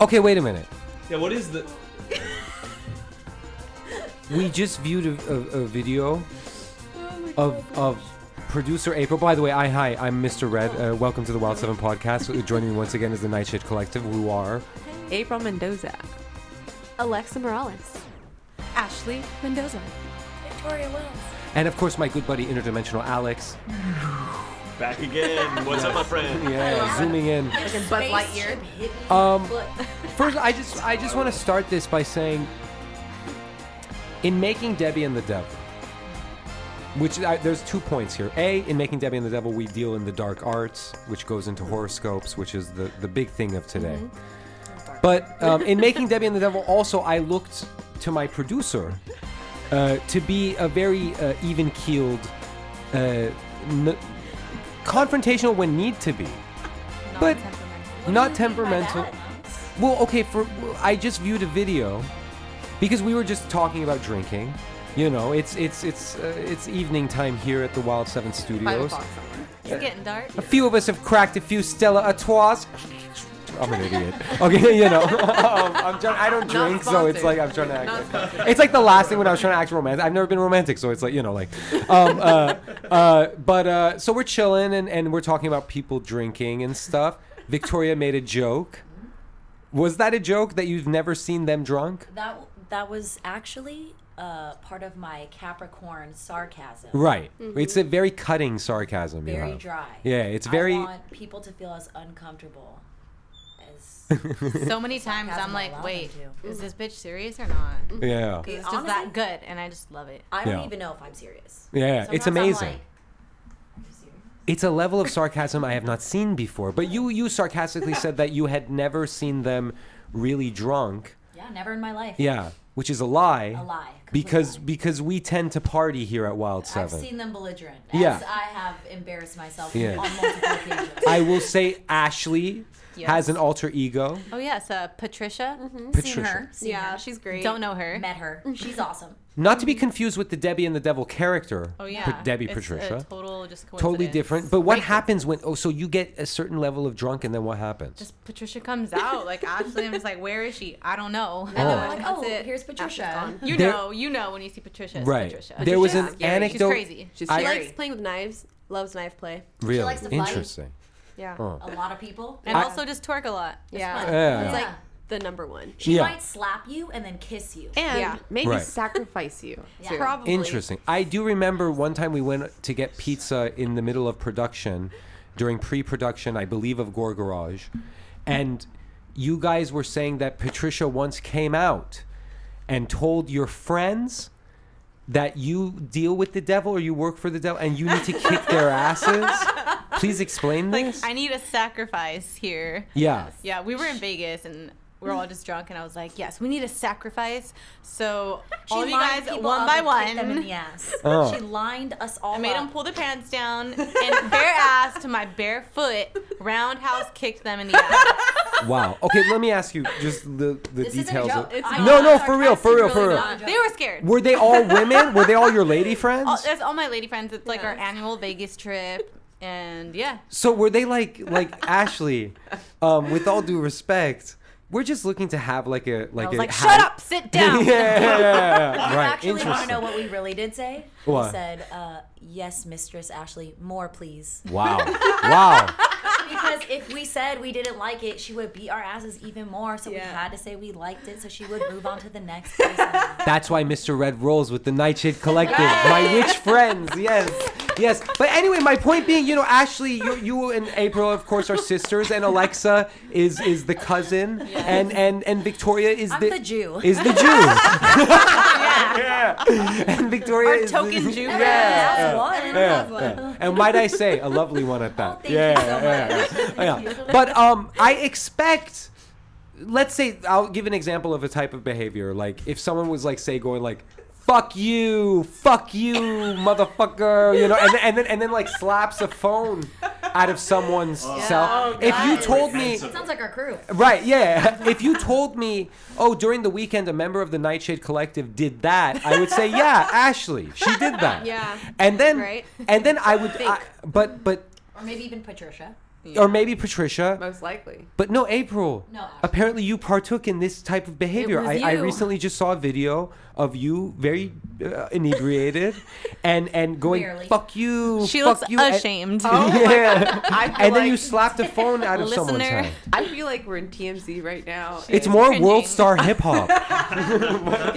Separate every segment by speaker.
Speaker 1: Okay, wait a minute.
Speaker 2: Yeah, what is the?
Speaker 1: We just viewed a, a, a video
Speaker 3: Oh my
Speaker 1: of
Speaker 3: God.
Speaker 1: of producer April. By the way, I hi, I'm Mr. Red. Uh, welcome to the Wild Seven podcast. Uh, Joining me once again is the Nightshade Collective, who are
Speaker 3: April Mendoza,
Speaker 4: Alexa Morales.
Speaker 3: Ashley Mendoza.
Speaker 4: Victoria Wells.
Speaker 1: and of course my good buddy Interdimensional Alex.
Speaker 2: Back again. What's up, my friend?
Speaker 1: Yeah, zooming in.
Speaker 3: Like a Buzz Lightyear.
Speaker 1: Um, first, I just I just want to start this by saying, in making Debbie and the Devil, which I, there's two points here. A, in making Debbie and the Devil, we deal in the dark arts, which goes into horoscopes, which is the the big thing of today. But um, in making Debbie and the Devil, also I looked to my producer uh, to be a very uh, even keeled, uh, n- confrontational when need to be, but not temperamental. Well, okay, for I just viewed a video because we were just talking about drinking. You know, it's it's it's uh, it's evening time here at the Wild Seven Studios.
Speaker 3: It's getting dark.
Speaker 1: A few of us have cracked a few Stella Artois. I'm an idiot. Okay, you know, um, I'm trying, I don't
Speaker 3: Not
Speaker 1: drink, so it's
Speaker 3: sponsored.
Speaker 1: like I'm trying to act.
Speaker 3: Not
Speaker 1: It's like the last thing when I was trying to act romantic. I've never been romantic, so it's like you know, like. Um, uh, uh, but uh, so we're chilling and, and we're talking about people drinking and stuff. Victoria made a joke. Was that a joke that you've never seen them drunk?
Speaker 5: That that was actually uh, part of my Capricorn sarcasm.
Speaker 1: Right. It's a very cutting sarcasm. you
Speaker 5: Mm-hmm. Very
Speaker 1: have.
Speaker 5: dry.
Speaker 1: Yeah, it's very.
Speaker 5: I want people to feel as uncomfortable as.
Speaker 6: So many times I'm
Speaker 5: Sarcasm
Speaker 6: like,
Speaker 5: allowed
Speaker 6: wait,
Speaker 5: them
Speaker 6: is this bitch serious or not?
Speaker 1: yeah.
Speaker 6: It's just
Speaker 5: Mm-hmm. Honestly-
Speaker 6: that good, and I just love it.
Speaker 5: I don't
Speaker 1: Yeah.
Speaker 5: even know if I'm serious.
Speaker 1: Yeah. it's
Speaker 5: Sometimes I'm
Speaker 1: amazing.
Speaker 5: like, "Are you serious?"
Speaker 1: it's a level of sarcasm I have not seen before. But you, you sarcastically said that you had never seen them really drunk.
Speaker 5: yeah, never in my life.
Speaker 1: Yeah, which is a lie.
Speaker 5: A lie, complete
Speaker 1: Because
Speaker 5: lie.
Speaker 1: because we tend to party here at Wild
Speaker 5: I've
Speaker 1: Seven.
Speaker 5: seen them belligerent.
Speaker 1: Yeah.
Speaker 5: As I have embarrassed myself on
Speaker 1: Yeah.
Speaker 5: multiple occasions.
Speaker 1: I will say Ashley has an alter ego.
Speaker 6: Oh yes, uh, Patricia.
Speaker 5: Seen her. Seen
Speaker 3: Yeah,
Speaker 5: her, Mm-hmm.
Speaker 3: she's great.
Speaker 6: Don't know her.
Speaker 5: Met Mm-hmm. her. She's awesome.
Speaker 1: Not to be confused with the Debbie and the Devil character.
Speaker 6: Oh yeah,
Speaker 1: Pa- Debbie
Speaker 5: uh,
Speaker 6: It's a
Speaker 1: Patricia.
Speaker 6: total just coincidence.
Speaker 1: totally different. But what
Speaker 6: Great
Speaker 1: happens when? Oh, so you get a certain level of drunk, and then what happens?
Speaker 6: coincidence. Patricia comes out like Ashley. I'm just like, where is she? I don't know.
Speaker 5: And
Speaker 1: Oh.
Speaker 5: I'm like,
Speaker 3: That's
Speaker 5: oh,
Speaker 3: it.
Speaker 5: here's Patricia.
Speaker 6: You
Speaker 1: There-
Speaker 6: know, you know when you see Patricia. It's
Speaker 1: Right.
Speaker 6: Patricia.
Speaker 1: There was
Speaker 6: Patricia's
Speaker 1: an
Speaker 6: scary.
Speaker 1: anecdote-
Speaker 6: She's crazy.
Speaker 3: She's
Speaker 1: I-
Speaker 3: scary.
Speaker 4: She likes playing with knives, loves knife play.
Speaker 1: really
Speaker 5: likes to fight.
Speaker 1: interesting.
Speaker 4: Yeah.
Speaker 1: Oh.
Speaker 5: A lot of people.
Speaker 6: and
Speaker 1: I-
Speaker 6: also just twerk a lot. It's
Speaker 4: Yeah.
Speaker 6: fun.
Speaker 1: Yeah.
Speaker 4: It's
Speaker 5: Yeah.
Speaker 4: like the number one.
Speaker 5: She
Speaker 1: Yeah.
Speaker 5: might slap you and then kiss you.
Speaker 3: and
Speaker 4: Yeah.
Speaker 3: maybe
Speaker 1: Right.
Speaker 3: sacrifice you.
Speaker 5: Yeah.
Speaker 3: too.
Speaker 4: Probably.
Speaker 1: Interesting. I do remember one time we went to get pizza in the middle of production, during pre-production, I believe, of Gore Garage, and you guys were saying that Patricia once came out and told your friends that you deal with the devil or you work for the devil and you need to kick their asses. Please explain this.
Speaker 6: I need a sacrifice here.
Speaker 1: yeah.
Speaker 6: Yeah, we were in Vegas and we were all just drunk, and I was like, "Yes, we need a sacrifice." So
Speaker 5: She
Speaker 6: all of you
Speaker 5: lined
Speaker 6: guys,
Speaker 5: people
Speaker 6: one
Speaker 5: up
Speaker 6: by
Speaker 5: and kicked them in
Speaker 6: one,
Speaker 5: the ass.
Speaker 1: Oh.
Speaker 5: She lined us all
Speaker 6: I made
Speaker 5: up.
Speaker 6: them pull their pants down and bare ass to my bare foot, roundhouse kicked them in the ass.
Speaker 1: Wow. Okay, let me ask you just the the
Speaker 5: This
Speaker 1: details.
Speaker 5: Isn't a
Speaker 1: of-
Speaker 5: joke. I
Speaker 1: no,
Speaker 5: know
Speaker 1: no,
Speaker 5: it's
Speaker 1: for real, for real,
Speaker 5: sarcastic,
Speaker 1: for
Speaker 5: really
Speaker 1: real.
Speaker 5: not a joke.
Speaker 6: They were scared.
Speaker 1: Were they all women? Were they all your lady friends?
Speaker 6: all, that's all my lady friends. It's like our annual Vegas trip, and yeah,
Speaker 1: So were they like like Ashley? Um, with all due respect, we're just looking to have like a like
Speaker 6: I was
Speaker 1: a
Speaker 6: like,
Speaker 1: ha-
Speaker 6: "Shut up, sit down."
Speaker 1: yeah, yeah, yeah, yeah. right.
Speaker 5: Actually, want to
Speaker 1: Interesting.
Speaker 5: know what we really did say?
Speaker 1: What?
Speaker 5: We said, uh, "Yes, Mistress Ashley, more please."
Speaker 1: Wow, wow.
Speaker 5: Because if we said we didn't like it, she would beat our asses even more. So we
Speaker 3: Yeah.
Speaker 5: had to say we liked it, so she would move on to the next. person.
Speaker 1: That's why Mr. Red rolls with the Nightshade Collective, my rich friends. Yes, yes. But anyway, my point being, you know, Ashley, you, you and April, of course, are sisters, and Alexa is is the cousin, and and and Victoria is
Speaker 5: I'm
Speaker 1: the,
Speaker 5: the Jew.
Speaker 1: Is the Jew? yeah. And Victoria
Speaker 6: Our
Speaker 1: is the-
Speaker 6: token Jew
Speaker 1: Yeah.
Speaker 6: friend.
Speaker 5: That's
Speaker 1: yeah.
Speaker 5: one. Oh,
Speaker 1: yeah, yeah. And might I say, a lovely one at that.
Speaker 5: thank you
Speaker 1: yeah,
Speaker 5: so
Speaker 1: yeah,
Speaker 5: much.
Speaker 1: yeah, yeah. But um, I expect. Let's say I'll give an example of a type of behavior. Like if someone was like, say, going like, "Fuck you, fuck you, motherfucker," you know, and then, and then and then like slaps a phone out of someone's cell. if you
Speaker 5: Oh, God.
Speaker 1: told me,
Speaker 2: Offensive.
Speaker 5: Sounds like our crew.
Speaker 1: Right, yeah. If you told me, oh, during the weekend a member of the Nightshade Collective did that, I would say, yeah, Ashley, she did that.
Speaker 4: Yeah,
Speaker 1: And then,
Speaker 4: right.
Speaker 1: and then I would, I- but but
Speaker 5: Or maybe even Patricia.
Speaker 1: or maybe Patricia.
Speaker 3: Most likely.
Speaker 1: But no, April.
Speaker 5: No.
Speaker 1: Apparently, you partook in this type of behavior.
Speaker 3: was
Speaker 1: I, I
Speaker 3: you.
Speaker 1: recently just saw a video of you very uh, inebriated and and going
Speaker 5: Barely.
Speaker 1: fuck you. Oh.
Speaker 6: She
Speaker 1: fuck
Speaker 6: looks
Speaker 1: you, and-
Speaker 6: ashamed.
Speaker 1: yeah.
Speaker 3: I feel
Speaker 1: and then you
Speaker 3: like-
Speaker 1: slapped a phone out of someone's
Speaker 6: Listener.
Speaker 1: hand.
Speaker 3: I feel like we're in TMZ right now.
Speaker 1: It's more
Speaker 6: cringing.
Speaker 1: world star hip hop.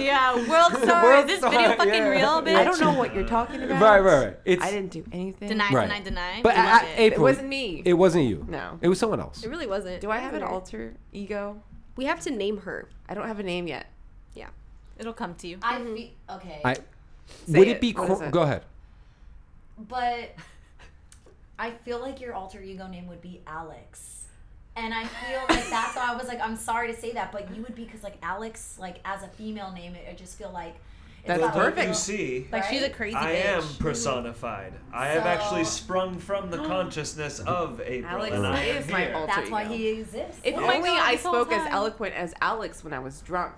Speaker 6: yeah, world star.
Speaker 1: World
Speaker 6: is this
Speaker 1: star,
Speaker 6: video fucking
Speaker 1: yeah.
Speaker 6: real, bitch?
Speaker 3: I don't know what you're talking about.
Speaker 1: right, right, right. It's
Speaker 3: I didn't do anything.
Speaker 6: Deny,
Speaker 1: right.
Speaker 6: deny, deny.
Speaker 1: But
Speaker 6: We
Speaker 1: I-
Speaker 6: love
Speaker 1: I-
Speaker 6: it.
Speaker 1: April,
Speaker 3: It wasn't me.
Speaker 1: It wasn't you.
Speaker 3: No.
Speaker 1: It was someone else.
Speaker 4: It really wasn't.
Speaker 3: do I have an
Speaker 4: Wasn't it?
Speaker 3: alter ego?
Speaker 4: We have to name her.
Speaker 3: I don't have a name yet.
Speaker 4: Yeah.
Speaker 6: It'll come to you.
Speaker 5: I fe- okay,
Speaker 1: I,
Speaker 3: Say
Speaker 1: would it,
Speaker 3: it.
Speaker 1: be?
Speaker 3: What
Speaker 1: cor-
Speaker 3: is it?
Speaker 1: Go ahead.
Speaker 5: but I feel like your alter ego name would be Alex. And I feel like that's why I was like, I'm sorry to say that, but you would be because like Alex, like as a female name, it, I just feel like it's
Speaker 3: That's
Speaker 5: got, like,
Speaker 3: perfect.
Speaker 5: a
Speaker 2: You
Speaker 5: little-
Speaker 2: see,
Speaker 6: Like she's a
Speaker 5: Right?
Speaker 6: crazy
Speaker 2: I
Speaker 6: bitch.
Speaker 2: am personified. I have
Speaker 5: So-
Speaker 2: actually sprung from the consciousness of April,
Speaker 3: Alex
Speaker 2: and I am
Speaker 3: is my
Speaker 2: here.
Speaker 3: alter
Speaker 5: That's why
Speaker 3: ego.
Speaker 5: he exists.
Speaker 3: If
Speaker 5: Yeah.
Speaker 6: my
Speaker 3: only
Speaker 6: God,
Speaker 3: I
Speaker 6: this whole
Speaker 3: spoke as
Speaker 6: time.
Speaker 3: eloquent as Alex when I was drunk.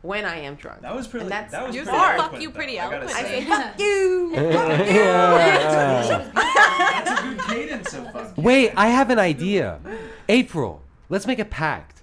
Speaker 3: When I am drunk.
Speaker 2: That was pretty.
Speaker 3: And that's-
Speaker 2: that was
Speaker 6: you
Speaker 2: pretty
Speaker 6: said fuck
Speaker 2: eloquent,
Speaker 6: you
Speaker 2: though,
Speaker 6: pretty
Speaker 2: I gotta
Speaker 6: eloquent.
Speaker 2: say.
Speaker 3: I say,
Speaker 5: Yeah.
Speaker 3: fuck you.
Speaker 5: She
Speaker 1: Yeah.
Speaker 5: was beautiful.
Speaker 2: That's a good cadence of fuck. you.
Speaker 1: Wait, I have an idea. April, let's make a pact.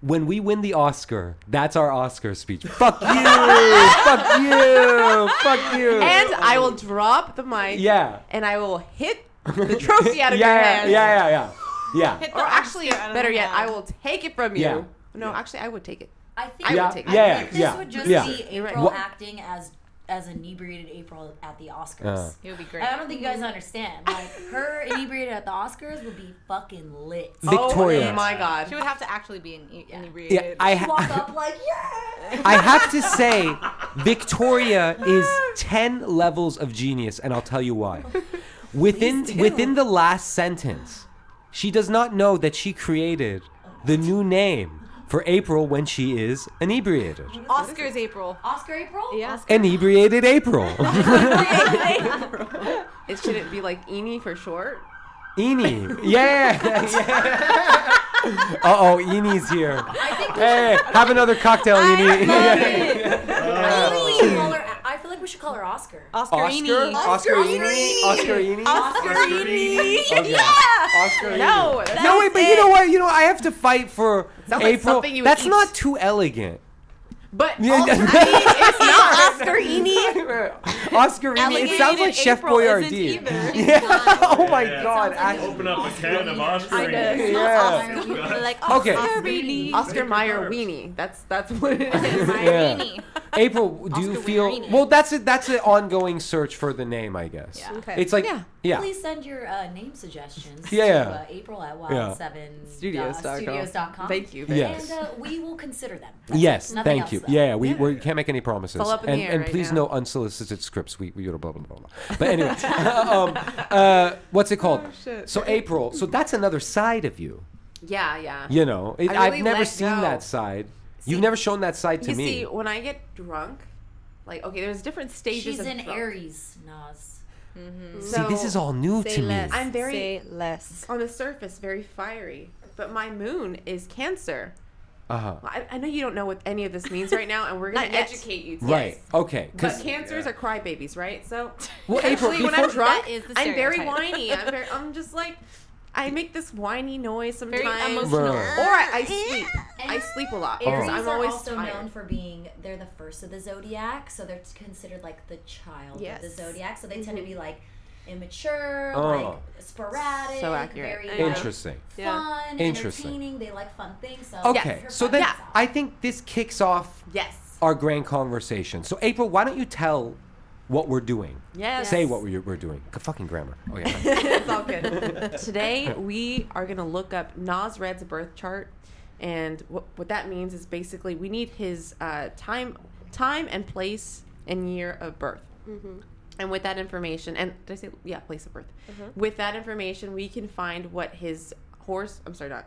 Speaker 1: When we win the Oscar, that's our Oscar speech. Fuck you! fuck you! Fuck you!
Speaker 3: And I will drop the mic.
Speaker 1: yeah.
Speaker 3: And I will hit the trophy out of your
Speaker 1: yeah, yeah,
Speaker 3: hand.
Speaker 1: yeah, yeah, yeah.
Speaker 6: Hit the
Speaker 3: Or actually,
Speaker 6: Oscar out of
Speaker 3: better
Speaker 6: her
Speaker 3: yet, I
Speaker 6: hand.
Speaker 3: will take it from you.
Speaker 1: Yeah.
Speaker 3: No, actually, I would take it.
Speaker 5: I think,
Speaker 3: I
Speaker 1: Yeah,
Speaker 3: would take it.
Speaker 5: I
Speaker 1: yeah,
Speaker 5: think this
Speaker 1: yeah,
Speaker 5: would just
Speaker 1: yeah.
Speaker 5: be
Speaker 3: You're right.
Speaker 5: April
Speaker 1: What-
Speaker 5: acting as as inebriated April at the Oscars.
Speaker 1: Uh.
Speaker 6: It would be great.
Speaker 5: I don't think you guys understand. Like her inebriated at the Oscars would be fucking lit.
Speaker 1: Vic- Victoria.
Speaker 3: Oh my God.
Speaker 6: She would have to actually be in E-
Speaker 5: Yeah.
Speaker 6: inebriated.
Speaker 1: yeah I,
Speaker 5: Walk
Speaker 1: ha-
Speaker 5: up like yeah.
Speaker 1: I have to say, Victoria is 10 levels of genius, and I'll tell you why. Within, within the last sentence, she does not know that she created the new name for April when she is inebriated.
Speaker 6: Oscars April.
Speaker 5: Oscar April.
Speaker 6: Yeah.
Speaker 1: Inebriated April.
Speaker 3: It shouldn't be like Eni for short.
Speaker 1: Eenie. Yeah. Uh oh, Eenie's here.
Speaker 5: I think we
Speaker 1: Hey, have another cocktail,
Speaker 5: I
Speaker 1: Eenie.
Speaker 5: think we should call her. I feel like we should call her Oscar.
Speaker 1: Oh,
Speaker 6: Oscar.
Speaker 1: Oscar? Oscar Eenie? Oscar Eenie? Okay. Oscar Eenie.
Speaker 3: Oh, No,
Speaker 1: No, wait, but you know what? You know, I have to fight for
Speaker 3: Sounds like
Speaker 1: April.
Speaker 3: something you would
Speaker 1: That's
Speaker 3: eat.
Speaker 1: not too elegant.
Speaker 3: But
Speaker 1: Yeah,
Speaker 3: also, I mean, it's not Oscar Eni.
Speaker 1: Oscar Eenie. It sounds
Speaker 6: Elegant
Speaker 1: like Chef
Speaker 6: April isn't
Speaker 1: Boyardee.
Speaker 6: either.
Speaker 1: Yeah. Oh my
Speaker 2: Yeah.
Speaker 1: God.
Speaker 5: Sounds like
Speaker 1: actually.
Speaker 2: Open up a can of Oscar.
Speaker 1: Yeah.
Speaker 6: Like
Speaker 1: Okay.
Speaker 6: Oscar Weenie.
Speaker 3: Oscar Mayer
Speaker 2: carbs.
Speaker 3: Weenie. That's that's what it is.
Speaker 1: Yeah.
Speaker 6: Weenie.
Speaker 1: April, do you
Speaker 6: Oscar
Speaker 1: feel
Speaker 6: Weenie.
Speaker 1: well? That's a that's an ongoing search for the name, I guess.
Speaker 6: Yeah.
Speaker 1: Okay. It's like yeah,
Speaker 3: Yeah.
Speaker 1: yeah.
Speaker 5: Please send your uh, name suggestions
Speaker 1: Yeah.
Speaker 5: to uh, April at
Speaker 1: Yeah.
Speaker 5: wild seven
Speaker 3: Studios.com.
Speaker 5: studios.com.
Speaker 3: Thank you.
Speaker 1: Yeah.
Speaker 3: Yeah.
Speaker 1: Yes.
Speaker 5: And uh, we will consider them.
Speaker 1: yes,
Speaker 5: Nothing
Speaker 1: thank
Speaker 5: else,
Speaker 1: you.
Speaker 5: though.
Speaker 1: Yeah, we, we can't make any promises.
Speaker 3: all up in
Speaker 1: and
Speaker 3: the air
Speaker 1: and
Speaker 3: right
Speaker 1: please
Speaker 3: now.
Speaker 1: no unsolicited scripts. We we blah blah blah blah. blah. But anyway, um, uh, what's it called?
Speaker 3: Oh, shit.
Speaker 1: So April, so that's another side of you.
Speaker 3: Yeah, yeah.
Speaker 1: You know, it,
Speaker 3: I really
Speaker 1: I've never
Speaker 3: let
Speaker 1: seen
Speaker 3: go.
Speaker 1: that side. You've
Speaker 3: See-
Speaker 1: never shown that side to
Speaker 3: you
Speaker 1: me.
Speaker 3: see, when I get drunk, like okay, there's different stages.
Speaker 5: She's
Speaker 3: of
Speaker 5: an
Speaker 3: drunk.
Speaker 5: Aries, Nas.
Speaker 1: See, this
Speaker 3: So,
Speaker 1: is all new to me.
Speaker 3: I'm very-
Speaker 6: Say less.
Speaker 3: on the surface very fiery, but my moon is Cancer.
Speaker 1: Uh huh.
Speaker 3: I, I know you don't know what any of this means right now, and we're gonna
Speaker 6: Not yet.
Speaker 3: educate you.
Speaker 1: Right. Okay.
Speaker 3: But
Speaker 1: Because
Speaker 3: cancers are crybabies, right? So
Speaker 1: Well, April,
Speaker 3: actually, when
Speaker 1: before-
Speaker 3: I'm drunk,
Speaker 6: That is the
Speaker 3: I'm very
Speaker 6: stereotype.
Speaker 3: whiny. I'm, very, I'm just like, I make this whiny noise sometimes.
Speaker 6: Very emotional.
Speaker 1: Bruh.
Speaker 3: Or I, I sleep. I sleep a lot.
Speaker 5: Aries
Speaker 1: Oh.
Speaker 3: I'm
Speaker 5: are
Speaker 3: always
Speaker 5: also
Speaker 3: tired.
Speaker 5: known for being they're the first of the zodiac, so they're considered like the child
Speaker 6: Yes.
Speaker 5: of the zodiac. So they tend to
Speaker 3: Mm-hmm.
Speaker 5: be like immature,
Speaker 1: Oh.
Speaker 5: like sporadic,
Speaker 3: So accurate.
Speaker 5: very like,
Speaker 1: interesting.
Speaker 3: Yeah.
Speaker 5: fun,
Speaker 1: Interesting.
Speaker 5: entertaining. They like fun things. So
Speaker 1: Okay.
Speaker 5: her
Speaker 1: So
Speaker 5: fun
Speaker 1: then
Speaker 5: is out.
Speaker 1: I think this kicks off
Speaker 3: Yes.
Speaker 1: our grand conversation. So, April, why don't you tell what we're doing?
Speaker 3: Yes.
Speaker 1: Say what we're, we're doing. C- Fucking grammar. Oh, yeah.
Speaker 3: it's all good. Today we are gonna look up Nas Red's birth chart, and what what that means is basically we need his uh, time, time and place and year of birth. And with that information, and did I say yeah, place of birth? With that information, we can find what his horse. I'm sorry, not.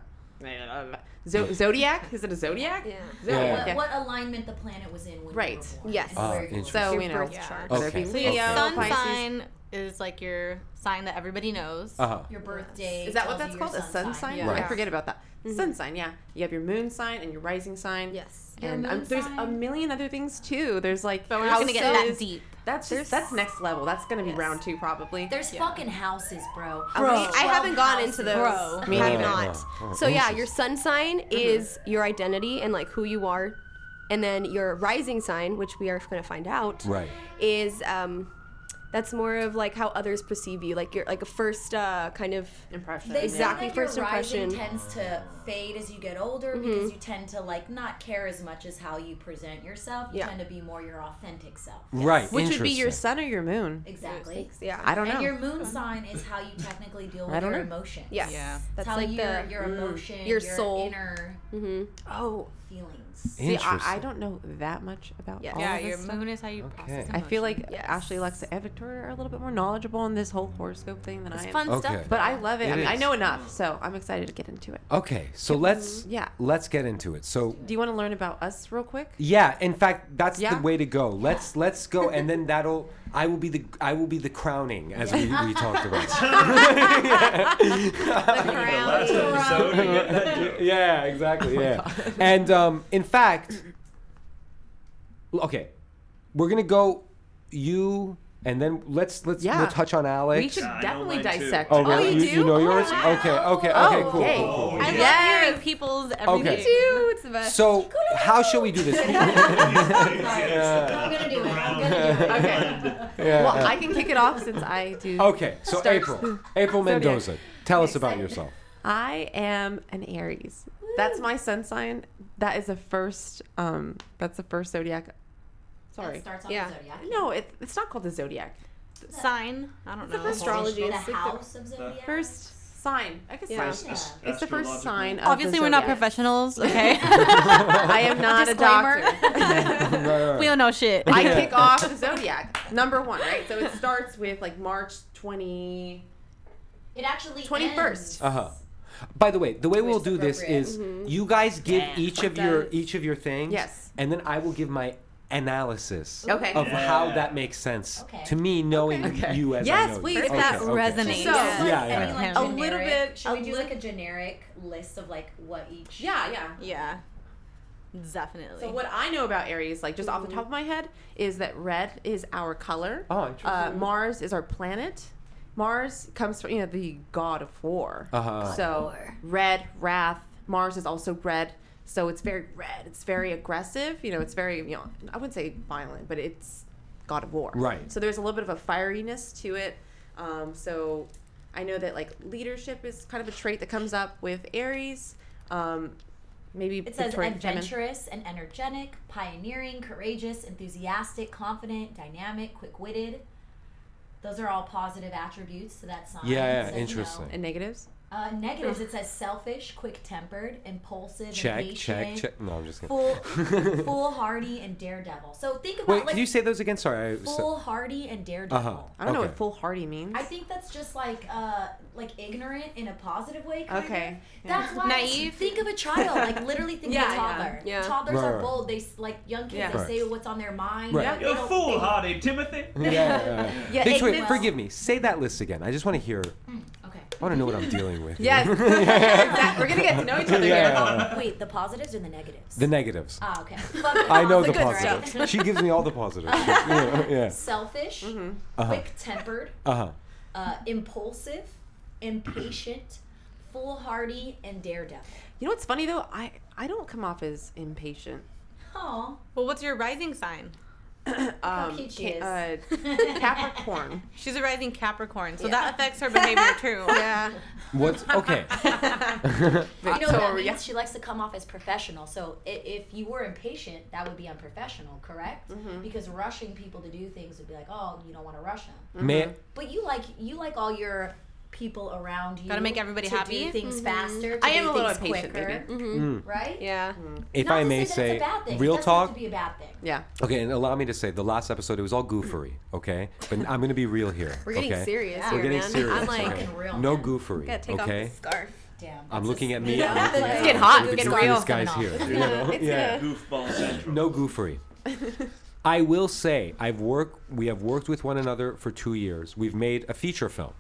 Speaker 3: Zo- zodiac? Is it a zodiac?
Speaker 4: Yeah.
Speaker 1: Yeah.
Speaker 5: what, what alignment the planet was in when you
Speaker 3: Right.
Speaker 5: were born.
Speaker 4: Yes.
Speaker 5: and
Speaker 1: Ah,
Speaker 5: where you were
Speaker 1: interesting.
Speaker 3: So
Speaker 5: born.
Speaker 6: Your
Speaker 3: you know,
Speaker 6: birth
Speaker 3: yeah.
Speaker 6: chart.
Speaker 3: whether it be
Speaker 1: Okay,
Speaker 6: So your
Speaker 1: okay.
Speaker 3: Leo,
Speaker 6: sun
Speaker 3: Pisces.
Speaker 6: sign is like your sign that everybody knows.
Speaker 1: Uh-huh.
Speaker 5: your birthday.
Speaker 3: Is that what
Speaker 5: tells you
Speaker 3: that's
Speaker 5: your
Speaker 3: called? A sun sign?
Speaker 5: Yeah.
Speaker 1: Right.
Speaker 3: I forget about that. Sun sign, yeah. You have your moon sign and your rising sign.
Speaker 4: Yes.
Speaker 5: Your
Speaker 3: and um,
Speaker 5: moon
Speaker 3: there's a
Speaker 5: sign.
Speaker 3: million other things too. There's like
Speaker 6: But we're not gonna get that
Speaker 3: houses.
Speaker 6: deep.
Speaker 3: That's just, that's next level. That's gonna be round two probably.
Speaker 5: There's fucking houses, bro.
Speaker 4: Bro. I haven't gone into
Speaker 5: the
Speaker 4: those.
Speaker 6: Bro.
Speaker 4: I
Speaker 1: Me
Speaker 4: have
Speaker 1: neither.
Speaker 4: not.
Speaker 1: Oh, oh,
Speaker 4: So yeah, your
Speaker 1: interesting.
Speaker 4: sun sign is your identity and like who you are, and then your rising sign, which we are going to find out,
Speaker 1: Right.
Speaker 4: is um, that's more of like how others perceive you, like your like a first uh, kind of
Speaker 3: Impression.
Speaker 5: They
Speaker 3: yeah.
Speaker 5: exactly.
Speaker 4: Exactly,
Speaker 5: That your
Speaker 4: first
Speaker 5: rising
Speaker 4: impression.
Speaker 5: tends to fade as you get older
Speaker 3: Mm-hmm.
Speaker 5: because you tend to like not care as much as how you present yourself. You
Speaker 4: Yeah.
Speaker 5: tend to be more your authentic self.
Speaker 1: Right.
Speaker 3: Which would be your
Speaker 1: interesting.
Speaker 3: sun or your moon?
Speaker 5: Exactly.
Speaker 4: yeah.
Speaker 3: I don't know.
Speaker 5: And your moon sign is how you technically deal
Speaker 3: I
Speaker 5: with
Speaker 3: don't
Speaker 5: your
Speaker 3: know.
Speaker 5: emotions.
Speaker 4: Yes.
Speaker 6: Yeah.
Speaker 4: That's
Speaker 5: That's how
Speaker 4: like
Speaker 5: your
Speaker 4: the Mm.
Speaker 5: your
Speaker 3: Mm.
Speaker 5: emotion,
Speaker 4: your soul.
Speaker 5: inner
Speaker 4: hmm
Speaker 3: oh,
Speaker 5: feelings.
Speaker 3: see, I, I
Speaker 1: Interesting.
Speaker 3: don't know that much about
Speaker 4: Yeah.
Speaker 3: all
Speaker 6: Yeah,
Speaker 3: of this
Speaker 6: your
Speaker 3: stuff.
Speaker 6: moon is how you process.
Speaker 1: Okay.
Speaker 3: I feel like
Speaker 4: Yes.
Speaker 3: Ashley, Alexa, and Victoria are a little bit more knowledgeable on this whole horoscope thing than I
Speaker 4: It's
Speaker 3: am.
Speaker 4: fun
Speaker 1: Okay.
Speaker 4: stuff.
Speaker 3: But I love it.
Speaker 1: It
Speaker 3: I, mean, I
Speaker 1: is.
Speaker 3: know enough, so I'm excited to get into it.
Speaker 1: Okay, so let's
Speaker 3: yeah.
Speaker 1: let's get into it. So
Speaker 3: Do you want to learn about us real quick?
Speaker 1: yeah, in fact, that's
Speaker 3: Yeah.
Speaker 1: the way to go. Let's let's go, and then that'll I will be the I will be the crowning as we, we talked about.
Speaker 2: The last episode to get that joke.
Speaker 1: yeah,
Speaker 3: Oh
Speaker 1: exactly. yeah, and um, in fact, okay, we're gonna go you, and then let's let's
Speaker 3: Yeah.
Speaker 1: we'll touch on Alex.
Speaker 3: We should
Speaker 2: Yeah, I know
Speaker 3: definitely
Speaker 2: mine too.
Speaker 3: dissect.
Speaker 1: Oh, really?
Speaker 3: you,
Speaker 1: you,
Speaker 3: do?
Speaker 1: know
Speaker 3: Oh,
Speaker 1: yours?
Speaker 3: wow.
Speaker 1: Okay, okay, okay,
Speaker 3: Oh,
Speaker 1: cool,
Speaker 3: okay.
Speaker 1: cool, cool, cool.
Speaker 6: I
Speaker 2: Yeah.
Speaker 6: love hearing people's everything.
Speaker 1: Okay.
Speaker 4: Dude, it's the best.
Speaker 1: So, how should we do this?
Speaker 5: I'm gonna do it. I'm gonna do it.
Speaker 3: Okay.
Speaker 1: Yeah,
Speaker 3: Well,
Speaker 1: yeah.
Speaker 3: I can kick it off since I do.
Speaker 1: Okay, so April, April Mendoza, tell us about yourself.
Speaker 3: I am an Aries. That's my sun sign. That is the first. Um, that's the first zodiac. Sorry.
Speaker 5: That starts on
Speaker 4: Yeah.
Speaker 5: the zodiac.
Speaker 3: No, it, it's not called the zodiac.
Speaker 6: Sign. I don't know.
Speaker 4: astrology.
Speaker 5: The
Speaker 4: It's like the-
Speaker 5: house of zodiac.
Speaker 3: First sign. I guess
Speaker 4: Yeah.
Speaker 3: sign.
Speaker 5: Yeah. It's
Speaker 3: It's the first
Speaker 2: Astrological.
Speaker 3: sign. Of the
Speaker 6: Obviously, we're not
Speaker 3: zodiac.
Speaker 6: professionals, okay?
Speaker 3: I am not a
Speaker 6: Disclaimer.
Speaker 3: doctor.
Speaker 1: Right, right,
Speaker 6: we don't know shit.
Speaker 3: I
Speaker 1: Yeah.
Speaker 3: kick off the zodiac number one, right? So it starts with like March twenty.
Speaker 5: It actually
Speaker 3: 21st.
Speaker 1: Uh huh. By the way, the way we'll
Speaker 5: Which
Speaker 1: do
Speaker 5: is
Speaker 1: this
Speaker 5: appropriate.
Speaker 1: is Mm-hmm. you guys give
Speaker 6: Yeah.
Speaker 1: each of your each of your things.
Speaker 3: Yes.
Speaker 1: And then I will give my analysis
Speaker 3: Okay.
Speaker 1: of
Speaker 2: Yeah.
Speaker 1: how that makes sense
Speaker 5: Okay.
Speaker 1: to me, knowing
Speaker 3: Okay.
Speaker 1: you as I
Speaker 6: Yes,
Speaker 1: know you.
Speaker 6: please, if
Speaker 1: Okay,
Speaker 6: that
Speaker 1: okay.
Speaker 6: resonates.
Speaker 3: So-
Speaker 5: Yeah,
Speaker 1: Yeah,
Speaker 5: I mean,
Speaker 1: yeah,
Speaker 6: yeah.
Speaker 5: like
Speaker 6: A
Speaker 5: generic-
Speaker 3: little bit-
Speaker 5: Should
Speaker 3: a
Speaker 5: we do like
Speaker 3: little-
Speaker 5: a generic list of like what each?
Speaker 3: Yeah, yeah.
Speaker 6: Yeah. Definitely.
Speaker 3: So what I know about Aries, like just off
Speaker 5: Mm-hmm.
Speaker 3: the top of my head, is that red is our color.
Speaker 1: Oh, interesting.
Speaker 3: Uh,
Speaker 5: Mm-hmm.
Speaker 3: Mars is our planet. Mars comes from you know the god of war.
Speaker 1: Uh-huh.
Speaker 3: So red wrath. Mars is also red. So it's very red. It's very aggressive. You know, it's very you know I wouldn't say violent, but it's god of war.
Speaker 1: Right.
Speaker 3: So there's a little bit of a fieriness to it. Um, so I know that like leadership is kind of a trait that comes up with Aries. Um, maybe
Speaker 5: It says
Speaker 3: Victoria Gemini.
Speaker 5: adventurous and energetic, pioneering, courageous, enthusiastic, confident, dynamic, quick-witted. Those are all positive attributes to that sign.
Speaker 1: Yeah, yeah,
Speaker 5: So, you know,
Speaker 1: interesting.
Speaker 3: and negatives.
Speaker 5: uh, negatives. It says selfish, quick-tempered, impulsive,
Speaker 1: Check, check,
Speaker 5: impatient,
Speaker 1: check. No, I'm just kidding.
Speaker 5: Fool, foolhardy, and daredevil. So think about
Speaker 1: Wait,
Speaker 5: like
Speaker 1: can you say those again? Sorry. I, was-
Speaker 5: foolhardy and daredevil.
Speaker 1: uh-huh.
Speaker 3: I don't know
Speaker 1: okay.
Speaker 3: what foolhardy means.
Speaker 5: I think that's just like uh like ignorant in a positive way. Kind
Speaker 3: Okay,
Speaker 5: Of.
Speaker 3: yeah.
Speaker 5: That's why
Speaker 6: Naive?
Speaker 5: Think of a child. Like literally think
Speaker 3: Yeah,
Speaker 5: of a
Speaker 3: yeah.
Speaker 5: toddler.
Speaker 4: Yeah.
Speaker 5: Toddlers
Speaker 1: Right,
Speaker 5: are
Speaker 1: right.
Speaker 5: bold. They s- like young kids.
Speaker 3: Yeah.
Speaker 5: They
Speaker 1: Right.
Speaker 5: say what's on their mind.
Speaker 1: Right.
Speaker 5: They
Speaker 2: You're
Speaker 5: don't
Speaker 2: foolhardy, Timothy.
Speaker 1: Yeah, yeah, yeah.
Speaker 3: Yeah,
Speaker 1: Thanks, wait,
Speaker 3: ignorance-
Speaker 1: forgive me. Say that list again. I just want to hear.
Speaker 5: think- Okay.
Speaker 1: I want to know what I'm dealing with.
Speaker 3: Yes. Exact- We're gonna get to know each other Uh, here.
Speaker 1: Yeah.
Speaker 5: Wait, the positives or the negatives?
Speaker 1: The negatives.
Speaker 5: ah, okay. Fuck the
Speaker 1: I know the
Speaker 5: positives, right?
Speaker 1: positives. She gives me all the positives. yeah. yeah.
Speaker 5: Selfish,
Speaker 3: Mm-hmm.
Speaker 1: Uh-huh.
Speaker 5: quick-tempered,
Speaker 1: Uh huh.
Speaker 5: uh, impulsive, impatient, foolhardy, and daredevil.
Speaker 3: You know what's funny though? I I don't come off as impatient.
Speaker 5: Oh,
Speaker 6: well, what's your rising sign?
Speaker 5: how
Speaker 3: Um,
Speaker 5: cute she
Speaker 3: ca-
Speaker 5: is.
Speaker 3: uh, Capricorn.
Speaker 6: She's a rising Capricorn, so
Speaker 5: Yeah.
Speaker 6: that affects her behavior too.
Speaker 3: Yeah.
Speaker 1: What's okay?
Speaker 3: Mm-hmm.
Speaker 5: You know what that
Speaker 3: Victoria.
Speaker 5: means? She likes to come off as professional. So i- if you were impatient, that would be unprofessional, correct?
Speaker 1: Mm-hmm.
Speaker 5: Because rushing people to do things would be like, oh, you don't want to rush them.
Speaker 1: May
Speaker 5: But you like you like all your people around you.
Speaker 6: Gotta make everybody
Speaker 5: to
Speaker 6: happy.
Speaker 5: Do things
Speaker 1: Mm-hmm.
Speaker 5: faster. To
Speaker 3: I am
Speaker 5: do
Speaker 3: a little
Speaker 5: things
Speaker 3: impatient,
Speaker 5: quicker, right?
Speaker 4: yeah.
Speaker 1: if
Speaker 5: Not
Speaker 1: I
Speaker 5: to
Speaker 1: may
Speaker 5: say,
Speaker 1: say,
Speaker 5: that's a bad thing. It
Speaker 1: real
Speaker 5: doesn't have
Speaker 1: talk.
Speaker 5: to be a bad thing.
Speaker 3: Yeah.
Speaker 1: Okay, and allow me to say the last episode it was all goofery. Okay, but I'm gonna be real here.
Speaker 4: We're getting
Speaker 1: okay?
Speaker 4: serious
Speaker 5: Yeah.
Speaker 4: here,
Speaker 1: We're getting
Speaker 4: man.
Speaker 1: serious.
Speaker 4: I'm like,
Speaker 1: okay?
Speaker 5: Fucking real,
Speaker 1: no
Speaker 5: man.
Speaker 1: goofery.
Speaker 4: gotta take
Speaker 1: okay,
Speaker 4: off the scarf.
Speaker 5: Damn.
Speaker 1: I'm
Speaker 5: that's
Speaker 1: looking
Speaker 5: just-
Speaker 1: at me. I'm looking at
Speaker 5: It's
Speaker 1: you,
Speaker 5: getting
Speaker 1: I'm
Speaker 3: hot,
Speaker 1: looking
Speaker 3: it's
Speaker 1: at
Speaker 3: getting
Speaker 1: you
Speaker 3: real.
Speaker 1: guys here.
Speaker 5: It's
Speaker 1: you know?
Speaker 4: it's
Speaker 1: yeah.
Speaker 4: gonna-
Speaker 2: Goofball central.
Speaker 1: No goofery. I will say I've worked we have worked with one another for 2 years. We've made a feature film.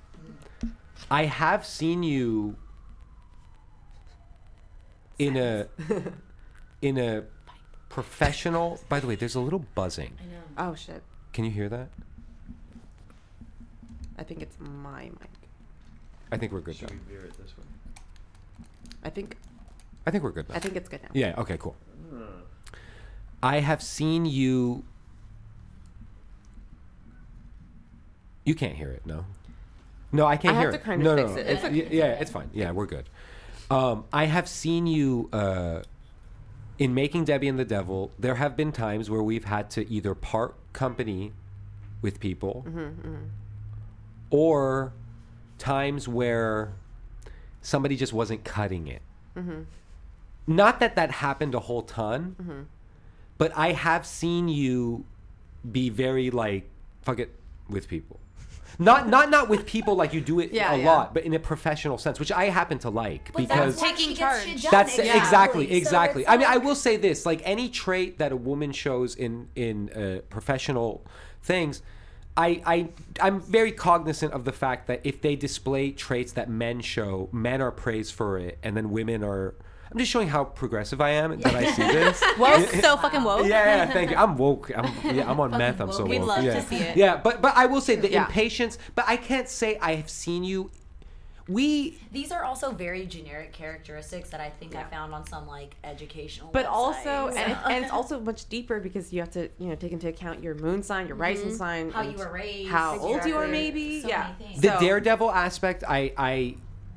Speaker 1: I have seen you in a in a professional By the way, there's a little buzzing.
Speaker 5: I know.
Speaker 3: Oh shit.
Speaker 1: Can you hear that?
Speaker 3: I think it's my mic.
Speaker 1: I think we're good
Speaker 2: Should
Speaker 1: though.
Speaker 2: we veer it this way?
Speaker 3: I think
Speaker 1: I think we're good
Speaker 3: I
Speaker 1: now.
Speaker 3: think it's good now.
Speaker 1: Yeah. Okay. Cool. I have seen you. You can't hear it. No. No, I can't
Speaker 3: I
Speaker 1: hear
Speaker 3: have to
Speaker 1: it.
Speaker 3: kind of
Speaker 1: no,
Speaker 3: fix
Speaker 1: no,
Speaker 3: it.
Speaker 1: no.
Speaker 3: It's
Speaker 1: It's- y- Yeah, it's fine. Yeah, we're good. Um, I have seen you uh, in making Debbie and the Devil. There have been times where we've had to either part company with people,
Speaker 3: Mm-hmm,
Speaker 1: or times where somebody just wasn't cutting it.
Speaker 3: Mm-hmm.
Speaker 1: Not that that happened a whole ton, but I have seen you be very like fuck it with people. Not not not with people like you do it
Speaker 3: Yeah,
Speaker 1: a
Speaker 3: yeah.
Speaker 1: lot, but in a professional sense, which I happen to like
Speaker 5: But
Speaker 1: because
Speaker 5: that's why
Speaker 6: Taking
Speaker 5: she gets shit
Speaker 6: charge.
Speaker 5: done,
Speaker 1: that's exactly
Speaker 5: So it's
Speaker 1: exactly. I mean, I
Speaker 5: like-
Speaker 1: will say this: like any trait that a woman shows in in uh, professional things, I I I'm very cognizant of the fact that if they display traits that men show, men are praised for it, and then women are. I'm just showing how progressive I am that I see this.
Speaker 6: Woke, so fucking woke.
Speaker 1: Yeah, yeah, thank you. I'm woke. I'm yeah, I'm on meth. I'm so
Speaker 6: woke.
Speaker 1: woke.
Speaker 6: We'd love to
Speaker 1: yeah.
Speaker 6: see it.
Speaker 1: Yeah, but but I will say the
Speaker 3: Yeah.
Speaker 1: impatience. But I can't say I have seen you. We
Speaker 5: These are also very generic characteristics that I think I found on some like educational.
Speaker 3: But
Speaker 5: website.
Speaker 3: also, and, it-
Speaker 5: So-
Speaker 3: and it's also much deeper because you have to, you know, take into account your moon sign, your rising sign,
Speaker 5: Mm-hmm. how
Speaker 3: and
Speaker 5: you were raised,
Speaker 3: how old you are,
Speaker 5: exactly.
Speaker 3: maybe.
Speaker 5: So
Speaker 3: yeah.
Speaker 5: many things.
Speaker 1: the
Speaker 3: So-
Speaker 1: daredevil aspect. I I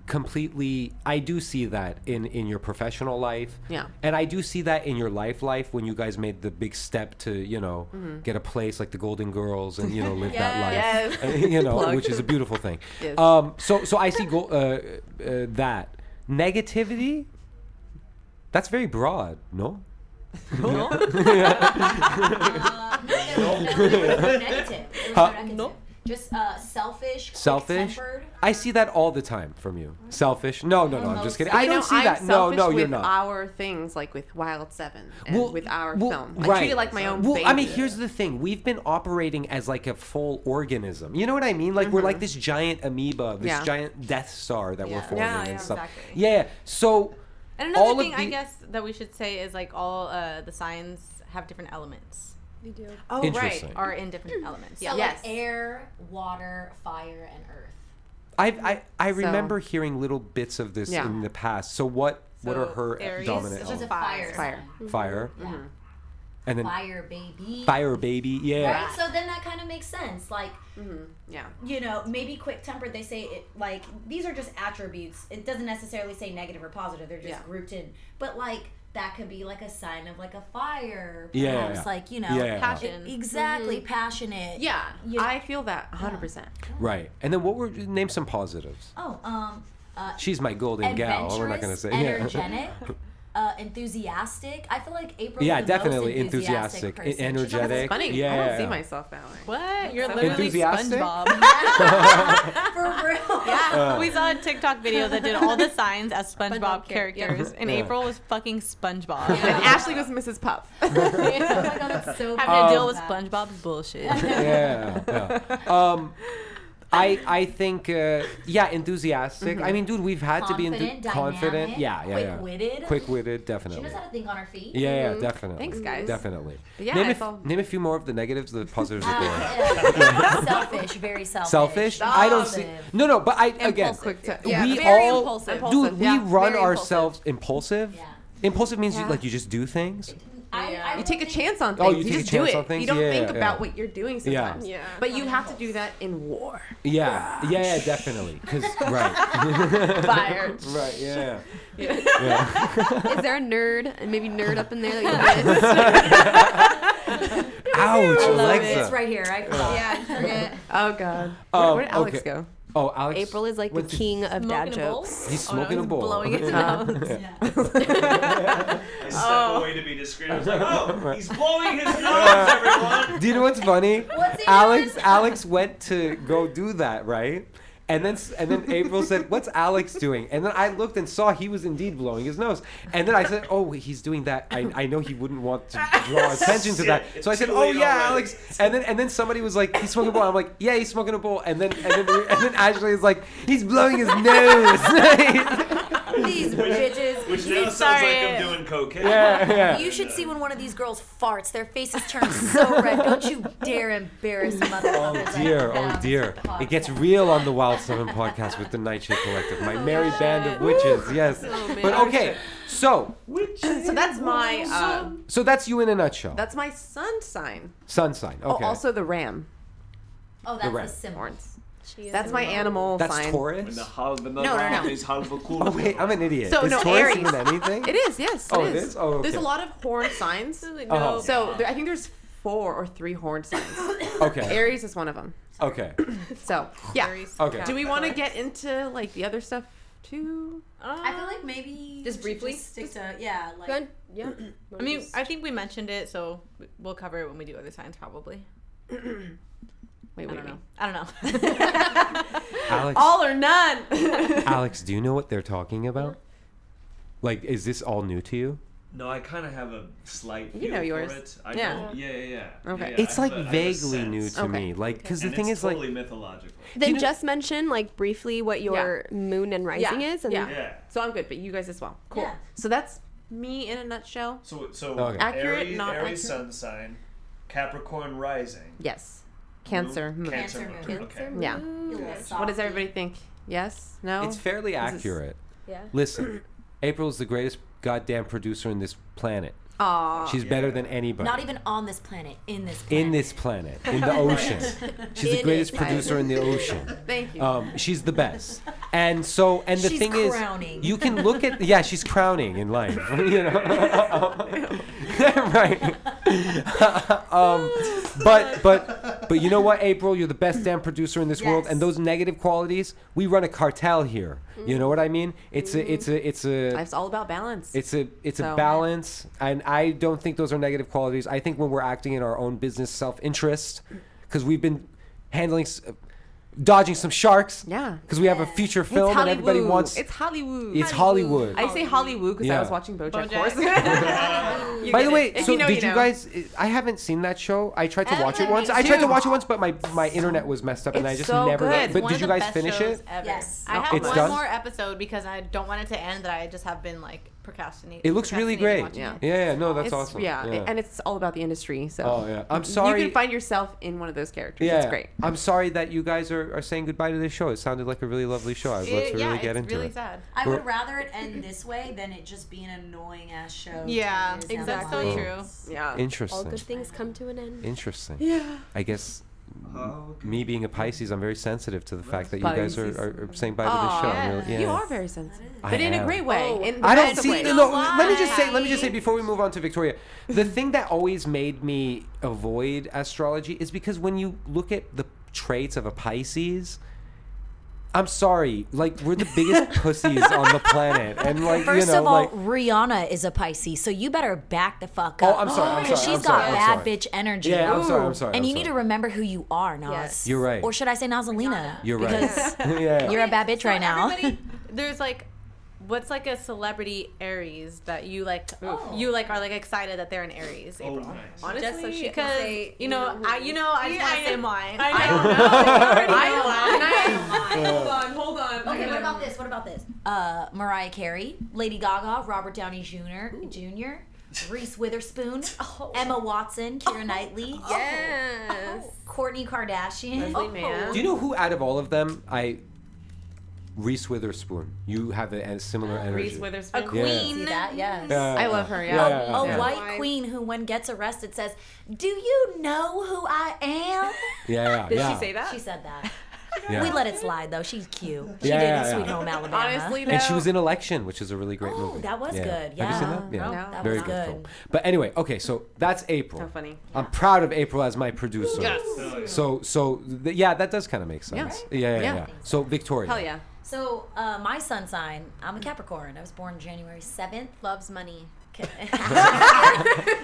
Speaker 1: completely I do see that in in your professional life.
Speaker 3: Yeah.
Speaker 1: And I do see that in your life life when you guys made the big step to you know get a place like the Golden Girls and you know live that life.
Speaker 3: Mm-hmm. Yes.
Speaker 1: you know,
Speaker 3: Plug.
Speaker 1: which is a beautiful thing.
Speaker 3: Yes.
Speaker 1: Um, so, so I see go- uh, uh, that negativity. That's very broad, no?
Speaker 5: Uh, no, there was no, there was no negative. There was no negative. Just uh, selfish,
Speaker 1: Selfish.
Speaker 5: quick-tempered.
Speaker 1: I see that all the time from you. Selfish. No, no, no. I'm just kidding.
Speaker 3: You
Speaker 1: I don't
Speaker 3: know,
Speaker 1: see
Speaker 3: I'm
Speaker 1: that. No,
Speaker 3: selfish
Speaker 1: no, you're
Speaker 3: with
Speaker 1: not.
Speaker 3: Our things, like with Wild Seven, and
Speaker 1: Well,
Speaker 3: with our
Speaker 1: well,
Speaker 3: film, I
Speaker 1: right.
Speaker 3: treat it like my own.
Speaker 1: Well, I mean,
Speaker 3: baby.
Speaker 1: here's the thing: we've been operating as like a full organism. You know what I mean? Like we're like this giant amoeba, this
Speaker 3: Mm-hmm. Yeah.
Speaker 1: giant Death Star that we're
Speaker 6: Yeah.
Speaker 1: forming
Speaker 6: Yeah,
Speaker 1: and
Speaker 6: yeah,
Speaker 1: stuff.
Speaker 6: exactly.
Speaker 1: Yeah. So
Speaker 6: And another
Speaker 1: All of
Speaker 6: thing I
Speaker 1: the-
Speaker 6: guess that we should say is like all uh, the signs have different elements.
Speaker 4: We do.
Speaker 3: oh
Speaker 1: Interesting.
Speaker 3: right,
Speaker 6: Are in different elements.
Speaker 5: Hmm. So
Speaker 3: Yes.
Speaker 5: like air, water, fire, and earth.
Speaker 1: I I, I remember hearing little bits of this
Speaker 3: Yeah.
Speaker 1: in the past. So what? what are
Speaker 6: So
Speaker 1: her
Speaker 6: Aries
Speaker 1: dominant
Speaker 6: is
Speaker 5: She's a
Speaker 1: elements?
Speaker 5: fire.
Speaker 3: Fire.
Speaker 5: sign.
Speaker 1: Fire, and then fire,
Speaker 5: Fire, baby.
Speaker 1: baby. Yeah.
Speaker 5: Right? So then that kind of makes sense. Like,
Speaker 3: yeah.
Speaker 5: you know, maybe quick tempered, they say it like these are just attributes. It doesn't necessarily say negative or positive, they're just
Speaker 3: Yeah.
Speaker 5: grouped in. But like that could be like a sign of like a fire. Perhaps,
Speaker 1: Yeah, yeah, yeah.
Speaker 5: like, you know, e-,
Speaker 1: Yeah, yeah, yeah.
Speaker 6: Passion. Mm-hmm.
Speaker 5: Exactly, passionate.
Speaker 3: Yeah,
Speaker 5: Yeah.
Speaker 3: I feel that 100%.
Speaker 1: Right. And then what were name some positives?
Speaker 5: Oh, um, uh,
Speaker 1: She's my golden gal.
Speaker 5: adventurous,
Speaker 1: We're not gonna say.
Speaker 5: energetic. Uh, enthusiastic. I feel like April.
Speaker 1: Yeah,
Speaker 5: is the most
Speaker 1: definitely enthusiastic, e-,
Speaker 5: person. She's
Speaker 1: energetic.
Speaker 3: It's funny. I
Speaker 1: Yeah.
Speaker 3: don't see myself that way.
Speaker 6: What? You're literally
Speaker 1: Enthusiastic?
Speaker 6: SpongeBob.
Speaker 5: like, For real.
Speaker 3: Uh.
Speaker 6: we saw a TikTok video that did all the signs as SpongeBob
Speaker 4: SpongeBob char- yeah.
Speaker 6: characters, and
Speaker 1: Yeah.
Speaker 6: April was fucking SpongeBob.
Speaker 3: And Ashley was Mrs. Puff.
Speaker 5: Oh my god, that's so.
Speaker 6: Having
Speaker 3: Um,
Speaker 6: to deal with SpongeBob's bullshit.
Speaker 1: yeah. yeah. Um, I I think uh, yeah, enthusiastic. I mean, dude, we've had to be
Speaker 5: Confident,
Speaker 1: enthu- confident.
Speaker 5: dynamic,
Speaker 1: Yeah, yeah, yeah.
Speaker 5: quick-witted.
Speaker 1: Quick-witted,
Speaker 5: She
Speaker 1: definitely.
Speaker 5: knows how to think on her feet.
Speaker 1: Yeah, yeah, definitely.
Speaker 3: Thanks, guys.
Speaker 1: Definitely.
Speaker 3: But yeah,
Speaker 1: name, a
Speaker 3: I
Speaker 1: f-
Speaker 3: felt-
Speaker 1: name a few more of the negatives, the positives. of the word.
Speaker 5: Uh, selfish, very Ah, selfish.
Speaker 1: Selfish? I don't see.
Speaker 5: Impulsive.
Speaker 1: No, no, but I again,
Speaker 3: Impulsive. Quick to-
Speaker 4: Yeah,
Speaker 1: we
Speaker 4: very
Speaker 1: all,
Speaker 4: impulsive.
Speaker 1: dude,
Speaker 3: Impulsive,
Speaker 1: we
Speaker 3: yeah.
Speaker 1: run
Speaker 4: Very
Speaker 1: ourselves impulsive.
Speaker 5: Yeah.
Speaker 1: Impulsive means you,
Speaker 4: Yeah.
Speaker 1: like you just do things.
Speaker 5: I, I
Speaker 3: You take a
Speaker 5: really-
Speaker 3: chance on things.
Speaker 1: Oh, you
Speaker 3: you,
Speaker 1: take a
Speaker 3: just do
Speaker 1: chance
Speaker 3: it.
Speaker 1: on things?
Speaker 3: You don't
Speaker 1: Yeah,
Speaker 3: think
Speaker 1: yeah.
Speaker 3: about what you're doing sometimes.
Speaker 4: Yeah.
Speaker 3: But you have to do that in war.
Speaker 1: Yeah, yeah, yeah, definitely. 'Cause- right,
Speaker 3: Fire.
Speaker 1: right, yeah.
Speaker 4: Oh, Is there a nerd and maybe nerd up in there that you missed?
Speaker 1: Ouch,
Speaker 5: I love
Speaker 1: Alexa.
Speaker 5: it. It's right here. I
Speaker 4: yeah, forget.
Speaker 3: Oh, God. Where,
Speaker 1: Um,
Speaker 3: where did Alex
Speaker 1: okay.
Speaker 3: go?
Speaker 1: Oh, Alex.
Speaker 4: April is like the
Speaker 1: what the-
Speaker 4: king of dad jokes.
Speaker 1: He's smoking a bowl.
Speaker 6: Oh,
Speaker 1: Uh-huh.
Speaker 6: Blowing his
Speaker 3: Uh,
Speaker 6: nose.
Speaker 2: I
Speaker 3: Oh.
Speaker 2: step away to be discreet. I was like, oh, he's blowing his nose, everyone.
Speaker 1: Do you know what's funny?
Speaker 5: What's he
Speaker 1: Alex
Speaker 5: doing?
Speaker 1: Alex went to go do that, right? And then s- and then April said, "What's Alex doing?" And then I looked and saw he was indeed blowing his nose. And then I said, "Oh, wait, he's doing that. I, I know he wouldn't want to draw attention to that." So I said,
Speaker 2: Too
Speaker 1: "Oh
Speaker 2: late
Speaker 1: yeah,
Speaker 2: already."
Speaker 1: Alex." And then and then somebody was like, "He's smoking a bowl." I'm like, "Yeah, he's smoking a bowl." And then and then, and then Ashley is like, "He's blowing his nose."
Speaker 5: These bitches.
Speaker 2: Which now sounds
Speaker 6: sorry.
Speaker 2: like I'm doing cocaine.
Speaker 1: Yeah, yeah.
Speaker 5: You should see when one of these girls farts. Their faces turn so red. Don't you dare embarrass motherfuckers.
Speaker 1: Oh dear, oh dear. It gets real on the Wild Seven podcast with the Nightshade Collective,
Speaker 3: Oh,
Speaker 1: my merry band of witches. Yes, but okay. So,
Speaker 3: So that's my uh,
Speaker 1: so that's you in a nutshell.
Speaker 3: that's my sun sign.
Speaker 1: Sun sign. Okay.
Speaker 3: Oh, also the ram
Speaker 5: Oh,
Speaker 1: The
Speaker 5: that's the,
Speaker 1: red.
Speaker 5: symbol.
Speaker 3: horns.
Speaker 4: She is
Speaker 3: That's
Speaker 4: a
Speaker 3: my
Speaker 4: mom.
Speaker 3: animal
Speaker 1: that's
Speaker 3: sign.
Speaker 1: Taurus.
Speaker 2: no,
Speaker 3: no, no.
Speaker 1: Oh wait, I'm an idiot.
Speaker 3: So,
Speaker 1: is
Speaker 3: no,
Speaker 1: Taurus
Speaker 3: Aries.
Speaker 1: even anything?
Speaker 3: It is, yes.
Speaker 1: Oh,
Speaker 3: it
Speaker 1: it
Speaker 3: is.
Speaker 1: is? Oh,
Speaker 3: There's a
Speaker 1: okay.
Speaker 3: lot of horn signs.
Speaker 1: Oh.
Speaker 3: So there, I think there's four or three horn signs.
Speaker 1: Okay.
Speaker 3: Aries is one of them.
Speaker 1: Okay.
Speaker 3: So yeah.
Speaker 1: Okay.
Speaker 3: Do we want to get into like the other stuff too?
Speaker 5: I feel like maybe
Speaker 4: Just
Speaker 5: we should
Speaker 4: briefly?
Speaker 5: stick to yeah, like
Speaker 4: Good. Yeah.
Speaker 3: Um,
Speaker 6: I mean, I think we mentioned it, so we'll cover it when we do other signs, probably.
Speaker 3: Wait,
Speaker 6: I
Speaker 3: wait,
Speaker 6: don't know.
Speaker 3: wait.
Speaker 6: I don't know.
Speaker 1: Alex.
Speaker 3: All or none.
Speaker 1: Alex, do you know what they're talking about? Like, is this all new to you?
Speaker 2: No, I kind of have a slight.
Speaker 3: You
Speaker 2: feel
Speaker 3: know
Speaker 2: for
Speaker 3: yours.
Speaker 2: It. I
Speaker 3: Yeah.
Speaker 2: Don't, yeah, yeah, yeah.
Speaker 3: Okay.
Speaker 2: Yeah,
Speaker 3: Oh.
Speaker 2: yeah,
Speaker 1: It's
Speaker 2: I
Speaker 1: like
Speaker 2: have a- I have a
Speaker 1: vaguely new
Speaker 2: sense.
Speaker 1: to
Speaker 3: Okay.
Speaker 1: me. Like, because
Speaker 2: And
Speaker 1: the thing
Speaker 2: it's
Speaker 1: is, like,
Speaker 2: totally mythological.
Speaker 4: Then
Speaker 1: you know-
Speaker 4: just mention like briefly what your moon and rising is, and
Speaker 3: yeah.
Speaker 2: Yeah.
Speaker 3: so I'm good, but you guys as well. Cool.
Speaker 5: Yeah.
Speaker 3: So that's me in a nutshell.
Speaker 2: So so
Speaker 1: Okay.
Speaker 3: Accurate,
Speaker 2: Aries,
Speaker 3: not
Speaker 2: Aries sun
Speaker 3: accurate.
Speaker 2: sign, Capricorn rising.
Speaker 3: Yes. Cancer.
Speaker 2: Moon-
Speaker 1: Mm.
Speaker 3: moon.
Speaker 2: Cancer.
Speaker 5: Cancer
Speaker 2: moon.
Speaker 5: moon.
Speaker 2: Okay.
Speaker 3: Yeah.
Speaker 5: you little
Speaker 3: What does
Speaker 5: softy.
Speaker 3: everybody think? Yes? No?
Speaker 1: it's fairly accurate.
Speaker 4: yeah.
Speaker 1: Listen, April's the greatest goddamn producer in this planet.
Speaker 3: Aw.
Speaker 1: She's
Speaker 2: Yeah.
Speaker 1: better than anybody.
Speaker 5: Not even on this planet, in this planet.
Speaker 1: in this planet, in the ocean. She's the
Speaker 4: It
Speaker 1: greatest
Speaker 4: is.
Speaker 1: producer in the ocean.
Speaker 3: Thank you.
Speaker 1: Um, she's the best. And so, and the
Speaker 5: She's
Speaker 1: thing
Speaker 5: crowning.
Speaker 1: is, you can look at yeah, she's crowning in life, you know, right? um, but but but you know what, April, you're the best damn producer in this world, and
Speaker 5: Yes.
Speaker 1: those negative qualities, we run a cartel here. You know what I mean? It's a it's a it's a
Speaker 3: Life's all about balance.
Speaker 1: it's a it's a
Speaker 3: So-
Speaker 1: balance, and I don't think those are negative qualities. I think when we're acting in our own business self interest,
Speaker 3: Mm.
Speaker 1: because we've been handling, s- dodging some sharks.
Speaker 3: Yeah.
Speaker 1: Because we have a feature
Speaker 3: It's
Speaker 1: film, and everybody
Speaker 3: Hollywood.
Speaker 1: wants.
Speaker 3: It's Hollywood.
Speaker 1: It's Hollywood.
Speaker 3: I say Hollywood because
Speaker 1: Yeah.
Speaker 3: I was watching BoJack,
Speaker 6: Bojack.
Speaker 3: Horseman. You
Speaker 1: By
Speaker 3: get
Speaker 1: the
Speaker 3: it.
Speaker 1: way,
Speaker 3: If
Speaker 1: so
Speaker 3: you know,
Speaker 1: did
Speaker 3: you
Speaker 1: you,
Speaker 3: know.
Speaker 1: guys? I haven't seen that show. I tried to
Speaker 5: Oh,
Speaker 1: watch it
Speaker 5: me
Speaker 1: once. I tried to
Speaker 3: too.
Speaker 1: watch it once, but my my internet was messed up, and
Speaker 3: It's
Speaker 1: I just
Speaker 3: so
Speaker 1: never.
Speaker 3: good.
Speaker 6: It's
Speaker 1: But
Speaker 6: one
Speaker 1: did
Speaker 6: of
Speaker 1: you
Speaker 6: the
Speaker 1: guys
Speaker 6: best
Speaker 1: finish
Speaker 6: shows
Speaker 1: it?
Speaker 6: ever.
Speaker 5: Yes.
Speaker 6: I have
Speaker 1: It's
Speaker 6: one
Speaker 1: done?
Speaker 6: more episode because I don't want it to end. That I just have been like procrastinating.
Speaker 1: It looks really great.
Speaker 6: watching
Speaker 3: Yeah.
Speaker 6: it.
Speaker 1: Yeah, yeah, no, that's
Speaker 3: It's,
Speaker 1: awesome.
Speaker 3: Yeah, and it's all about the industry. So.
Speaker 1: oh yeah, I'm
Speaker 3: You
Speaker 1: sorry.
Speaker 3: can find yourself in one of those characters.
Speaker 1: yeah,
Speaker 3: It's great.
Speaker 1: I'm sorry that you guys are, are saying goodbye to this show. It sounded like a really lovely show. I'd love to
Speaker 6: It-
Speaker 1: really
Speaker 6: yeah,
Speaker 1: get
Speaker 6: it's
Speaker 1: into
Speaker 6: really
Speaker 1: it.
Speaker 6: sad.
Speaker 5: I
Speaker 1: We're-
Speaker 5: would rather it end this way than it just be an annoying ass show.
Speaker 6: Yeah,
Speaker 5: ten years down
Speaker 6: that's
Speaker 5: the
Speaker 6: so
Speaker 5: line.
Speaker 6: true.
Speaker 3: Yeah.
Speaker 4: All
Speaker 1: Interesting.
Speaker 4: good things come to an end.
Speaker 1: Interesting.
Speaker 3: yeah.
Speaker 1: I guess
Speaker 2: Oh, okay.
Speaker 1: me being a Pisces, I'm very sensitive to the fact that you guys are,
Speaker 3: Pisces.
Speaker 1: are, are saying bye to the show. I'm really-
Speaker 3: You
Speaker 1: yeah.
Speaker 3: are very sensitive,
Speaker 1: I
Speaker 3: but in a
Speaker 1: am.
Speaker 3: great way.
Speaker 4: Oh.
Speaker 3: in the
Speaker 1: I don't
Speaker 3: best
Speaker 1: see.
Speaker 3: way.
Speaker 1: No,
Speaker 6: Why?
Speaker 1: let me just say. Let me just say before we move on to Victoria, the thing that always made me avoid astrology is because when you look at the traits of a Pisces. I'm sorry, like we're the biggest pussies on the planet, and like
Speaker 5: First
Speaker 1: you know,
Speaker 5: of all,
Speaker 1: like
Speaker 5: Rihanna is a Pisces, so you better back the fuck
Speaker 1: Oh,
Speaker 5: up.
Speaker 1: I'm sorry, I'm
Speaker 5: Because
Speaker 1: sorry,
Speaker 5: she's
Speaker 1: I'm
Speaker 5: got
Speaker 1: sorry, I'm
Speaker 5: bad
Speaker 1: sorry.
Speaker 5: bitch energy.
Speaker 1: yeah, I'm sorry, I'm sorry.
Speaker 5: and
Speaker 1: I'm
Speaker 5: you
Speaker 1: sorry.
Speaker 5: need to remember who you are, Nas.
Speaker 4: Yes.
Speaker 1: You're right.
Speaker 5: Or should I say Nazalina?
Speaker 1: You're right.
Speaker 5: Because
Speaker 1: yeah.
Speaker 5: you're a bad bitch right now.
Speaker 6: everybody- There's like, what's like a celebrity Aries that you like?
Speaker 5: Oh.
Speaker 6: You like are like excited that they're an Aries.
Speaker 2: Oh,
Speaker 6: April.
Speaker 2: nice.
Speaker 3: Honestly,
Speaker 6: Just so she
Speaker 3: I-
Speaker 6: can say, you know, I, you know, I just
Speaker 3: Yeah,
Speaker 6: want
Speaker 3: I
Speaker 6: to say
Speaker 3: know.
Speaker 6: mine.
Speaker 3: I
Speaker 6: don't
Speaker 3: know.
Speaker 6: already know.
Speaker 3: I know. Hold on, hold on.
Speaker 5: Okay, what about this? What about this? Uh, Mariah Carey, Lady Gaga, Robert Downey Jr., Jr., Reese Witherspoon, Emma Watson, Keira Knightley,
Speaker 4: Yes.
Speaker 5: Courtney Kardashian.
Speaker 3: Leslie Mann.
Speaker 1: Do you know who out of all of them I Reese Witherspoon. You have a, a similar energy.
Speaker 3: Reese Witherspoon.
Speaker 6: A queen.
Speaker 5: See that? Yes.
Speaker 1: Yeah.
Speaker 3: I love her. Yeah. Oh,
Speaker 5: A
Speaker 1: yeah.
Speaker 5: white queen who, when gets arrested, says, "Do you know who I am?"
Speaker 1: Yeah, yeah.
Speaker 3: Did
Speaker 1: yeah.
Speaker 3: she say that?
Speaker 5: She said that.
Speaker 1: Yeah.
Speaker 5: We let it slide though. She's cute. She
Speaker 1: Yeah,
Speaker 5: did
Speaker 1: yeah,
Speaker 5: in Sweet
Speaker 1: yeah.
Speaker 5: Home Alabama.
Speaker 3: Honestly, though,
Speaker 1: and she was in Election, which is a really great
Speaker 5: Oh,
Speaker 1: movie.
Speaker 5: that was good,
Speaker 1: Have you seen
Speaker 5: yeah.
Speaker 1: that? Yeah.
Speaker 3: No, that
Speaker 1: Very
Speaker 5: was
Speaker 1: good,
Speaker 5: good.
Speaker 1: film. But anyway, okay, so that's April.
Speaker 3: so funny.
Speaker 1: I'm proud of April as my producer.
Speaker 2: Oh, yeah.
Speaker 1: So, so th- yeah, that does kind of make sense. Yeah, yeah, yeah.
Speaker 3: Yeah.
Speaker 1: So Victoria.
Speaker 3: Hell yeah.
Speaker 5: So uh, my sun sign, I'm a Capricorn. I was born January seventh.
Speaker 6: Loves money.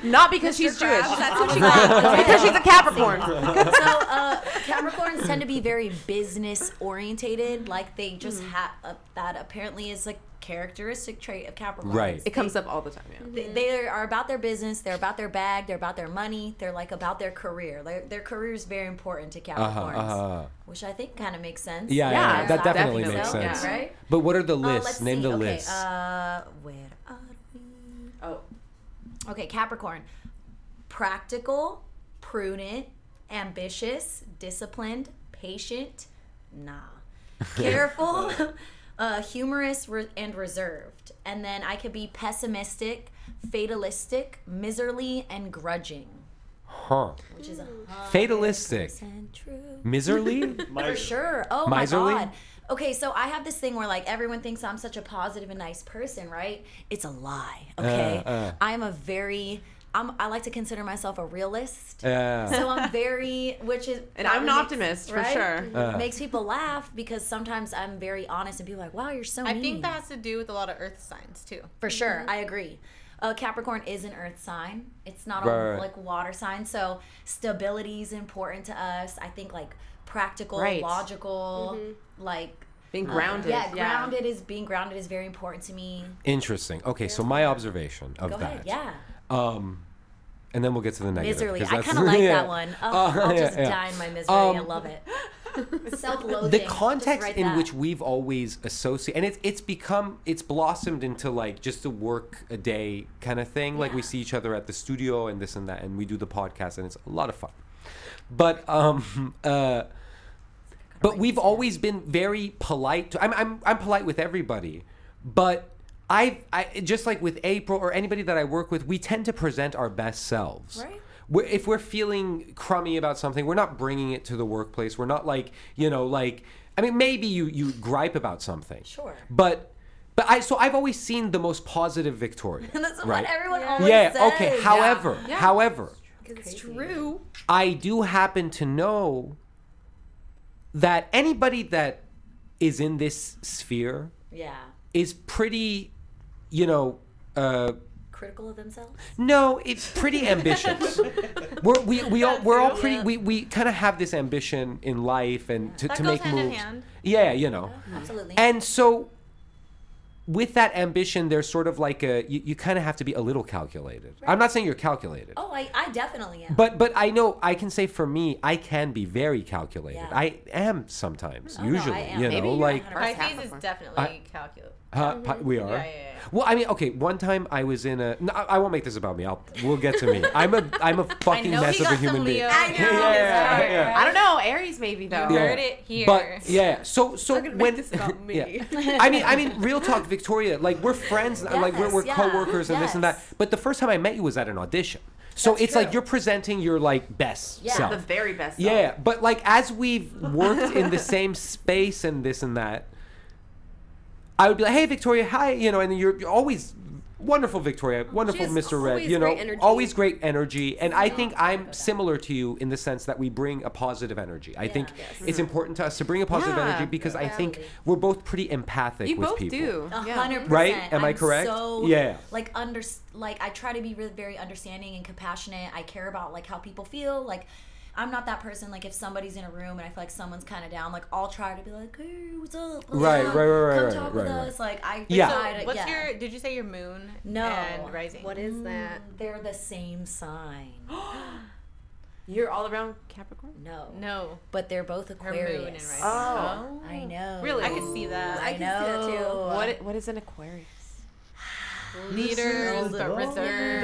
Speaker 3: Not because she's Jewish.
Speaker 4: Krabs, that's what she
Speaker 5: got.
Speaker 3: because she's a Capricorn.
Speaker 5: so uh, Capricorns tend to be very business orientated. Like they just have uh, that. Apparently, is a characteristic trait of Capricorns.
Speaker 1: Right.
Speaker 3: It comes up all the time. Yeah.
Speaker 5: They, they are about their business. They're about their bag. They're about their money. They're like about their career. Like their career is very important to
Speaker 1: Uh-huh,
Speaker 5: Capricorns,
Speaker 1: uh-huh.
Speaker 5: which I think kind of makes sense.
Speaker 1: Yeah, yeah,
Speaker 3: Yeah,
Speaker 1: yeah, that
Speaker 5: I
Speaker 1: definitely,
Speaker 5: think
Speaker 1: makes
Speaker 5: so,
Speaker 1: sense.
Speaker 5: yeah, right?
Speaker 1: But what are the
Speaker 3: Oh,
Speaker 5: Uh,
Speaker 1: lists?
Speaker 5: let's
Speaker 1: Name
Speaker 5: see.
Speaker 1: the
Speaker 5: okay,
Speaker 1: lists.
Speaker 5: Uh, where are we?
Speaker 3: Oh,
Speaker 5: Okay, Capricorn. Practical, prudent, ambitious, disciplined, patient, nah. Careful, uh, humorous, re- and reserved. And then I could be pessimistic, fatalistic, miserly, and grudging,
Speaker 1: huh.
Speaker 5: which is a
Speaker 1: Fatalistic.
Speaker 5: and true.
Speaker 1: Miserly?
Speaker 2: Miser.
Speaker 5: For sure. Oh
Speaker 1: Miserly?
Speaker 5: my god. Okay, so I have this thing where like everyone thinks I'm such a positive and nice person, right? It's a lie. Okay.
Speaker 1: Uh, uh.
Speaker 5: I'm a very I'm, I like to consider myself a realist.
Speaker 1: Uh. Yeah.
Speaker 5: So I'm very, which is,
Speaker 3: And I'm an optimist, for sure.
Speaker 1: Uh.
Speaker 5: Makes people laugh because sometimes I'm very honest and people are like, "Wow, you're so."
Speaker 6: I
Speaker 5: mean."
Speaker 6: think that has to do with a lot of earth signs too.
Speaker 5: for sure, I agree. Uh, Capricorn is an earth sign. It's not
Speaker 1: Right,
Speaker 5: a
Speaker 1: right.
Speaker 5: like water sign, so stability is important to us. I think like practical,
Speaker 3: Right.
Speaker 5: logical, like
Speaker 3: being
Speaker 5: uh,
Speaker 3: grounded.
Speaker 5: yeah, grounded is being grounded is very important to me.
Speaker 1: Interesting. Okay, so my observation of
Speaker 5: Go
Speaker 1: that.
Speaker 5: ahead, yeah.
Speaker 1: Um, and then we'll get to the negative.
Speaker 5: Misery.
Speaker 1: 'cause
Speaker 5: I
Speaker 1: that's-
Speaker 5: kind of like
Speaker 1: yeah.
Speaker 5: that one. Oh,
Speaker 1: Uh,
Speaker 5: I'll
Speaker 1: yeah,
Speaker 5: just
Speaker 1: yeah.
Speaker 5: die in my misery. I
Speaker 1: Um,
Speaker 5: love it. Self-loathing.
Speaker 1: the
Speaker 5: Just
Speaker 1: context
Speaker 5: write
Speaker 1: in
Speaker 5: that.
Speaker 1: which we've always associated and it's it's become it's blossomed into like just a work a day kind of thing like we see each other at the studio and this and that and we do the podcast and it's a lot of fun but um uh but we've always been very polite to, I'm, I'm i'm polite with everybody but i i just like with april or anybody that i work with we tend to present our best selves
Speaker 5: Right.
Speaker 1: we're, if we're feeling crummy about something, we're not bringing it to the workplace. We're not like you know, like I mean, maybe you you gripe about something,
Speaker 5: Sure.
Speaker 1: but but I so I've always seen the most positive Victoria,
Speaker 5: That's
Speaker 1: right?
Speaker 5: what everyone always
Speaker 1: yeah.
Speaker 5: says.
Speaker 1: Okay. However,
Speaker 3: Yeah.
Speaker 1: however,
Speaker 4: Because it's true.
Speaker 1: I do happen to know that anybody that is in this sphere
Speaker 5: yeah.
Speaker 1: is pretty, you know. Uh,
Speaker 5: Critical of themselves.
Speaker 1: No, it's pretty ambitious. we're we, we all we're all pretty we, we kind of have this ambition in life and to,
Speaker 6: That
Speaker 1: to
Speaker 6: goes
Speaker 1: make
Speaker 6: hand in
Speaker 1: moves.
Speaker 6: hand.
Speaker 1: Yeah, you know.
Speaker 5: Absolutely.
Speaker 1: Hmm. And so with that ambition there's sort of like a you, you kind of have to be a little calculated. I'm not saying you're calculated.
Speaker 5: oh, I, I definitely am.
Speaker 1: But but I know I can say for me I can be very calculated.
Speaker 5: Yeah.
Speaker 1: I am sometimes
Speaker 5: Oh, no, I
Speaker 1: usually,
Speaker 5: am.
Speaker 1: you
Speaker 5: Maybe
Speaker 1: know,
Speaker 3: you're
Speaker 1: like
Speaker 3: not
Speaker 6: Pisces
Speaker 3: Capricorn.
Speaker 6: is definitely calculated.
Speaker 1: Huh, Pi- we are.
Speaker 6: Yeah, yeah, yeah.
Speaker 1: Well, I mean, okay. One time I was in a. No, I I won't make this about me. I'll. We'll get to me. I'm a. I'm a fucking
Speaker 6: know
Speaker 1: mess
Speaker 6: we
Speaker 1: of a
Speaker 6: got some
Speaker 1: human being.
Speaker 6: Leo.
Speaker 1: Yeah,
Speaker 6: I know.
Speaker 1: yeah, yeah,
Speaker 6: Sorry.
Speaker 1: yeah.
Speaker 3: I don't know. Aries maybe though.
Speaker 1: Yeah.
Speaker 6: Heard it here.
Speaker 1: But yeah, so so when
Speaker 6: this about me.
Speaker 1: yeah. I mean, I mean, real talk, Victoria. Like we're friends, and like we're,
Speaker 5: Yes,
Speaker 1: we're
Speaker 5: yeah,
Speaker 1: coworkers and this and that.
Speaker 5: yes.
Speaker 1: But the first time I met you was at an audition, so
Speaker 5: That's
Speaker 1: it's
Speaker 5: true.
Speaker 1: like you're presenting your like best
Speaker 5: Yeah,
Speaker 1: self.
Speaker 3: The very best.
Speaker 1: Yeah, but like as we've worked in the same space and this and that, I would be like, "Hey, Victoria, hi," you know, and then you're, you're always wonderful, Victoria, wonderful,
Speaker 4: She's
Speaker 1: Mr. Red,
Speaker 4: always
Speaker 1: you know,
Speaker 4: great energy.
Speaker 1: always great energy. And I think I'm similar to you in the sense that we bring a positive energy. I think
Speaker 5: Yeah. Yes.
Speaker 1: it's important to us to bring a positive
Speaker 3: Yeah.
Speaker 1: energy because I think
Speaker 5: Totally.
Speaker 1: we're both pretty empathic
Speaker 3: You
Speaker 1: with
Speaker 3: both
Speaker 1: people.
Speaker 3: do.
Speaker 5: A
Speaker 3: Yeah.
Speaker 5: hundred percent.
Speaker 1: Right? Am I
Speaker 5: I'm
Speaker 1: correct?
Speaker 5: So,
Speaker 1: Yeah.
Speaker 5: Like under, like I try to be really very understanding and compassionate. I care about like how people feel. Like I'm not that person. Like if somebody's in a room and I feel like someone's kind of down, like I'll try to be like, hey, what's up? What's
Speaker 1: Right,
Speaker 5: up?
Speaker 1: right, right, right,
Speaker 5: Come
Speaker 1: right,
Speaker 5: talk
Speaker 1: right,
Speaker 5: with
Speaker 1: right.
Speaker 5: us. Like I
Speaker 1: Yeah.
Speaker 5: try
Speaker 6: So
Speaker 5: to-
Speaker 6: what's
Speaker 5: yeah.
Speaker 6: your? Did you say your moon?
Speaker 5: No.
Speaker 6: And rising.
Speaker 4: What
Speaker 3: Mm.
Speaker 4: is that?
Speaker 5: They're the same sign.
Speaker 3: You're all around Capricorn.
Speaker 5: No.
Speaker 6: No.
Speaker 5: But they're both
Speaker 6: Her moon
Speaker 5: Aquarius.
Speaker 6: and rising.
Speaker 3: Oh.
Speaker 5: I know.
Speaker 6: Really? I could see that.
Speaker 5: I,
Speaker 4: I can see that
Speaker 5: know.
Speaker 4: too.
Speaker 3: What i- What is an Aquarius?
Speaker 6: Leaders, but reserved.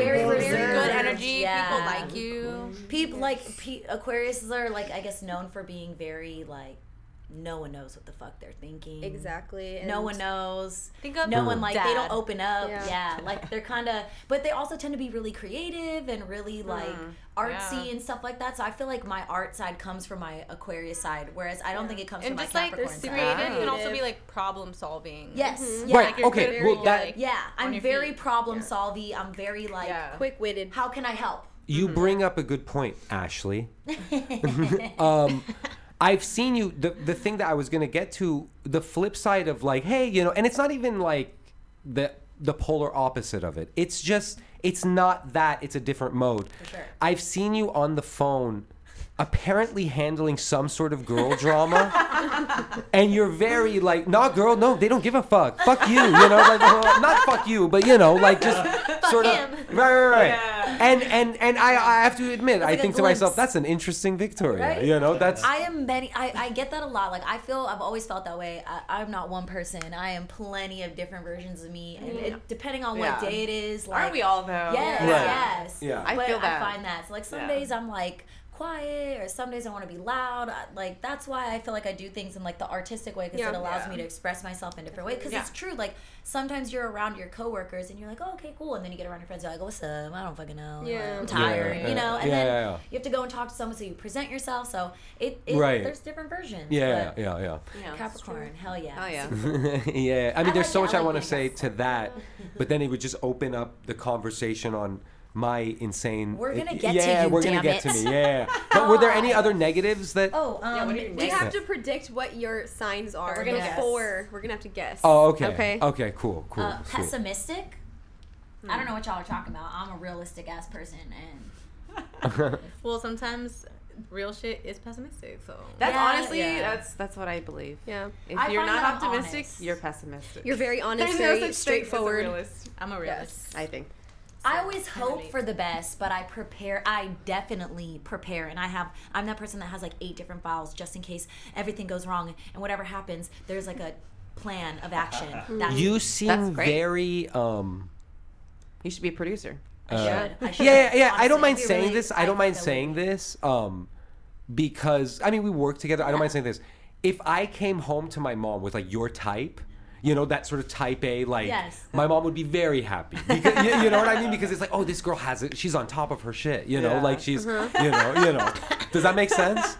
Speaker 5: Very
Speaker 6: Very
Speaker 5: reserved,
Speaker 6: good energy.
Speaker 5: yeah.
Speaker 6: People like you.
Speaker 5: People like pe- Aquariuses are like I guess known for being very like no one knows what the fuck they're thinking.
Speaker 4: Exactly.
Speaker 5: No
Speaker 4: and-
Speaker 5: one knows.
Speaker 6: Think of
Speaker 5: No one like they don't
Speaker 6: Dad.
Speaker 5: open up. Yeah,
Speaker 4: Yeah.
Speaker 5: like they're kind of but they also tend to be really creative and really like artsy
Speaker 6: Hmm. yeah.
Speaker 5: and stuff like that. So I feel like my art side comes from my Aquarius side whereas I don't think it comes
Speaker 6: and
Speaker 5: from
Speaker 6: just
Speaker 5: my
Speaker 6: like
Speaker 5: Capricorn
Speaker 6: creative
Speaker 5: side.
Speaker 6: can also
Speaker 4: Creative.
Speaker 6: be like problem solving.
Speaker 5: Yes. Yeah.
Speaker 1: Right.
Speaker 6: Like you're
Speaker 1: okay.
Speaker 6: very,
Speaker 1: well, that
Speaker 6: like-
Speaker 5: Yeah,
Speaker 6: Mm-hmm. On
Speaker 5: I'm
Speaker 6: your
Speaker 5: very
Speaker 6: feet.
Speaker 5: problem solvy. I'm very like
Speaker 6: Yeah.
Speaker 4: Quick witted.
Speaker 5: how can I help?
Speaker 1: you bring up a good point, Ashley. um, I've seen you. The the thing that I was gonna get to, the flip side of like, hey, you know, and it's not even like the the polar opposite of it. It's just it's not that. It's a different mode.
Speaker 5: sure.
Speaker 1: I've seen you on the phone, apparently handling some sort of girl drama, and you're very like, nah, girl, no, they don't give a fuck. Fuck you, you know, like not fuck you, but you know, like just sort
Speaker 4: him.
Speaker 1: of right, right, right.
Speaker 2: Yeah.
Speaker 1: And and and I, I have to admit, I
Speaker 5: like a
Speaker 1: think to
Speaker 5: glimpse.
Speaker 1: myself, that's an interesting Victoria.
Speaker 5: Right?
Speaker 1: You know, that's
Speaker 5: I am many. I, I get that a lot. Like I feel I've always felt that way. I, I'm not one person. I am plenty of different versions of me, and it, depending on what
Speaker 3: Yeah.
Speaker 5: day it is. Like,
Speaker 6: Mm-hmm. Aren't we all though?
Speaker 5: Yes,
Speaker 1: Right.
Speaker 5: yes.
Speaker 1: Yeah.
Speaker 5: I
Speaker 6: Oh.
Speaker 5: feel
Speaker 6: I feel that.
Speaker 5: I find that. So like some
Speaker 6: Yeah.
Speaker 5: days I'm like quiet, or some days I want to be loud. I, like that's why I feel like I do things in like the artistic way because
Speaker 4: Yeah.
Speaker 5: it allows
Speaker 6: Yeah.
Speaker 5: me to express myself in different ways. Because
Speaker 6: Yeah.
Speaker 5: it's true. Like sometimes you're around your coworkers and you're like, oh, okay, cool, and then you get around your friends, you're like, what's up? I don't fucking know.
Speaker 4: Yeah.
Speaker 5: I'm tired.
Speaker 1: Yeah.
Speaker 5: You know. And
Speaker 1: Yeah,
Speaker 5: then
Speaker 1: yeah, yeah.
Speaker 5: you have to go and talk to someone, so you present yourself. So it, it
Speaker 1: Right.
Speaker 5: there's different versions.
Speaker 1: yeah,
Speaker 5: but
Speaker 1: yeah, yeah.
Speaker 5: Capricorn, hell yeah.
Speaker 3: Oh yeah.
Speaker 1: yeah, I mean,
Speaker 5: I like
Speaker 1: there's so
Speaker 5: it.
Speaker 1: much
Speaker 5: I
Speaker 1: I,
Speaker 5: like
Speaker 1: want to
Speaker 5: being
Speaker 1: say
Speaker 5: that
Speaker 1: to that, but then it would just open up the conversation on my insane.
Speaker 5: We're gonna
Speaker 1: y-
Speaker 5: get to
Speaker 1: yeah,
Speaker 5: you,
Speaker 1: we're gonna
Speaker 5: damn
Speaker 1: get
Speaker 5: it.
Speaker 1: to me. Yeah, but were there any
Speaker 5: God.
Speaker 1: other negatives that?
Speaker 5: Oh, um,
Speaker 6: Yeah, what do you
Speaker 4: We
Speaker 6: think?
Speaker 4: have to predict what your signs are.
Speaker 5: we're gonna
Speaker 4: before
Speaker 5: guess.
Speaker 4: We're gonna have to guess.
Speaker 1: Oh, okay.
Speaker 4: Okay.
Speaker 1: Okay. Cool. Cool.
Speaker 5: uh,
Speaker 1: sweet.
Speaker 5: pessimistic. I
Speaker 1: Hmm.
Speaker 5: don't know what y'all are talking about. I'm a realistic ass person, and
Speaker 6: Well, sometimes real shit is pessimistic. So
Speaker 3: That's
Speaker 5: Yeah,
Speaker 3: honestly
Speaker 5: yeah.
Speaker 3: that's that's what I believe.
Speaker 4: Yeah.
Speaker 3: If
Speaker 5: I
Speaker 3: you're
Speaker 5: find
Speaker 3: not
Speaker 5: that I'm
Speaker 3: optimistic,
Speaker 5: honest.
Speaker 3: you're pessimistic.
Speaker 4: You're very honest,
Speaker 6: There's no such
Speaker 4: very
Speaker 6: thing as a
Speaker 4: straightforward.
Speaker 6: realist. I'm a realist.
Speaker 4: Yes.
Speaker 3: I think.
Speaker 5: I always hope
Speaker 6: relate.
Speaker 5: for the best, but I prepare. I definitely prepare, and I have. I'm that person that has like eight different files just in case everything goes wrong and whatever happens. There's like a plan of action. That
Speaker 1: you
Speaker 3: That's
Speaker 1: seem
Speaker 3: great.
Speaker 1: very. um
Speaker 3: You should be a producer.
Speaker 1: uh,
Speaker 5: I should. I should.
Speaker 1: Yeah, yeah. yeah. I
Speaker 5: Honestly,
Speaker 1: don't mind
Speaker 5: we
Speaker 1: saying
Speaker 5: really-
Speaker 1: this. I don't
Speaker 5: think
Speaker 1: mind
Speaker 5: that we-
Speaker 1: saying this. Um, because I mean, we work together. I don't mind saying this. If I came home to my mom with like your type, you know, that sort of type A, like
Speaker 5: Yes.
Speaker 1: my mom would be very happy. Because, you, you know what I mean? Because it's like, oh, this girl has it. She's on top of her shit. You know,
Speaker 3: Yeah.
Speaker 1: like she's,
Speaker 5: Uh-huh.
Speaker 1: you know, you know. Does that make sense?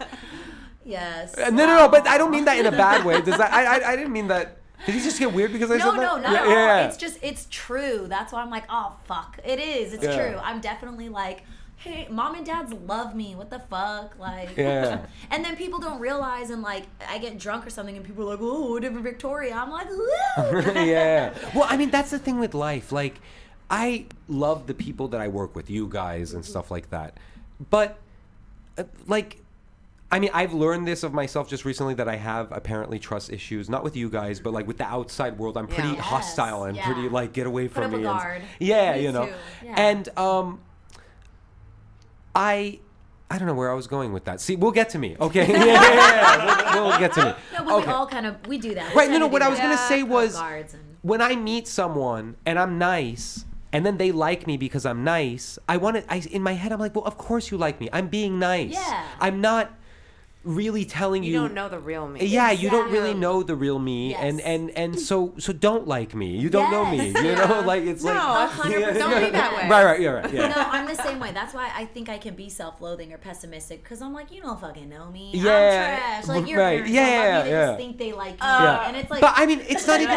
Speaker 5: Yes.
Speaker 1: Uh, No, no, no. But I don't mean that in a bad way. Does that? I, I, I didn't mean that. Did he just get weird because I
Speaker 5: No,
Speaker 1: said
Speaker 5: no,
Speaker 1: that?
Speaker 5: not at all. It's just it's true. That's why I'm like, oh fuck, it is. It's
Speaker 1: Yeah.
Speaker 5: true. I'm definitely like, hey, mom and dads love me. What the fuck, like.
Speaker 1: Yeah.
Speaker 5: and then people don't realize, and like, I get drunk or something, and people are like, oh, different Victoria. I'm like, woo.
Speaker 1: yeah. Well, I mean, that's the thing with life. Like, I love the people that I work with, you guys and stuff like that. But, uh, like, I mean, I've learned this of myself just recently that I have apparently trust issues, not with you guys, but like with the outside world. I'm pretty
Speaker 3: Yeah. Yes,
Speaker 1: hostile and
Speaker 5: yeah.
Speaker 1: pretty like get away from
Speaker 5: up a
Speaker 1: me. and-
Speaker 5: guard.
Speaker 1: yeah,
Speaker 4: Me
Speaker 1: you know.
Speaker 4: too,
Speaker 5: yeah.
Speaker 1: And um, I. I don't know where I was going with that. See, we'll get to me. Okay. Yeah, yeah, yeah. We'll, we'll get to me.
Speaker 5: No, but
Speaker 1: okay
Speaker 5: we all kind of we do that.
Speaker 1: right no no what i was gonna
Speaker 4: Yeah.
Speaker 1: say was
Speaker 5: guards and-
Speaker 1: when i meet someone and i'm nice and then they like me because i'm nice i want to i in my head i'm like well of course you like me i'm being nice
Speaker 5: Yeah.
Speaker 1: i'm not really telling
Speaker 3: You,
Speaker 1: you,
Speaker 3: don't know the real me.
Speaker 1: yeah you don't really
Speaker 5: Exactly.
Speaker 1: know the real me
Speaker 5: Yes.
Speaker 1: and and and so so don't like me you don't know me
Speaker 5: Yes.
Speaker 1: you know like it's
Speaker 3: No,
Speaker 1: like
Speaker 3: 100% don't be that way.
Speaker 1: right right yeah right yeah
Speaker 5: No, I'm the same way. That's why I think I can be self-loathing or pessimistic because I'm like, you don't fucking know me.
Speaker 1: Yeah.
Speaker 5: I'm trash. Like your
Speaker 1: Right.
Speaker 5: parents
Speaker 1: Yeah,
Speaker 5: don't love
Speaker 1: yeah,
Speaker 5: me. They
Speaker 1: yeah.
Speaker 5: just think they like me,
Speaker 1: Yeah.
Speaker 5: and it's like,
Speaker 1: but I mean, it's not even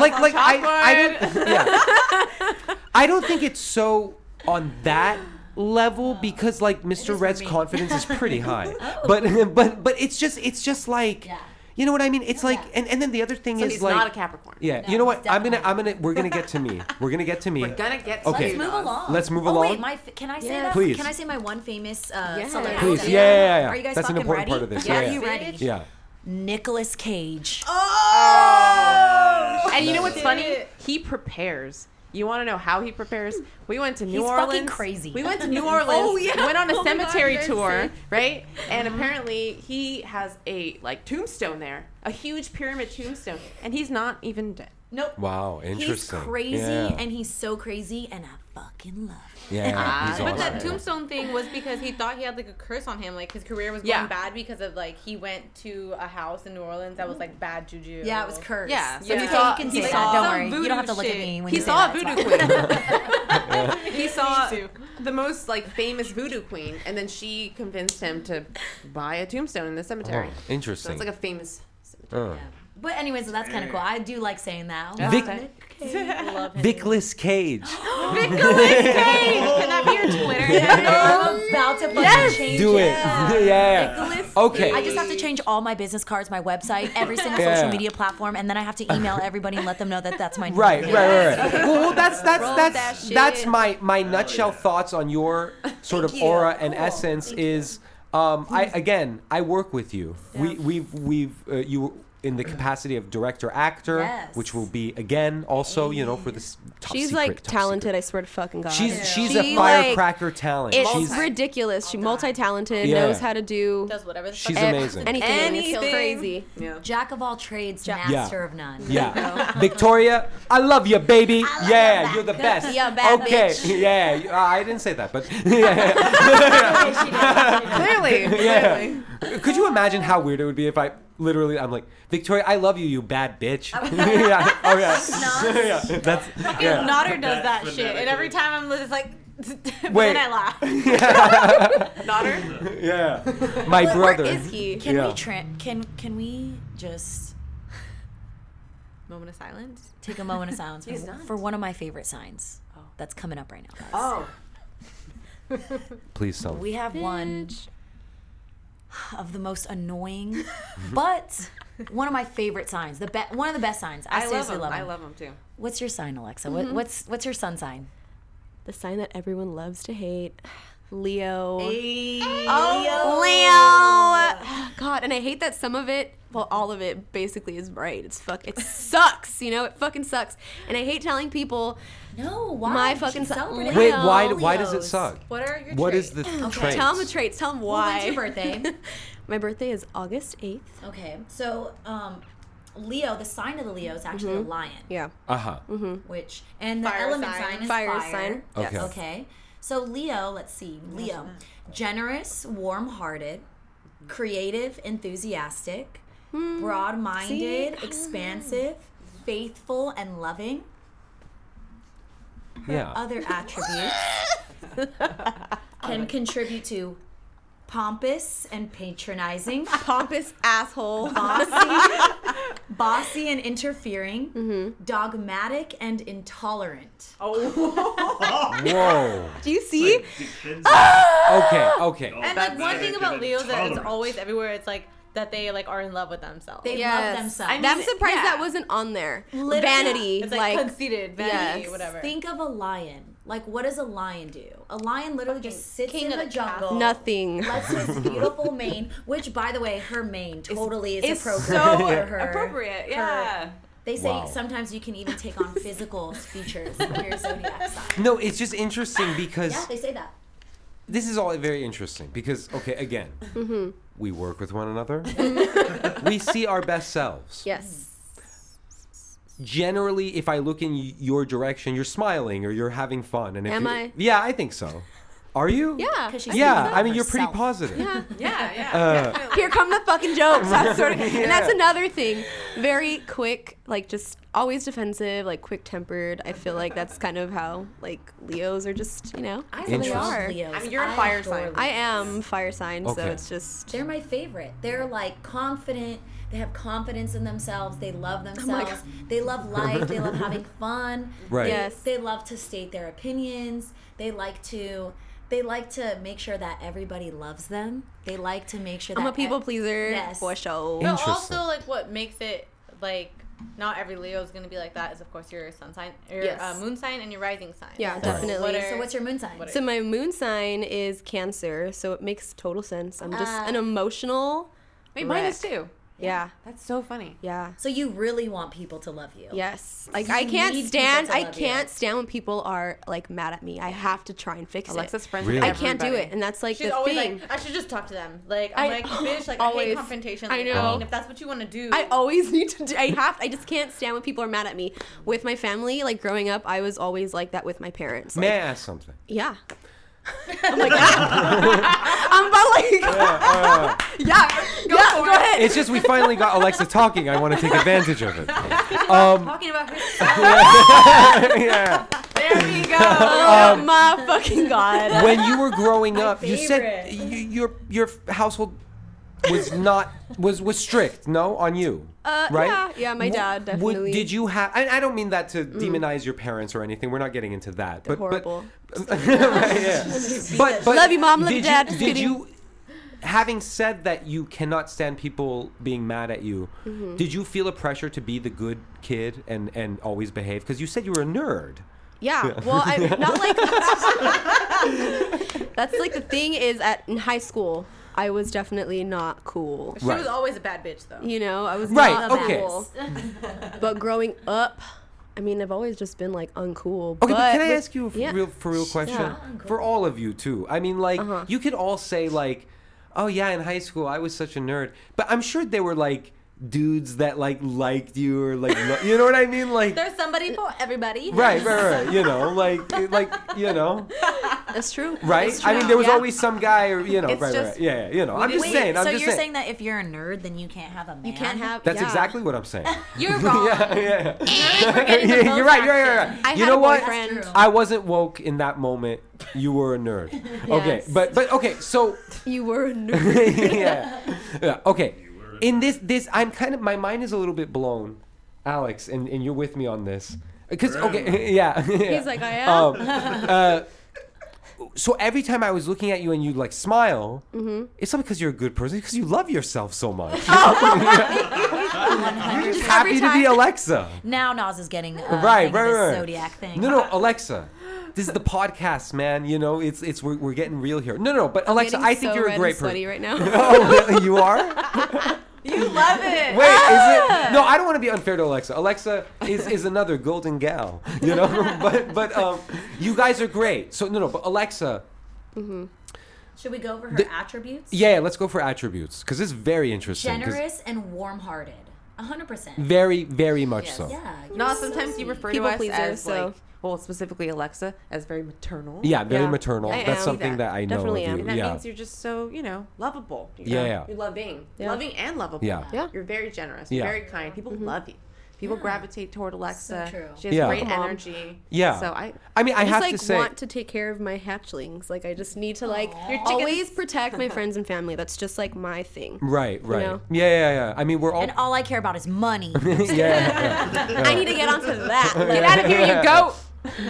Speaker 1: like like I, I don't yeah. I don't think it's so on that level because like
Speaker 5: for
Speaker 1: Mr. Red's
Speaker 5: me.
Speaker 1: confidence is pretty high. But but but it's just it's just like
Speaker 5: Yeah.
Speaker 1: you know what I mean? It's like
Speaker 5: yeah.
Speaker 1: and, and then the other thing
Speaker 3: So
Speaker 1: is
Speaker 3: he's
Speaker 1: like
Speaker 3: not a Capricorn.
Speaker 1: yeah,
Speaker 5: No,
Speaker 1: you know what?
Speaker 5: he's
Speaker 1: I'm gonna I'm
Speaker 5: definitely
Speaker 1: gonna we're gonna get to me. We're gonna get to me.
Speaker 3: We're gonna get
Speaker 1: Okay.
Speaker 5: let's
Speaker 3: to
Speaker 5: move
Speaker 3: us.
Speaker 5: along.
Speaker 1: Let's move
Speaker 5: Oh,
Speaker 1: along.
Speaker 5: wait, my fa- can I say
Speaker 4: Yeah.
Speaker 5: that?
Speaker 1: Please.
Speaker 5: Can I say my one famous uh,
Speaker 4: Yeah.
Speaker 5: celebrity?
Speaker 1: Please,
Speaker 5: that-
Speaker 1: yeah, yeah, yeah, yeah.
Speaker 5: Are you guys
Speaker 1: That's an
Speaker 5: fucking
Speaker 1: important
Speaker 5: ready?
Speaker 1: part of this,
Speaker 5: Are
Speaker 1: yeah.
Speaker 5: you ready?
Speaker 1: yeah.
Speaker 5: Nicholas Cage.
Speaker 3: And you know what's
Speaker 6: Shit.
Speaker 3: funny? He prepares. You want to know how he prepares? We went to New
Speaker 5: He's fucking
Speaker 3: Orleans.
Speaker 5: crazy.
Speaker 3: We went to New
Speaker 5: Oh,
Speaker 3: Orleans.
Speaker 4: yeah.
Speaker 3: Went on a
Speaker 4: Oh my God, I
Speaker 3: cemetery
Speaker 4: didn't
Speaker 3: tour,
Speaker 4: see.
Speaker 3: right? And apparently he has a like tombstone there, a huge pyramid tombstone, and he's not even dead.
Speaker 5: Nope.
Speaker 1: Wow,
Speaker 5: He's
Speaker 1: interesting.
Speaker 5: crazy,
Speaker 1: yeah.
Speaker 5: and he's so crazy, and I fucking love. Him.
Speaker 1: yeah, he's
Speaker 3: Ah,
Speaker 6: But
Speaker 1: awesome. Oh,
Speaker 6: that tombstone thing was because he thought he had like a curse on him, like his career was going
Speaker 3: Yeah.
Speaker 6: bad because of like he went to a house in New Orleans that was like bad juju.
Speaker 5: Yeah, it was cursed.
Speaker 6: Yeah,
Speaker 5: so
Speaker 6: yeah.
Speaker 5: You,
Speaker 6: He
Speaker 5: can,
Speaker 6: saw-
Speaker 5: you can
Speaker 6: he
Speaker 5: say that.
Speaker 6: saw
Speaker 5: Don't
Speaker 6: some
Speaker 5: worry, you
Speaker 6: voodoo
Speaker 5: don't have to look at
Speaker 6: shit.
Speaker 5: me when
Speaker 3: He
Speaker 5: you
Speaker 3: saw a
Speaker 5: say that.
Speaker 3: voodoo
Speaker 5: It's
Speaker 3: queen.
Speaker 5: fine.
Speaker 3: he saw
Speaker 6: too.
Speaker 3: the most like famous voodoo queen, and then she convinced him to buy a tombstone in the cemetery.
Speaker 1: Oh, interesting.
Speaker 3: So it's like a famous.
Speaker 1: Uh.
Speaker 5: Yeah. But anyways, so that's kind of cool. I do like saying that.
Speaker 3: Yeah.
Speaker 1: Vic-
Speaker 5: Nick Cage.
Speaker 6: Love him.
Speaker 1: Vickless Cage. Oh.
Speaker 6: Nicholas Cage. Can that be your Twitter?
Speaker 5: I'm about to put yes. to change
Speaker 1: Do it.
Speaker 5: Yeah.
Speaker 1: Yeah. Okay.
Speaker 7: I just have to change all my business cards, my website, every single
Speaker 1: Yeah.
Speaker 7: social media platform, and then I have to email everybody and let them know that that's my new
Speaker 1: Right,
Speaker 7: name.
Speaker 1: right, right, right. Well, well, that's that's
Speaker 4: Roll
Speaker 1: that's
Speaker 4: that
Speaker 1: that's
Speaker 4: shit.
Speaker 1: my my nutshell thoughts on your sort of
Speaker 5: Thank you.
Speaker 1: aura and
Speaker 5: Cool.
Speaker 1: essence is. Um, I again, I work with you. We we've we've uh, you in the capacity of director actor,
Speaker 5: Yes.
Speaker 1: which will be again also you know for this. Top
Speaker 4: She's
Speaker 1: secret,
Speaker 4: like
Speaker 1: top
Speaker 4: talented. I swear to fucking god.
Speaker 1: secret. She's she's
Speaker 4: She,
Speaker 1: a
Speaker 4: like,
Speaker 1: firecracker talent.
Speaker 4: It's
Speaker 1: she's
Speaker 4: ridiculous. She
Speaker 7: Oh,
Speaker 4: multi-talented,
Speaker 1: Yeah.
Speaker 4: knows how to do
Speaker 6: Does whatever the
Speaker 1: she's
Speaker 6: fuck.
Speaker 1: amazing.
Speaker 4: anything. It's
Speaker 3: Anything.
Speaker 4: crazy.
Speaker 3: Yeah.
Speaker 5: Jack of all trades, master of none.
Speaker 1: Yeah, Victoria, I love you, baby.
Speaker 5: love
Speaker 1: yeah,
Speaker 5: you
Speaker 1: you're the
Speaker 5: back.
Speaker 1: best.
Speaker 4: Yeah, bad
Speaker 1: okay,
Speaker 4: bitch.
Speaker 1: yeah. you- uh, I didn't say that, but yeah,
Speaker 3: Clearly.
Speaker 1: yeah. Could you imagine how weird it would be if I literally I'm like Victoria, I love you, you bad bitch. yeah. Oh yeah. yeah. That's
Speaker 6: Dude,
Speaker 1: yeah.
Speaker 6: Nodder does that
Speaker 2: That's
Speaker 6: shit, and every time I'm li- it's like, but
Speaker 1: Wait.
Speaker 6: then I laugh.
Speaker 1: Nodder. Yeah. My
Speaker 4: But
Speaker 1: brother.
Speaker 4: Where is he?
Speaker 7: Can
Speaker 1: Yeah.
Speaker 7: we tra- can can we just
Speaker 6: Moment of silence.
Speaker 7: take a moment of silence for,
Speaker 3: He's not.
Speaker 7: for one of my favorite signs that's coming up right now, guys?
Speaker 3: Oh.
Speaker 1: Please tell me.
Speaker 7: We have one of the most annoying, but one of my favorite signs. The be- one of the best signs. I,
Speaker 3: I love
Speaker 7: seriously
Speaker 3: him.
Speaker 7: love, Mm-hmm.
Speaker 3: I
Speaker 7: him.
Speaker 3: love him too.
Speaker 7: What's your sign, Alexa? What, what's what's your sun sign?
Speaker 4: The sign that everyone loves to hate. Leo.
Speaker 6: Oh, Leo.
Speaker 4: God, and I hate that some of it, well, all of it basically is right. It's fuck. It sucks, you know. It fucking sucks. And I hate telling people
Speaker 7: No, why?
Speaker 4: My
Speaker 7: You
Speaker 4: fucking
Speaker 7: keep
Speaker 4: sun-
Speaker 7: celebrating
Speaker 1: Wait,
Speaker 4: Leo,
Speaker 1: why why does it
Speaker 7: Leos.
Speaker 1: suck?
Speaker 6: What are your?
Speaker 1: What is
Speaker 6: traits?
Speaker 1: the
Speaker 7: Okay.
Speaker 1: traits?
Speaker 4: Tell them the traits. Tell them
Speaker 7: Well,
Speaker 4: why.
Speaker 7: when's your birthday?
Speaker 4: My birthday is August eighth.
Speaker 5: Okay, so um, Leo, the sign of the Leo is actually a lion,
Speaker 4: Yeah.
Speaker 1: Uh huh.
Speaker 5: which and the
Speaker 6: Fire
Speaker 5: element
Speaker 6: sign.
Speaker 5: sign, is
Speaker 4: Fire
Speaker 5: fire.
Speaker 4: sign.
Speaker 1: Okay.
Speaker 4: Yes.
Speaker 5: Okay, so Leo, let's see, Leo, generous, warm-hearted, creative, enthusiastic,
Speaker 1: Hmm.
Speaker 5: broad-minded, expansive, faithful, and loving.
Speaker 1: Yeah.
Speaker 5: Other attributes can contribute to pompous and patronizing.
Speaker 4: Pompous asshole.
Speaker 5: bossy, bossy and interfering, dogmatic and intolerant.
Speaker 1: Whoa.
Speaker 4: Do you see?
Speaker 2: Depends
Speaker 1: Okay. Okay.
Speaker 6: And
Speaker 2: That's
Speaker 6: like one
Speaker 2: it.
Speaker 6: thing about Leo's that it's
Speaker 2: Intolerance.
Speaker 6: always everywhere. It's like that they like are in love with themselves.
Speaker 5: They
Speaker 4: Yes.
Speaker 5: love themselves.
Speaker 6: I mean,
Speaker 4: I'm surprised
Speaker 6: Yeah.
Speaker 4: that wasn't on there.
Speaker 5: Literally,
Speaker 4: Vanity,
Speaker 6: it's like,
Speaker 4: like,
Speaker 6: conceited, vanity,
Speaker 4: yes.
Speaker 6: whatever.
Speaker 5: think of a lion. Like, what does a lion do? A lion literally just sits
Speaker 6: king
Speaker 5: in
Speaker 6: of
Speaker 5: the
Speaker 6: the
Speaker 5: jungle.
Speaker 4: nothing.
Speaker 5: Lets his beautiful mane, which by the way, her mane totally is,
Speaker 3: It's
Speaker 5: appropriate
Speaker 3: so
Speaker 5: for her.
Speaker 3: appropriate. Yeah.
Speaker 5: They say
Speaker 1: Wow.
Speaker 5: sometimes you can even take on physical features of your zodiac sign.
Speaker 1: No, it's just interesting because
Speaker 5: Yeah, they say that.
Speaker 1: this is all very interesting because okay again we work with one another we see our best selves
Speaker 5: Mm.
Speaker 4: Yes.
Speaker 1: generally if i look in y- your direction you're smiling or you're having fun and if
Speaker 4: Am
Speaker 1: you-
Speaker 4: I?
Speaker 1: yeah i think so are you
Speaker 4: Yeah.
Speaker 5: 'Cause she's
Speaker 1: yeah
Speaker 5: thinking
Speaker 1: i
Speaker 5: of
Speaker 1: mean you're pretty
Speaker 5: herself.
Speaker 1: positive yeah,
Speaker 6: yeah, yeah.
Speaker 4: Here come the fucking jokes. That sort of,
Speaker 1: Yeah.
Speaker 4: And that's another thing. Very quick, like just always defensive, like quick tempered. I feel like that's kind of how like Leos are just, you know.
Speaker 5: I
Speaker 1: Interesting.
Speaker 5: love Leos.
Speaker 6: I mean, you're a fire
Speaker 5: adore
Speaker 6: sign.
Speaker 5: Leos.
Speaker 4: I am fire sign, so
Speaker 1: Okay.
Speaker 4: it's just
Speaker 5: They're my favorite. They're like confident. They have confidence in themselves. They
Speaker 4: Oh
Speaker 5: love themselves. they love life. They love having fun.
Speaker 1: Right.
Speaker 5: They,
Speaker 4: Yes.
Speaker 5: they love to state their opinions. They like to they like to make sure that everybody loves them. They like to make sure that e-
Speaker 4: I'm a people
Speaker 5: ev-
Speaker 4: pleaser
Speaker 5: Yes.
Speaker 4: for show.
Speaker 1: Yeah.
Speaker 6: But
Speaker 1: Interesting.
Speaker 6: also, like, what makes it like not every Leo is going to be like that is, of course, your sun sign, your
Speaker 4: Yes.
Speaker 6: uh, moon sign, and your rising sign.
Speaker 4: Yeah,
Speaker 6: So
Speaker 4: definitely.
Speaker 6: what are-
Speaker 5: So what's your moon sign?
Speaker 6: what are-
Speaker 4: So my moon sign is Cancer, so it makes total sense. I'm just
Speaker 5: Ah.
Speaker 4: an emotional.
Speaker 3: Wait, mine
Speaker 4: wreck.
Speaker 3: is too.
Speaker 4: Yeah,
Speaker 3: That's so funny.
Speaker 4: yeah.
Speaker 5: So you really want people to love you.
Speaker 4: Yes. Like I
Speaker 5: need
Speaker 4: can't
Speaker 5: people
Speaker 4: stand
Speaker 5: to
Speaker 4: I
Speaker 5: love
Speaker 4: can't stand when people are like mad at me. I have to try and fix
Speaker 3: Alexa's
Speaker 4: it.
Speaker 3: friends
Speaker 1: Really?
Speaker 3: with
Speaker 4: I can't do it,
Speaker 3: everybody.
Speaker 4: and that's like
Speaker 6: She's
Speaker 4: the
Speaker 6: always
Speaker 4: thing.
Speaker 6: like, I should just talk to them. Like,
Speaker 4: I-
Speaker 6: I'm like, bitch, like, I hate
Speaker 4: always.
Speaker 6: confrontation.
Speaker 4: I
Speaker 6: Like,
Speaker 4: know.
Speaker 6: mean, if that's what you want to do,
Speaker 4: I always need to. Do, I have. I just can't stand when people are mad at me. With my family, like growing up, I was always like that with my parents. Like,
Speaker 1: may i ask something
Speaker 4: Yeah. I'm like, "Ah." I'm about like, yeah, go, yeah, go ahead.
Speaker 1: Uh, it's just we finally got alexa talking i want to take advantage of it um,
Speaker 6: talking about her.
Speaker 1: yeah
Speaker 6: There we go.
Speaker 4: oh
Speaker 1: um,
Speaker 4: my fucking god.
Speaker 1: when you were growing up, you
Speaker 5: favorite.
Speaker 1: said you, your your household was not was was strict. No, on you.
Speaker 4: Uh,
Speaker 1: right?
Speaker 4: yeah, yeah, my
Speaker 1: Wh-
Speaker 4: dad
Speaker 1: would-
Speaker 4: definitely.
Speaker 1: did you have? I, I don't mean that to demonize your parents or anything. We're not getting into that. But
Speaker 4: horrible.
Speaker 1: But, right, yeah. but, but
Speaker 4: Love you, Mom. Love you,
Speaker 1: did
Speaker 4: Dad. Just
Speaker 1: did
Speaker 4: kidding.
Speaker 1: you? Having said that, you cannot stand people being mad at you.
Speaker 4: Mm-hmm.
Speaker 1: Did you feel a pressure to be the good kid and and always behave? Because you said you were a nerd.
Speaker 4: Yeah. Well, I not like That's like the thing is at in high school, I was definitely not cool.
Speaker 6: She
Speaker 1: Right.
Speaker 6: was always a bad bitch, though.
Speaker 4: You know, I was
Speaker 1: Right,
Speaker 4: not
Speaker 1: okay.
Speaker 4: cool. but growing up, I mean, I've always just been like uncool.
Speaker 1: Okay, but, can I
Speaker 4: with-
Speaker 1: ask you a f-
Speaker 4: yeah. Uh-huh.
Speaker 1: real for real question
Speaker 4: Yeah.
Speaker 1: for all of you too? I mean, like you could all say like, "Oh yeah, in high school I was such a nerd," but I'm sure there were like dudes that like liked you or like lo- you know what I mean? Like
Speaker 6: There's somebody for everybody.
Speaker 1: right, right, right. You know, like it- like you know,
Speaker 4: That's true.
Speaker 1: right?
Speaker 4: That's
Speaker 1: I mean, there was
Speaker 6: Yeah.
Speaker 1: always some guy or you know,
Speaker 3: It's
Speaker 1: right, right,
Speaker 3: just-
Speaker 1: right, yeah, yeah, you know. I'm just
Speaker 7: Wait,
Speaker 1: saying. I'm
Speaker 7: so
Speaker 1: just
Speaker 7: you're saying. that
Speaker 1: saying.
Speaker 7: if you're a nerd, then you can't have a man.
Speaker 4: You can't have.
Speaker 1: That's
Speaker 4: yeah.
Speaker 1: exactly what I'm saying.
Speaker 6: You're wrong.
Speaker 1: yeah, yeah.
Speaker 6: forgetting the
Speaker 1: Yeah, you're right. You're right. You're
Speaker 6: both
Speaker 1: right.
Speaker 4: I
Speaker 1: you
Speaker 4: had
Speaker 1: know
Speaker 4: a
Speaker 1: what?
Speaker 4: boyfriend.
Speaker 5: That's true.
Speaker 1: I wasn't woke in that moment. You were a nerd. Okay,
Speaker 4: Yes.
Speaker 1: but but okay. So
Speaker 4: You were a nerd.
Speaker 1: yeah. yeah. Okay. In this, this, I'm kind of, my mind is a little bit blown, Alex, and, and you're with me on this. Because, okay, yeah.
Speaker 4: He's like, I am.
Speaker 1: um, uh, so every time I was looking at you and you like smile,
Speaker 4: Mm-hmm.
Speaker 1: it's not because you're a good person, it's because you love yourself so much.
Speaker 4: Oh.
Speaker 1: you're just happy to be Alexa.
Speaker 7: Now Nas is getting uh,
Speaker 1: Right,
Speaker 7: thinking
Speaker 1: right,
Speaker 7: this
Speaker 1: right.
Speaker 7: zodiac thing.
Speaker 1: No, no, Alexa. This is the podcast, man. You know, it's it's we're, we're getting real here. No, no, but Alexa,
Speaker 4: Getting
Speaker 1: I think
Speaker 4: so
Speaker 1: you're
Speaker 4: red
Speaker 1: a
Speaker 4: and
Speaker 1: great
Speaker 4: sweaty
Speaker 1: person.
Speaker 4: right now.
Speaker 1: Oh, really? You are?
Speaker 6: You love it.
Speaker 1: Wait, is it? No, I don't want to be unfair to Alexa. Alexa is, is another golden gal, you know. but but um, you guys are great. So no no, but Alexa,
Speaker 5: Should we go over her
Speaker 1: The-
Speaker 5: attributes?
Speaker 1: yeah, let's go for attributes because it's very interesting. 'cause
Speaker 5: Generous and warm-hearted. 100%.
Speaker 1: Very very much
Speaker 6: Yes.
Speaker 1: so.
Speaker 5: Yeah. you're
Speaker 3: No,
Speaker 5: so
Speaker 3: sometimes you
Speaker 5: sweet.
Speaker 3: refer
Speaker 4: People
Speaker 3: to us
Speaker 4: pleaser,
Speaker 3: as
Speaker 4: so-
Speaker 3: like, well, specifically Alexa, as very maternal.
Speaker 1: Yeah, very
Speaker 4: Yeah.
Speaker 1: maternal.
Speaker 4: I
Speaker 1: That's
Speaker 4: am.
Speaker 1: something that, I know
Speaker 4: Definitely
Speaker 1: of
Speaker 4: am.
Speaker 1: you.
Speaker 3: And that
Speaker 1: yeah.
Speaker 3: means you're just so, you know, lovable. you
Speaker 1: Yeah,
Speaker 3: know?
Speaker 1: yeah.
Speaker 3: You're loving.
Speaker 4: Yeah.
Speaker 3: Loving and lovable.
Speaker 1: Yeah.
Speaker 4: Yeah.
Speaker 3: You're very generous.
Speaker 1: Yeah.
Speaker 3: You're very kind. People love you. People gravitate toward Alexa.
Speaker 5: true.
Speaker 3: She has
Speaker 1: Yeah.
Speaker 3: great
Speaker 4: Like a mom.
Speaker 3: energy.
Speaker 1: Yeah.
Speaker 3: So I
Speaker 1: I mean, I,
Speaker 4: I
Speaker 1: have
Speaker 4: just like
Speaker 1: to say,
Speaker 4: want to take care of my hatchlings. Like I just need to like
Speaker 3: Your
Speaker 4: always protect my friends and family. That's just like my thing.
Speaker 1: right, right.
Speaker 4: know.
Speaker 1: Yeah, yeah, yeah. I mean, we're all.
Speaker 7: And all I care about is money.
Speaker 1: yeah, yeah, yeah.
Speaker 4: I need to get onto that. Like,
Speaker 6: Get out of here, you goat.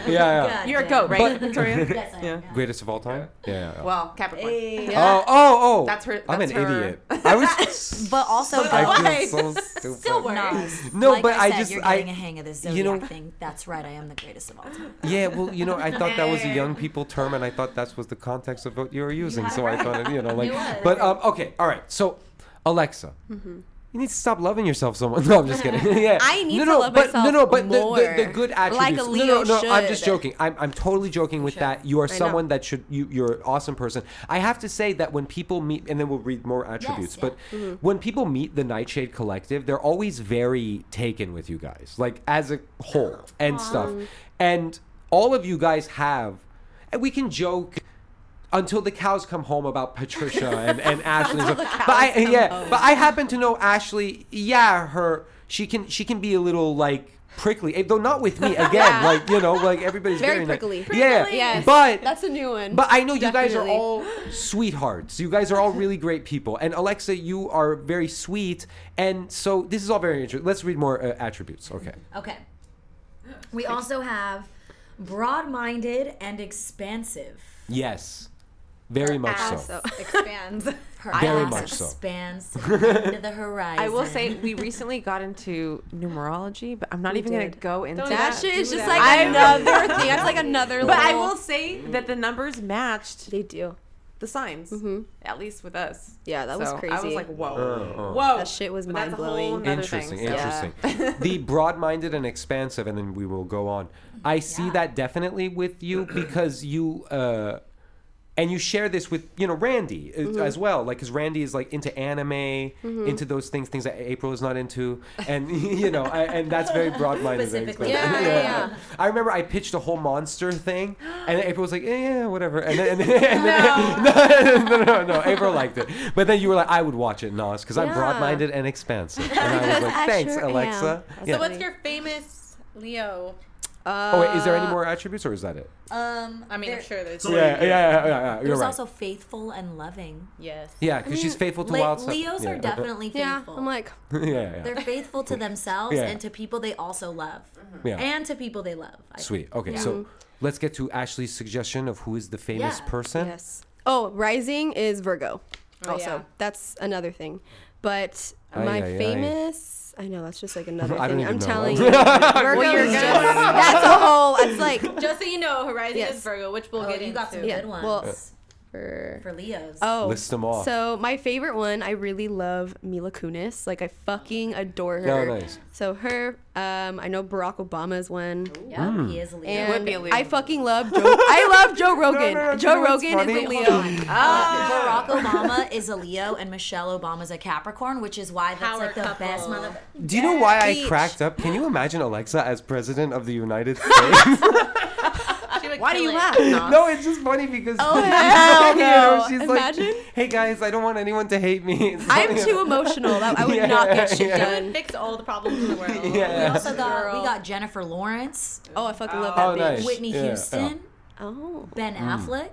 Speaker 1: yeah, yeah.
Speaker 5: God
Speaker 3: You're a
Speaker 5: damn.
Speaker 3: goat, right,
Speaker 1: But-
Speaker 3: Victoria?
Speaker 5: Yes, I am. Yeah.
Speaker 1: Greatest of all time. Yeah. yeah, yeah.
Speaker 3: Well, Capricorn.
Speaker 1: Oh, oh, oh!
Speaker 3: That's her-
Speaker 1: I'm an
Speaker 3: that's her-
Speaker 1: idiot. I was.
Speaker 7: But also,
Speaker 1: I feel so stupid.
Speaker 7: Nas.
Speaker 1: No,
Speaker 7: like
Speaker 1: but
Speaker 7: I,
Speaker 1: I
Speaker 7: said,
Speaker 1: just-
Speaker 7: you're
Speaker 1: I-
Speaker 7: getting a hang of this zodiac
Speaker 1: you know-
Speaker 7: thing. That's right. I am the greatest of all time.
Speaker 1: Yeah, well, you know, I thought that was a young people term, and I thought that was the context of what you were using. so I thought, it, you know, like,
Speaker 5: was.
Speaker 1: but um, okay, all right. So, Alexa,
Speaker 3: Mm-hmm.
Speaker 1: you need to stop loving yourself so much. No, I'm just kidding. yeah,
Speaker 4: I need
Speaker 1: no,
Speaker 4: to
Speaker 1: no,
Speaker 4: love
Speaker 1: but, No, no,
Speaker 4: myself
Speaker 1: but The, the, the
Speaker 4: more,
Speaker 1: good
Speaker 4: like a
Speaker 1: attributes. no,
Speaker 4: Leo
Speaker 1: no, no. I'm just
Speaker 4: should.
Speaker 1: joking. I'm, I'm totally joking with that. You are
Speaker 4: know.
Speaker 1: someone that should. You, you're an awesome person. I have to say that when people meet, and then we'll read more attributes.
Speaker 5: yeah.
Speaker 1: but when people meet the Nightshade Collective, they're always very taken with you guys, like as a whole and stuff. And all of you guys have, and we can joke until the cows come home about Patricia and, and Ashley. and stuff. but I yeah, but I happen to know Ashley. Yeah, her she can she can be a little like prickly, eh, though not with me again. Like you know, like everybody's
Speaker 4: Very
Speaker 1: very, nice.
Speaker 4: prickly.
Speaker 1: Yeah,
Speaker 4: Yes.
Speaker 1: but
Speaker 4: That's a new one.
Speaker 1: but I know you guys are
Speaker 4: Definitely.
Speaker 1: all sweethearts. You guys are all really great people. And Alexa, you are very sweet. And so this is all very interesting. Let's read more uh, attributes. Okay.
Speaker 5: Okay. We also have broad-minded and expansive.
Speaker 1: Yes. Very much so.
Speaker 6: expands.
Speaker 5: Her
Speaker 1: Very
Speaker 5: eyes
Speaker 1: much so.
Speaker 5: expands to the, end of the horizon.
Speaker 3: I will say we recently got into numerology, but I'm not even going to
Speaker 4: did.
Speaker 3: go into
Speaker 4: that shit is just like
Speaker 3: I know.
Speaker 4: another thing. That's like another.
Speaker 3: But I
Speaker 4: level.
Speaker 3: will say that the numbers matched
Speaker 4: They do.
Speaker 3: the signs, at least with us.
Speaker 4: Mm-hmm. Yeah, that was
Speaker 3: So I was
Speaker 4: crazy.
Speaker 3: like, whoa,
Speaker 1: Uh, uh.
Speaker 3: whoa.
Speaker 4: That shit was
Speaker 3: But that's a whole
Speaker 4: mind-blowing.
Speaker 3: nother
Speaker 1: interesting,
Speaker 3: thing, so-
Speaker 1: interesting. the broad-minded and expansive, and then we will go on. I see that definitely with you because you uh, and you share this with you know Randy uh, as well, like because Randy is like into anime, into those things, things that April is not into, and you know, I, and that's very broad-minded. and
Speaker 5: Specifically.
Speaker 1: expansive.
Speaker 4: Yeah, yeah, yeah.
Speaker 1: I remember I pitched a whole monster thing, and then April was like, eh, "Yeah, whatever," and then, and then, and then no. no, no, no, April liked it, but then you were like, "I would watch it, Nas," because I'm
Speaker 4: Yeah.
Speaker 1: broad-minded and expansive. And I was like,
Speaker 4: I
Speaker 1: thanks,
Speaker 4: sure am.
Speaker 1: Alexa.
Speaker 4: So
Speaker 1: Yeah.
Speaker 6: So what's your famous Leo?
Speaker 4: Uh,
Speaker 1: Oh wait, is there any more attributes or is that it?
Speaker 5: Um,
Speaker 6: I mean,
Speaker 5: there-
Speaker 6: I'm sure there's.
Speaker 2: So-
Speaker 1: Yeah, yeah, yeah, yeah. yeah, You're
Speaker 5: There's
Speaker 1: right.
Speaker 5: also faithful and loving.
Speaker 6: yes.
Speaker 1: yeah, because she's faithful to
Speaker 5: Le-
Speaker 1: wild stuff.
Speaker 5: Leos
Speaker 1: yeah.
Speaker 5: are definitely
Speaker 4: yeah,
Speaker 5: faithful.
Speaker 4: I'm like,
Speaker 1: yeah, yeah, yeah.
Speaker 5: They're faithful to themselves
Speaker 1: Yeah. Mm-hmm.
Speaker 5: and to people they also love,
Speaker 1: Yeah.
Speaker 5: and to people they love. I
Speaker 1: Sweet. Okay, so let's get to Ashley's suggestion of who is the famous
Speaker 5: Yeah.
Speaker 1: person.
Speaker 4: yes. Oh, rising is Virgo. Also,
Speaker 6: yeah.
Speaker 4: that's another thing. But
Speaker 1: Ay,
Speaker 4: my
Speaker 1: ay, ay.
Speaker 4: famous, I know that's just like another
Speaker 1: I don't
Speaker 4: thing.
Speaker 1: even
Speaker 4: I'm
Speaker 1: know.
Speaker 4: telling you, Virgo is just that's a whole. It's like
Speaker 6: Just so you know, Horizon
Speaker 4: Yes.
Speaker 6: is Virgo, which we'll
Speaker 5: Oh,
Speaker 6: get
Speaker 5: you
Speaker 6: into.
Speaker 5: got some
Speaker 4: Yeah,
Speaker 5: good ones
Speaker 4: well- for
Speaker 5: for Leos.
Speaker 4: Oh,
Speaker 1: List 'em off.
Speaker 4: So my favorite one, I really love Mila Kunis. Like I fucking adore
Speaker 1: Oh,
Speaker 4: her.
Speaker 1: nice.
Speaker 4: So her, um, I know Barack Obama's one,
Speaker 5: yeah,
Speaker 1: Mm.
Speaker 5: he is a Leo.
Speaker 4: and
Speaker 6: would be a Leo.
Speaker 4: I fucking love Joe. I love Joe Rogan.
Speaker 1: no, no, you know
Speaker 4: Joe
Speaker 1: what's
Speaker 4: Rogan
Speaker 1: funny? Oh
Speaker 4: is a Leo.
Speaker 5: Uh,
Speaker 6: Ah!
Speaker 5: Barack Obama is a Leo and Michelle Obama's a Capricorn, which is why that's
Speaker 6: Power
Speaker 5: like the
Speaker 6: couple.
Speaker 5: best mother.
Speaker 1: Do you know why I
Speaker 4: Each.
Speaker 1: cracked up? Can you imagine Alexa as president of the United States?
Speaker 6: Why do you laugh?
Speaker 1: no, it's just funny because
Speaker 4: Oh, hell no.
Speaker 1: she's
Speaker 4: Imagine.
Speaker 1: like, "Hey guys, I don't want anyone to hate me." It's
Speaker 4: I'm
Speaker 1: funny.
Speaker 4: too emotional. That I would not get shit
Speaker 1: Yeah, yeah.
Speaker 4: done.
Speaker 6: Fix all the problems in the world.
Speaker 1: Yeah.
Speaker 5: We also got
Speaker 6: Girl.
Speaker 5: we got Jennifer Lawrence,
Speaker 4: Oh, I fucking love that
Speaker 1: Oh,
Speaker 4: bitch.
Speaker 1: nice.
Speaker 5: Whitney
Speaker 1: Yeah, Mm.
Speaker 5: Houston,
Speaker 4: Oh,
Speaker 5: Ben Affleck,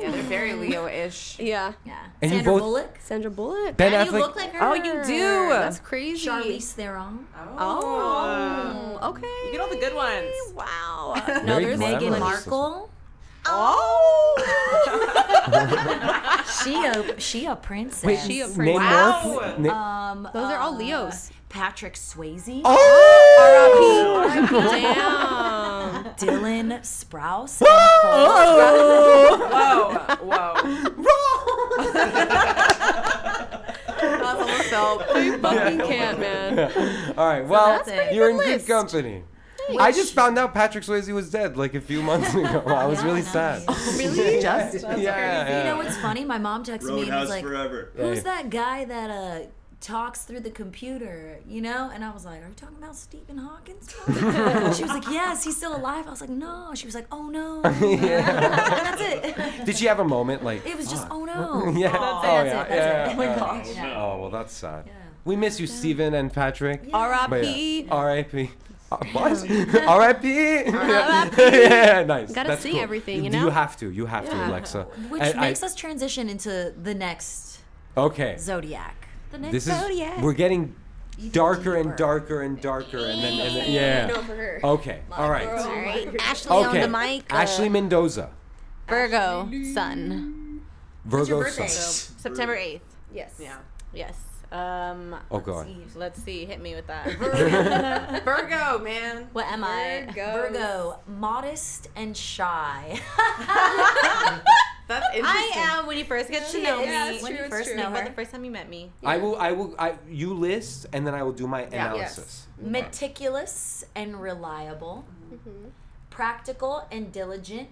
Speaker 8: Yeah, they're very Leo-ish.
Speaker 4: yeah.
Speaker 5: yeah,
Speaker 1: And you
Speaker 5: Sandra
Speaker 1: both-
Speaker 5: Bullock.
Speaker 4: Sandra Bullock.
Speaker 1: Ben
Speaker 5: And
Speaker 1: Affleck.
Speaker 5: you look like her.
Speaker 8: Oh, you do.
Speaker 4: That's crazy.
Speaker 5: Charlize Theron.
Speaker 8: Oh.
Speaker 4: Oh, okay.
Speaker 8: You get all the good ones.
Speaker 4: Wow.
Speaker 1: Very
Speaker 4: there's
Speaker 1: glamorous.
Speaker 5: Meghan
Speaker 1: Glamorous.
Speaker 5: Markle.
Speaker 8: Oh.
Speaker 5: She a she a princess.
Speaker 1: Wait,
Speaker 4: She a
Speaker 1: name
Speaker 4: pretty-
Speaker 2: Wow.
Speaker 1: more. Na-
Speaker 5: um,
Speaker 4: Those are all
Speaker 5: uh,
Speaker 4: Leos.
Speaker 5: Patrick Swayze,
Speaker 1: oh!
Speaker 4: Damn.
Speaker 5: Dylan Sprouse.
Speaker 1: Oh!
Speaker 8: Whoa, whoa.
Speaker 6: That's almost felt.
Speaker 4: You fucking can't, man.
Speaker 1: All right. Well,
Speaker 5: that's pretty
Speaker 1: you're in
Speaker 4: good
Speaker 1: good
Speaker 4: list.
Speaker 1: company. I just found out Patrick Swayze was dead like a few months ago. I was really
Speaker 5: nice. Oh,
Speaker 1: sad.
Speaker 4: Really?
Speaker 1: Just yeah, yeah.
Speaker 5: You know what's funny? My mom texted me and was
Speaker 2: Roadhouse
Speaker 5: like,
Speaker 2: forever.
Speaker 5: "Who's that guy that uh talks through the computer?" You know? And I was like, "Are you talking about Stephen Hawking?" she was like, "Yes, he's still alive." I was like, "No." She was like, "Oh no." that's it.
Speaker 1: Did she have a moment like?
Speaker 5: It was just,
Speaker 1: fuck?
Speaker 5: "Oh no."
Speaker 1: Yeah. oh yeah.
Speaker 5: That's it.
Speaker 1: yeah.
Speaker 5: That's it. Oh my
Speaker 1: yeah.
Speaker 5: gosh.
Speaker 2: no.
Speaker 1: Oh well, that's sad. We miss you, Steven and Patrick. But yeah,
Speaker 4: R.I.P.
Speaker 1: R.I.P. Uh, What? R.I.P. yeah, nice.
Speaker 4: Gotta
Speaker 1: That's
Speaker 4: see
Speaker 1: cool.
Speaker 4: everything, you
Speaker 1: You
Speaker 4: know?
Speaker 1: have to. You have to, Alexa.
Speaker 5: Which
Speaker 1: And I-
Speaker 5: makes us transition into the next
Speaker 1: okay.
Speaker 5: zodiac. The next
Speaker 1: This is we're getting darker and
Speaker 5: deeper.
Speaker 1: darker and darker, and then, and then yeah.
Speaker 4: her.
Speaker 1: Okay. All right.
Speaker 6: All right.
Speaker 1: Okay. Ashley Mendoza,
Speaker 6: Virgo, Sun,
Speaker 1: Virgo
Speaker 5: birthday?
Speaker 1: sun.
Speaker 6: September 8th.
Speaker 4: Yes.
Speaker 8: Yeah.
Speaker 6: Yes. Um,
Speaker 1: Oh god.
Speaker 6: let's see. Hit me with that.
Speaker 8: Virgo, man.
Speaker 6: what am I?
Speaker 5: Virgo, modest and shy.
Speaker 8: That's
Speaker 6: I
Speaker 8: interesting.
Speaker 6: am when you first get to know me.
Speaker 4: Yeah, it's
Speaker 6: when
Speaker 4: true,
Speaker 6: you
Speaker 4: it's
Speaker 6: first
Speaker 4: true.
Speaker 6: know her. The first time you met me.
Speaker 1: I will. I will. I you list, and then I will do my
Speaker 8: Yeah.
Speaker 1: analysis.
Speaker 5: meticulous and reliable, practical and diligent,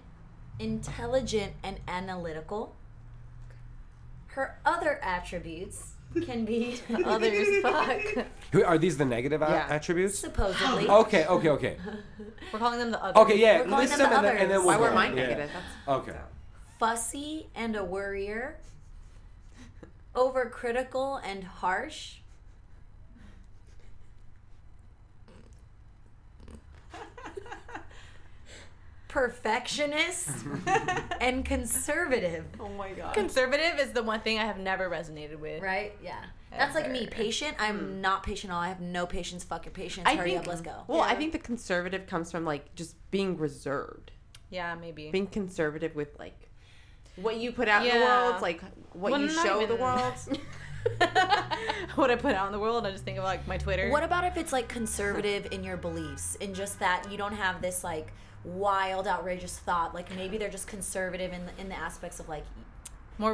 Speaker 5: intelligent and analytical. Her other attributes can be
Speaker 6: Others, fuck.
Speaker 1: Who- Are these the negative a-
Speaker 8: Yeah.
Speaker 1: attributes?
Speaker 5: supposedly.
Speaker 1: Okay. Okay. Okay.
Speaker 6: We're calling them the other.
Speaker 1: Okay. Yeah.
Speaker 5: calling
Speaker 1: List
Speaker 5: them
Speaker 1: them,
Speaker 5: the
Speaker 1: and then, and then
Speaker 5: others.
Speaker 8: Why
Speaker 1: we'll go.
Speaker 8: were mine
Speaker 1: Yeah.
Speaker 8: negative? That's
Speaker 1: Okay.
Speaker 5: Fussy and a worrier, overcritical and harsh. Perfectionist and conservative.
Speaker 8: Oh my god.
Speaker 6: Conservative is the one thing I have never resonated with.
Speaker 5: Right? Yeah. That's like me, patient. I'm not patient at all. I have no patience. Fuck your patience.
Speaker 8: I
Speaker 5: Hurry
Speaker 8: think,
Speaker 5: up, let's go.
Speaker 8: Well, I think the conservative comes from like just being reserved,
Speaker 6: Yeah, maybe.
Speaker 8: being conservative with like what you put out in the
Speaker 6: Yeah.
Speaker 8: world, like what
Speaker 6: Well,
Speaker 8: you
Speaker 6: not
Speaker 8: show the
Speaker 6: even-
Speaker 8: world.
Speaker 6: what I put out in the world, I just think of like my Twitter.
Speaker 5: What about if it's like conservative in your beliefs and just that you don't have this like wild, outrageous thought? Like maybe they're just conservative in the, in the aspects of like
Speaker 6: More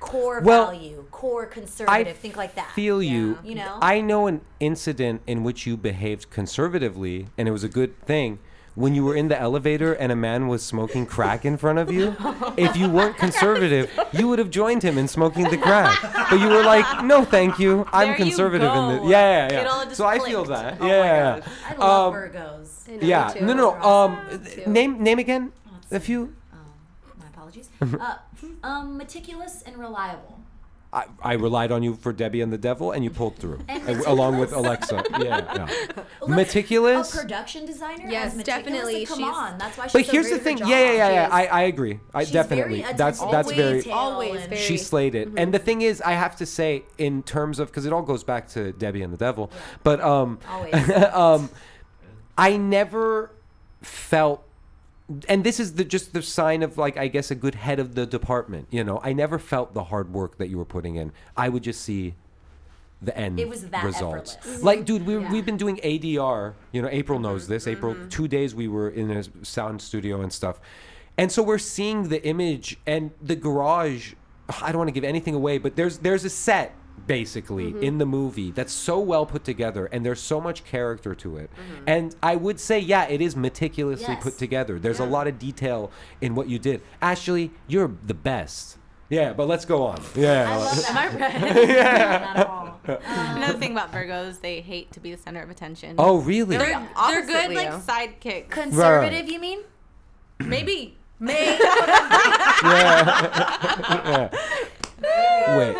Speaker 5: core, core
Speaker 1: Well,
Speaker 5: value, core conservative, think like that.
Speaker 1: feel you.
Speaker 5: You know?
Speaker 1: I know an incident in which you behaved conservatively, and it was a good thing. When you were in the elevator and a man was smoking crack in front of you, if you weren't conservative, you would have joined him in smoking the crack. But you were like, "No, thank you. I'm
Speaker 6: There you
Speaker 1: conservative in
Speaker 6: go.
Speaker 1: this." Yeah, yeah,
Speaker 6: It all
Speaker 1: yeah.
Speaker 6: just
Speaker 1: So I feel
Speaker 6: clicked.
Speaker 1: that. yeah,
Speaker 8: gosh.
Speaker 5: I love
Speaker 1: um,
Speaker 5: Virgos.
Speaker 1: yeah. No, no. no. Um,
Speaker 4: Too.
Speaker 1: name, name again. A few.
Speaker 5: Um, my apologies. Uh, um, meticulous and reliable.
Speaker 1: I, I relied on you for Debbie and the Devil, and you pulled through, and- along with Alexa. Yeah, no. meticulous.
Speaker 5: A production designer?
Speaker 4: Yes,
Speaker 5: as meticulous?
Speaker 4: definitely.
Speaker 5: Like, come
Speaker 4: She's-
Speaker 5: on, that's why she's.
Speaker 1: But
Speaker 5: so
Speaker 1: here's
Speaker 5: great
Speaker 1: the
Speaker 5: at her
Speaker 1: thing. Yeah,
Speaker 5: job.
Speaker 1: yeah, yeah, yeah.
Speaker 5: She's-
Speaker 1: I, I agree. I
Speaker 5: she's
Speaker 1: definitely.
Speaker 5: Very
Speaker 1: That's that's very.
Speaker 5: attentive.
Speaker 4: Always very-
Speaker 1: She slayed it. And the
Speaker 5: Mm-hmm.
Speaker 1: thing is, I have to say, in terms of because it all goes back to Debbie and the Devil, but um,
Speaker 5: Always.
Speaker 1: um, I never felt. And this is the just the sign of like I guess a good head of the department. You know, I never felt the hard work that you were putting in. I would just see the end Mm-hmm.
Speaker 5: It was that
Speaker 1: results.
Speaker 5: effortless.
Speaker 1: Like, dude, we we've been doing ADR. You know, April
Speaker 5: Mm-hmm,
Speaker 1: knows this. April, two days we were in a sound studio and stuff, and so we're seeing the image and the garage. ugh, I don't want to give anything away, but there's there's a set basically
Speaker 5: Mm-hmm.
Speaker 1: in the movie that's so well put together and there's so much character to it and i would say yeah it is meticulously
Speaker 5: Mm-hmm. Yes.
Speaker 1: put together there's a lot of detail in what you did ashley you're the best yeah but let's go on yeah
Speaker 5: I love that. Am I Not at all.
Speaker 6: Another thing about Virgos, they hate to be the center of attention.
Speaker 1: oh really
Speaker 6: they're, they're good like
Speaker 3: Opposite Leo.
Speaker 6: sidekicks.
Speaker 5: Conservative, you mean?
Speaker 6: Maybe
Speaker 1: yeah. Yeah. Wait.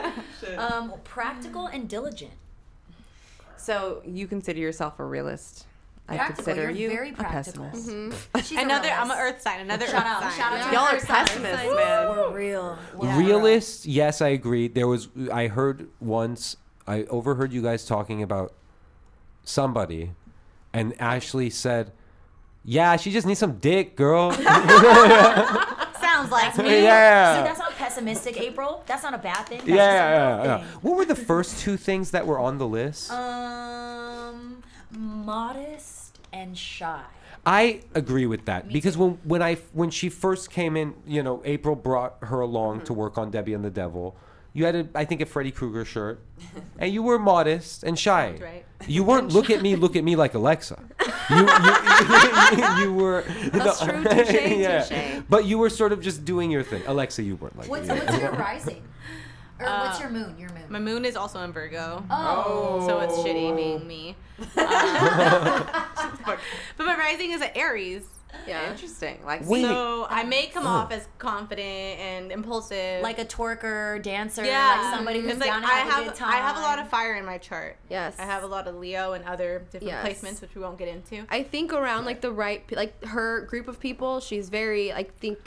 Speaker 5: Um, practical and diligent.
Speaker 3: So you consider yourself a realist. I
Speaker 5: Practical,
Speaker 3: consider
Speaker 5: you're
Speaker 3: you
Speaker 5: very
Speaker 3: a
Speaker 5: practical. Mm-hmm.
Speaker 3: pessimist.
Speaker 5: She's a
Speaker 6: another. I'm an
Speaker 5: realist.
Speaker 6: Earth sign. Another
Speaker 5: Shout
Speaker 6: Earth
Speaker 5: out,
Speaker 6: sign.
Speaker 5: shout out to
Speaker 3: Y'all
Speaker 5: her
Speaker 3: are
Speaker 5: sign.
Speaker 3: pessimists, man.
Speaker 5: We're real. We're
Speaker 1: Realist, yes, I agree. There was I heard once I overheard you guys talking about somebody and Ashley said, "Yeah, she just needs some dick, girl."
Speaker 6: Sounds like
Speaker 5: real.
Speaker 6: me.
Speaker 1: Yeah.
Speaker 5: See, that's not pessimistic, April. That's not a bad thing. That's
Speaker 1: yeah, yeah,
Speaker 5: just a real
Speaker 1: yeah. What were the first two things that were on the list?
Speaker 5: Um, thing. Um, modest and shy.
Speaker 1: I agree with that because when when I when she first came in, you know, April brought her along to work on Debbie and the Devil. You had a, I think, a Freddy Krueger shirt, and you were modest and shy.
Speaker 6: right.
Speaker 1: You weren't look at me, look at me like Alexa. You, you, you were.
Speaker 6: That's true, touche, touche.
Speaker 1: But you were sort of just doing your thing. Alexa, you weren't like.
Speaker 5: What's,
Speaker 1: me.
Speaker 5: what's your rising? Or what's your moon? Your moon.
Speaker 6: My moon is also in Virgo,
Speaker 5: oh.
Speaker 6: so it's shitty being me. Um, but my rising is an Aries.
Speaker 3: Yeah. Interesting. Like
Speaker 1: Wait.
Speaker 6: So I may come off as confident and impulsive.
Speaker 5: Like a twerker, dancer,
Speaker 6: yeah,
Speaker 5: like somebody who's
Speaker 6: It's like
Speaker 5: down to
Speaker 6: I
Speaker 5: have,
Speaker 6: have
Speaker 5: a good time.
Speaker 6: I have a lot of fire in my chart.
Speaker 4: Yes.
Speaker 6: I have a lot of Leo and other different
Speaker 4: Yes.
Speaker 6: placements, which we won't get into.
Speaker 4: I think around like the right, pe- like her group of people, she's very, I think,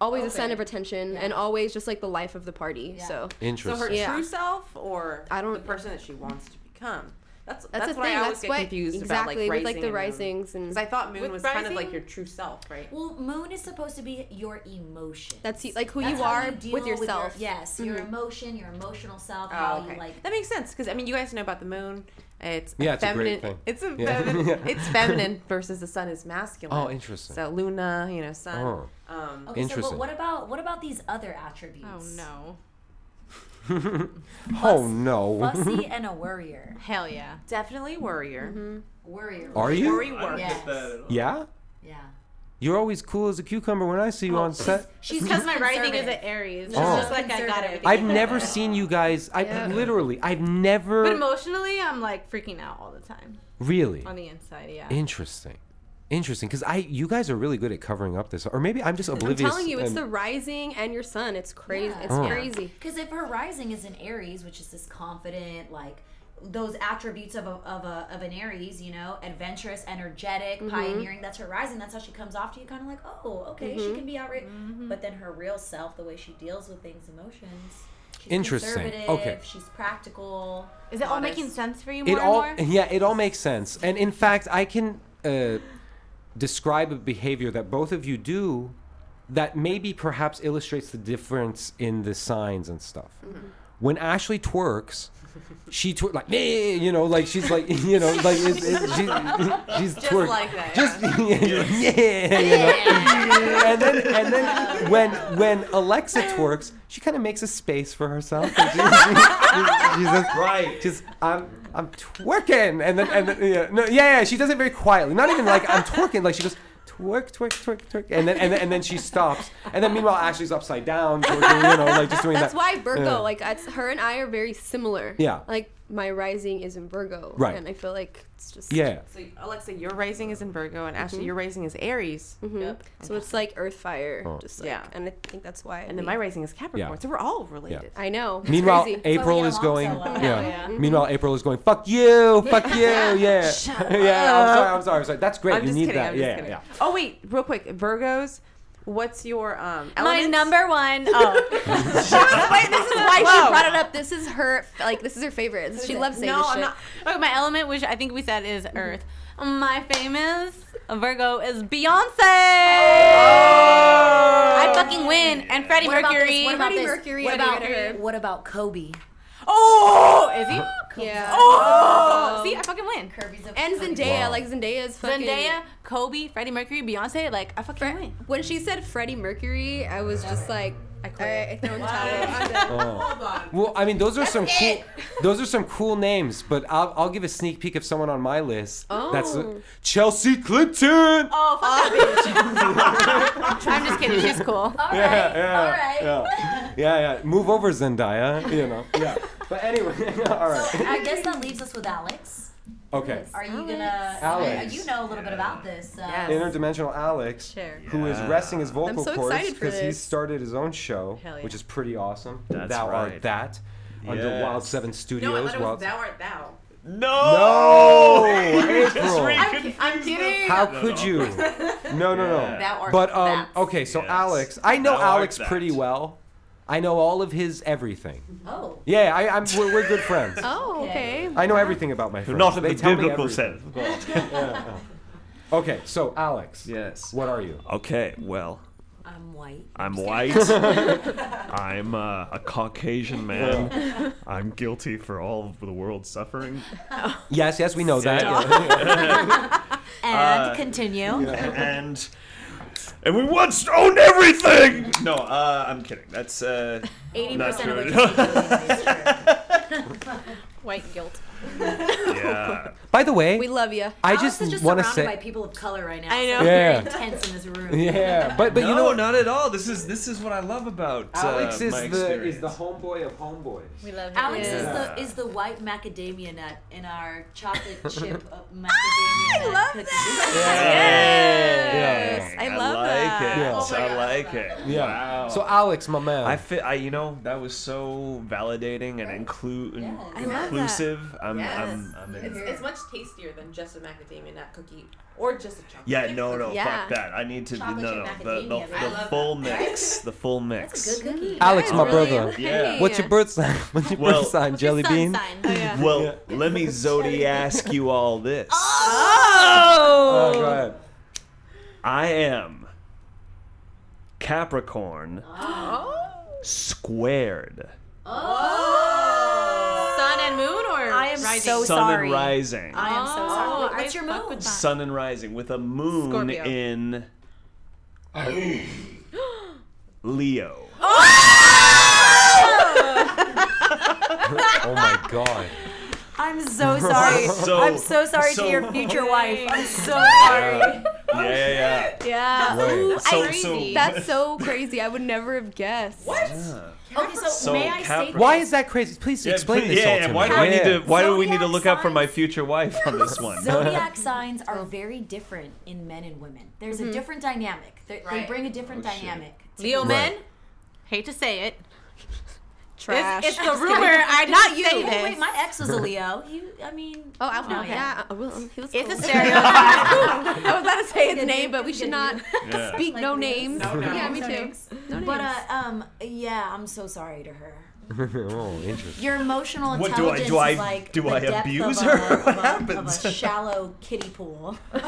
Speaker 4: always a center of attention and always just like the life of the party. So
Speaker 3: So
Speaker 1: Interesting.
Speaker 3: her
Speaker 4: Yeah.
Speaker 3: true self or
Speaker 4: I don't-
Speaker 3: the person that she wants to become. That's that's,
Speaker 4: that's, the
Speaker 3: what
Speaker 4: thing.
Speaker 3: I always
Speaker 4: that's
Speaker 3: get
Speaker 4: what
Speaker 3: confused
Speaker 4: exactly
Speaker 3: about
Speaker 4: with
Speaker 3: like
Speaker 4: like the
Speaker 3: rising.
Speaker 4: risings and
Speaker 3: Because I thought moon
Speaker 6: With
Speaker 3: was kind of like
Speaker 6: rising?
Speaker 3: your true self, right?
Speaker 5: Well, moon is supposed to be your emotion.
Speaker 4: that's y- like who
Speaker 5: That's
Speaker 4: you
Speaker 5: how
Speaker 4: are
Speaker 5: deal
Speaker 4: with
Speaker 5: your-
Speaker 4: yourself. Mm-hmm.
Speaker 5: yes, your emotion, your emotional self, how
Speaker 3: Oh, okay.
Speaker 5: you like.
Speaker 3: that makes sense because I mean, you guys know about the moon. It's
Speaker 1: Yeah,
Speaker 3: a
Speaker 1: it's a
Speaker 3: feminine.
Speaker 1: great thing.
Speaker 3: It's a
Speaker 1: Yeah.
Speaker 3: feminine.
Speaker 1: Yeah.
Speaker 3: It's feminine versus the sun is masculine.
Speaker 1: Oh, interesting.
Speaker 3: So Luna, you know, sun.
Speaker 1: Oh.
Speaker 3: Um,
Speaker 5: Okay, So, but
Speaker 1: Interesting.
Speaker 5: what about what about these other attributes?
Speaker 6: oh no!
Speaker 1: oh no.
Speaker 5: Fussy and a worrier.
Speaker 6: Hell yeah!
Speaker 3: definitely warrior.
Speaker 5: Worrier.
Speaker 1: Are you?
Speaker 3: Worry
Speaker 2: I don't
Speaker 3: work.
Speaker 5: Yes.
Speaker 2: get that at all.
Speaker 1: Yeah.
Speaker 5: Yeah.
Speaker 1: You're always cool as a cucumber when I see you on set.
Speaker 5: She's
Speaker 6: Because my rising is an
Speaker 5: conservative.
Speaker 6: Aries. It's
Speaker 1: Oh.
Speaker 6: just like I got
Speaker 5: Conservative.
Speaker 6: everything.
Speaker 1: I've never seen you guys. I literally, I've never
Speaker 6: But emotionally, I'm like freaking out all the time
Speaker 1: really.
Speaker 6: on the inside. Yeah.
Speaker 1: Interesting. Interesting, because I you guys are really good at covering up this, or maybe I'm just
Speaker 4: I'm
Speaker 1: oblivious.
Speaker 4: telling you, it's
Speaker 1: and-
Speaker 4: the rising and your sun. It's crazy.
Speaker 5: Yeah.
Speaker 4: It's
Speaker 1: Oh.
Speaker 4: crazy.
Speaker 5: Because if her rising is an Aries, which is this confident, like those attributes of a, of a of an Aries, you know, adventurous, energetic,
Speaker 1: Mm-hmm.
Speaker 5: pioneering. That's her rising. That's how she comes off to you, kind of like, oh, okay,
Speaker 1: Mm-hmm.
Speaker 5: she can be outright. But then her real self, the way she deals with things, emotions. She's
Speaker 1: Interesting.
Speaker 5: conservative,
Speaker 1: Okay.
Speaker 5: She's practical.
Speaker 6: Is it all
Speaker 5: modest.
Speaker 6: making sense for you more
Speaker 1: it all
Speaker 6: and more?
Speaker 1: yeah, it all makes sense, and in fact, I can uh, describe a behavior that both of you do that maybe perhaps illustrates the difference in the signs and stuff. When Ashley twerks, she twer- like "Eh," you know, like she's like you know, like it's, it's, she, she's just twerk.
Speaker 6: like that,
Speaker 1: Just yeah, you know. and then and then when when Alexa twerks, she kind of makes a space for herself. And she, she, she's just,
Speaker 2: Right.
Speaker 1: She's I'm I'm twerking, and then and then, yeah, no, yeah, yeah, she does it very quietly. Not even like I'm twerking. Like she goes twerk, twerk, twerk, twerk, and then and then, and then she stops, and then meanwhile Ashley's upside down, twerking, you know, like just doing
Speaker 4: That's
Speaker 1: that.
Speaker 4: why Virgo,
Speaker 1: Yeah.
Speaker 4: like, it's, her and I are very similar.
Speaker 1: Yeah.
Speaker 4: Like, my rising is in Virgo.
Speaker 1: Right.
Speaker 4: And I feel like it's just
Speaker 1: Yeah.
Speaker 3: So Alexa, your rising is in Virgo, and
Speaker 4: Mm-hmm.
Speaker 3: Ashley, your rising is Aries.
Speaker 4: Mhm. So it's like earth fire,
Speaker 1: Oh.
Speaker 4: just like,
Speaker 3: Yeah.
Speaker 4: and I think that's why.
Speaker 3: And then my rising is Capricorn.
Speaker 1: Yeah.
Speaker 3: So we're all related.
Speaker 4: I know. It's
Speaker 1: Meanwhile,
Speaker 4: crazy.
Speaker 1: April
Speaker 5: get
Speaker 1: is
Speaker 5: along
Speaker 1: going.
Speaker 5: so well.
Speaker 1: yeah.
Speaker 6: Yeah.
Speaker 1: Meanwhile, April is going. Fuck you. Fuck you. Yeah. yeah. I'm sorry. I'm sorry. I'm sorry. That's great.
Speaker 3: I'm
Speaker 1: you
Speaker 3: just
Speaker 1: need
Speaker 3: kidding.
Speaker 1: that.
Speaker 3: I'm
Speaker 1: yeah.
Speaker 3: just kidding.
Speaker 1: Yeah.
Speaker 3: Oh wait, real quick, Virgos. What's your um?
Speaker 6: My
Speaker 3: elements?
Speaker 6: number one. Oh,
Speaker 4: Wait, this is why
Speaker 3: Whoa.
Speaker 4: she brought it up. This is her like this is her favorite. She loves saying
Speaker 6: no,
Speaker 4: this
Speaker 6: I'm
Speaker 4: shit.
Speaker 6: not. Okay, my element, which I think we said is Earth. My famous Virgo is Beyonce. I fucking win. And Freddie
Speaker 5: What about
Speaker 6: Mercury.
Speaker 5: this? What about
Speaker 4: Freddie
Speaker 5: this?
Speaker 4: Mercury,
Speaker 5: What
Speaker 4: Freddie Mercury.
Speaker 5: about, what about Kobe?
Speaker 6: oh, is he?
Speaker 4: Yeah.
Speaker 6: Oh, see, I fucking win.
Speaker 5: Kirby's a
Speaker 4: And
Speaker 5: Kobe.
Speaker 4: Zendaya,
Speaker 1: Wow.
Speaker 4: like Zendaya is fucking
Speaker 6: Zendaya, Kobe, Freddie Mercury, Beyonce. Like I fucking win.
Speaker 4: When she said Freddie Mercury, I was just like, I quit. I, throw in the towel. I'm done.
Speaker 1: Hold on. Oh. Well, I mean, those are some cool. Those are some cool names, but I'll, I'll give a sneak peek of someone on my list. Oh. That's Chelsea Clinton.
Speaker 6: Oh, fuck that bitch. I'm just kidding. She's cool.
Speaker 5: All right,
Speaker 1: yeah, yeah,
Speaker 5: all right.
Speaker 1: yeah, yeah, yeah. Move over, Zendaya. You know. Yeah. But anyway, all right.
Speaker 5: I guess that leaves us with Alex.
Speaker 1: Okay.
Speaker 5: Are you gonna?
Speaker 1: Alex.
Speaker 5: You know a little bit about this. Uh,
Speaker 3: Yes.
Speaker 1: Interdimensional Alex, who is
Speaker 2: Yeah.
Speaker 1: resting his vocal
Speaker 4: so
Speaker 1: cords
Speaker 4: excited for
Speaker 1: because he
Speaker 4: this.
Speaker 1: started his own show,
Speaker 6: Hell yeah.
Speaker 1: which is pretty awesome.
Speaker 2: That's
Speaker 1: thou art
Speaker 2: right.
Speaker 1: that under
Speaker 2: Yes.
Speaker 1: Wild Seven Studios. Wild
Speaker 3: art thou.
Speaker 1: No,
Speaker 2: No!
Speaker 1: April.
Speaker 3: I'm kidding.
Speaker 1: How
Speaker 2: No,
Speaker 1: could
Speaker 2: no.
Speaker 1: you? No, no, no.
Speaker 2: Yeah. Thou
Speaker 3: art
Speaker 1: but um,
Speaker 3: that.
Speaker 1: okay. So
Speaker 2: Yes.
Speaker 1: Alex, I know
Speaker 2: Thou art
Speaker 1: Alex
Speaker 2: that.
Speaker 1: pretty well. I know all of his everything.
Speaker 5: Oh.
Speaker 1: Yeah, I, I'm. We're, we're good friends.
Speaker 4: Oh, okay.
Speaker 1: I know everything about my friends.
Speaker 2: Not in
Speaker 1: They
Speaker 2: the
Speaker 1: tell me
Speaker 2: biblical
Speaker 1: everything.
Speaker 2: sense. of course.
Speaker 1: Okay, so Alex,
Speaker 2: Yes.
Speaker 1: what are you?
Speaker 2: Okay, well,
Speaker 5: I'm white.
Speaker 1: Uh,
Speaker 2: I'm white. I'm uh, a Caucasian man. I'm guilty for all of the world's suffering.
Speaker 1: Yes, yes, we know that.
Speaker 7: And continue.
Speaker 2: and and we once owned everything. No, uh, I'm kidding. That's uh,
Speaker 5: Eighty
Speaker 2: not
Speaker 5: percent
Speaker 2: true.
Speaker 5: of what you say is true.
Speaker 6: White guilt.
Speaker 2: yeah.
Speaker 1: By the way,
Speaker 4: We love you.
Speaker 1: I
Speaker 5: Alex
Speaker 1: just,
Speaker 5: is just
Speaker 1: want to
Speaker 5: surrounded
Speaker 1: say,
Speaker 5: by people of color right now. so
Speaker 6: I know.
Speaker 5: it's very
Speaker 1: Yeah.
Speaker 5: intense in this room.
Speaker 1: yeah, but but
Speaker 2: no,
Speaker 1: you know what?
Speaker 2: not at all. This is this is what I love about
Speaker 1: Alex
Speaker 2: uh,
Speaker 1: is
Speaker 2: my
Speaker 1: the is the
Speaker 2: experience.
Speaker 1: homeboy of homeboys.
Speaker 6: We love
Speaker 5: Alex
Speaker 2: Yeah.
Speaker 5: is the is the white macadamia nut in our chocolate chip uh, macadamia nut
Speaker 6: love
Speaker 5: cookies.
Speaker 1: Yeah.
Speaker 6: I love
Speaker 2: like
Speaker 6: that.
Speaker 2: It.
Speaker 1: Yeah. Oh
Speaker 5: my
Speaker 2: I
Speaker 5: God.
Speaker 2: like it.
Speaker 1: Yeah.
Speaker 2: Wow.
Speaker 1: So Alex, my man.
Speaker 2: I fit. I you know that was so validating and inclu-
Speaker 5: I
Speaker 6: love that.
Speaker 2: inclusive. I'm,
Speaker 3: Yes.
Speaker 2: I'm, I'm in.
Speaker 3: It's much tastier than just a macadamia nut cookie or just a chocolate.
Speaker 2: Yeah,
Speaker 3: chip
Speaker 2: no,
Speaker 3: cookie.
Speaker 2: no,
Speaker 4: Yeah.
Speaker 2: fuck that. I need to no,
Speaker 5: Chocolate
Speaker 2: no,
Speaker 5: chip
Speaker 2: the, the,
Speaker 5: macadamia, right? I
Speaker 2: the
Speaker 5: love
Speaker 2: full mix, the full mix.
Speaker 5: That's a good cookie.
Speaker 1: Alex, my
Speaker 4: Really?
Speaker 1: brother.
Speaker 2: Yeah.
Speaker 1: What's your birth sign? What's your
Speaker 2: Well-
Speaker 1: birth sign?
Speaker 6: What's your
Speaker 1: Jelly
Speaker 6: sun
Speaker 1: bean.
Speaker 6: sign?
Speaker 2: Well, let me zodiac you all this.
Speaker 1: Oh, go ahead.
Speaker 2: I am Capricorn
Speaker 7: Oh.
Speaker 2: squared.
Speaker 6: Sun and moon, or
Speaker 7: I am
Speaker 6: rising?
Speaker 7: so
Speaker 2: sun
Speaker 7: sorry.
Speaker 2: and rising.
Speaker 7: I am so
Speaker 6: Oh,
Speaker 7: sorry.
Speaker 6: I
Speaker 7: What's your
Speaker 6: fuck
Speaker 7: moon?
Speaker 6: with that.
Speaker 2: sun and rising with a moon
Speaker 6: Scorpio.
Speaker 2: in Leo.
Speaker 1: Oh my god.
Speaker 7: I'm so sorry.
Speaker 2: So-
Speaker 7: I'm so sorry
Speaker 2: so-
Speaker 7: to your future wife. I'm so
Speaker 2: Yeah,
Speaker 7: sorry.
Speaker 2: yeah, yeah.
Speaker 4: Yeah.
Speaker 1: Wait.
Speaker 2: So,
Speaker 6: I-
Speaker 2: so,
Speaker 4: That's so crazy. I would never have guessed. What?
Speaker 2: Yeah.
Speaker 5: Okay, so,
Speaker 2: So
Speaker 5: may I say
Speaker 2: Capri-
Speaker 1: Why is that crazy? Please
Speaker 2: Yeah,
Speaker 1: explain
Speaker 2: please-
Speaker 1: this
Speaker 2: yeah,
Speaker 1: all to me.
Speaker 2: why do I need to? Why do we need to
Speaker 5: Zodiac
Speaker 2: look out for my
Speaker 5: signs.
Speaker 2: future wife on this one?
Speaker 5: Zodiac signs are very different in men and women. There's a different dynamic. They, they
Speaker 3: Right.
Speaker 5: bring a different
Speaker 2: Oh, shit.
Speaker 5: dynamic. to
Speaker 6: Leo
Speaker 1: Right.
Speaker 6: men. Hate to say it.
Speaker 4: Trash.
Speaker 6: It's, it's the rumor. I not you.
Speaker 5: Hey, wait, wait, my ex was a Leo. He, I mean,
Speaker 4: oh, I've
Speaker 5: no,
Speaker 4: known Yeah, I will. He was
Speaker 6: It's a
Speaker 4: cool.
Speaker 6: stereotype.
Speaker 4: I was about to say his name, but we should not
Speaker 2: Yeah.
Speaker 4: speak no names.
Speaker 3: no.
Speaker 4: Yeah, me too. No
Speaker 5: But
Speaker 4: names.
Speaker 5: uh, um, yeah, I'm so sorry to her.
Speaker 1: oh, interesting.
Speaker 5: Your emotional
Speaker 2: What, do I-
Speaker 5: intelligence
Speaker 2: do I-
Speaker 5: is like
Speaker 2: do
Speaker 5: the
Speaker 2: I
Speaker 5: depth
Speaker 2: abuse
Speaker 5: of
Speaker 2: her?
Speaker 5: A,
Speaker 2: What
Speaker 5: of, a, of
Speaker 2: happens?
Speaker 5: a shallow kiddie pool.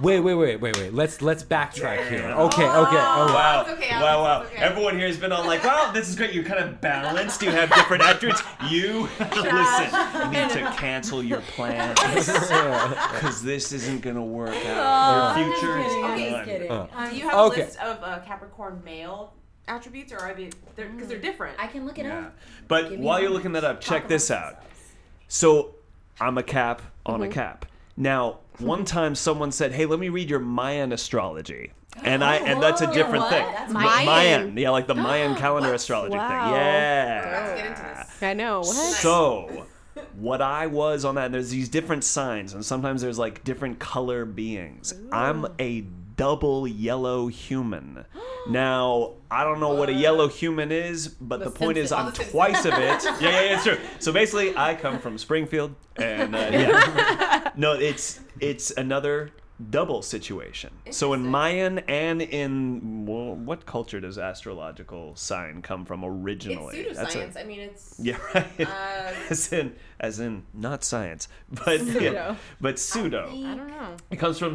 Speaker 1: Wait, wait, wait, wait, wait. Let's let's backtrack here. Okay, okay. Oh,
Speaker 2: Wow.
Speaker 3: It's okay, Alex,
Speaker 2: wow, wow.
Speaker 3: it's okay.
Speaker 2: Everyone here has been all like, wow, this is great. You're kind of balanced. You have different attributes. You, listen, you need to cancel your plans because this isn't going to work out. Your future is
Speaker 3: kidding,
Speaker 2: gone.
Speaker 3: Do you have
Speaker 1: Okay.
Speaker 3: a list of uh, Capricorn male attributes, or are they because they're, 'cause they're different?
Speaker 5: I can look it
Speaker 2: Yeah.
Speaker 5: up.
Speaker 2: But
Speaker 5: Give me
Speaker 2: while
Speaker 5: a
Speaker 2: you're
Speaker 5: moment.
Speaker 2: looking that up, check
Speaker 5: Talk
Speaker 2: this
Speaker 5: amongst
Speaker 2: out.
Speaker 5: yourselves.
Speaker 2: So I'm a cap on a cap. Now, one time someone said, "Hey, let me read your Mayan astrology," and I and that's a different
Speaker 5: what?
Speaker 2: thing.
Speaker 5: That's
Speaker 2: Ma-
Speaker 6: Mayan.
Speaker 2: yeah, like the Mayan calendar astrology
Speaker 4: Wow.
Speaker 2: thing. Yeah.
Speaker 3: Let's get into this.
Speaker 4: I know. What?
Speaker 2: So, what I was on that, there's these different signs, and sometimes there's like different color beings. I'm a double yellow human. Now, I don't know what a yellow human is, but the, point is I'm twice of it. Yeah, yeah, yeah, it's true. So basically, I come from Springfield, and uh, yeah. no, it's it's another double situation. So in Mayan and in well, what culture does astrological sign come from originally?
Speaker 8: It's
Speaker 2: That's a-
Speaker 8: pseudoscience. I mean, it's
Speaker 2: yeah, right.
Speaker 5: Um,
Speaker 2: as in, as in, not science, but yeah, but pseudo.
Speaker 8: I don't know.
Speaker 2: It comes from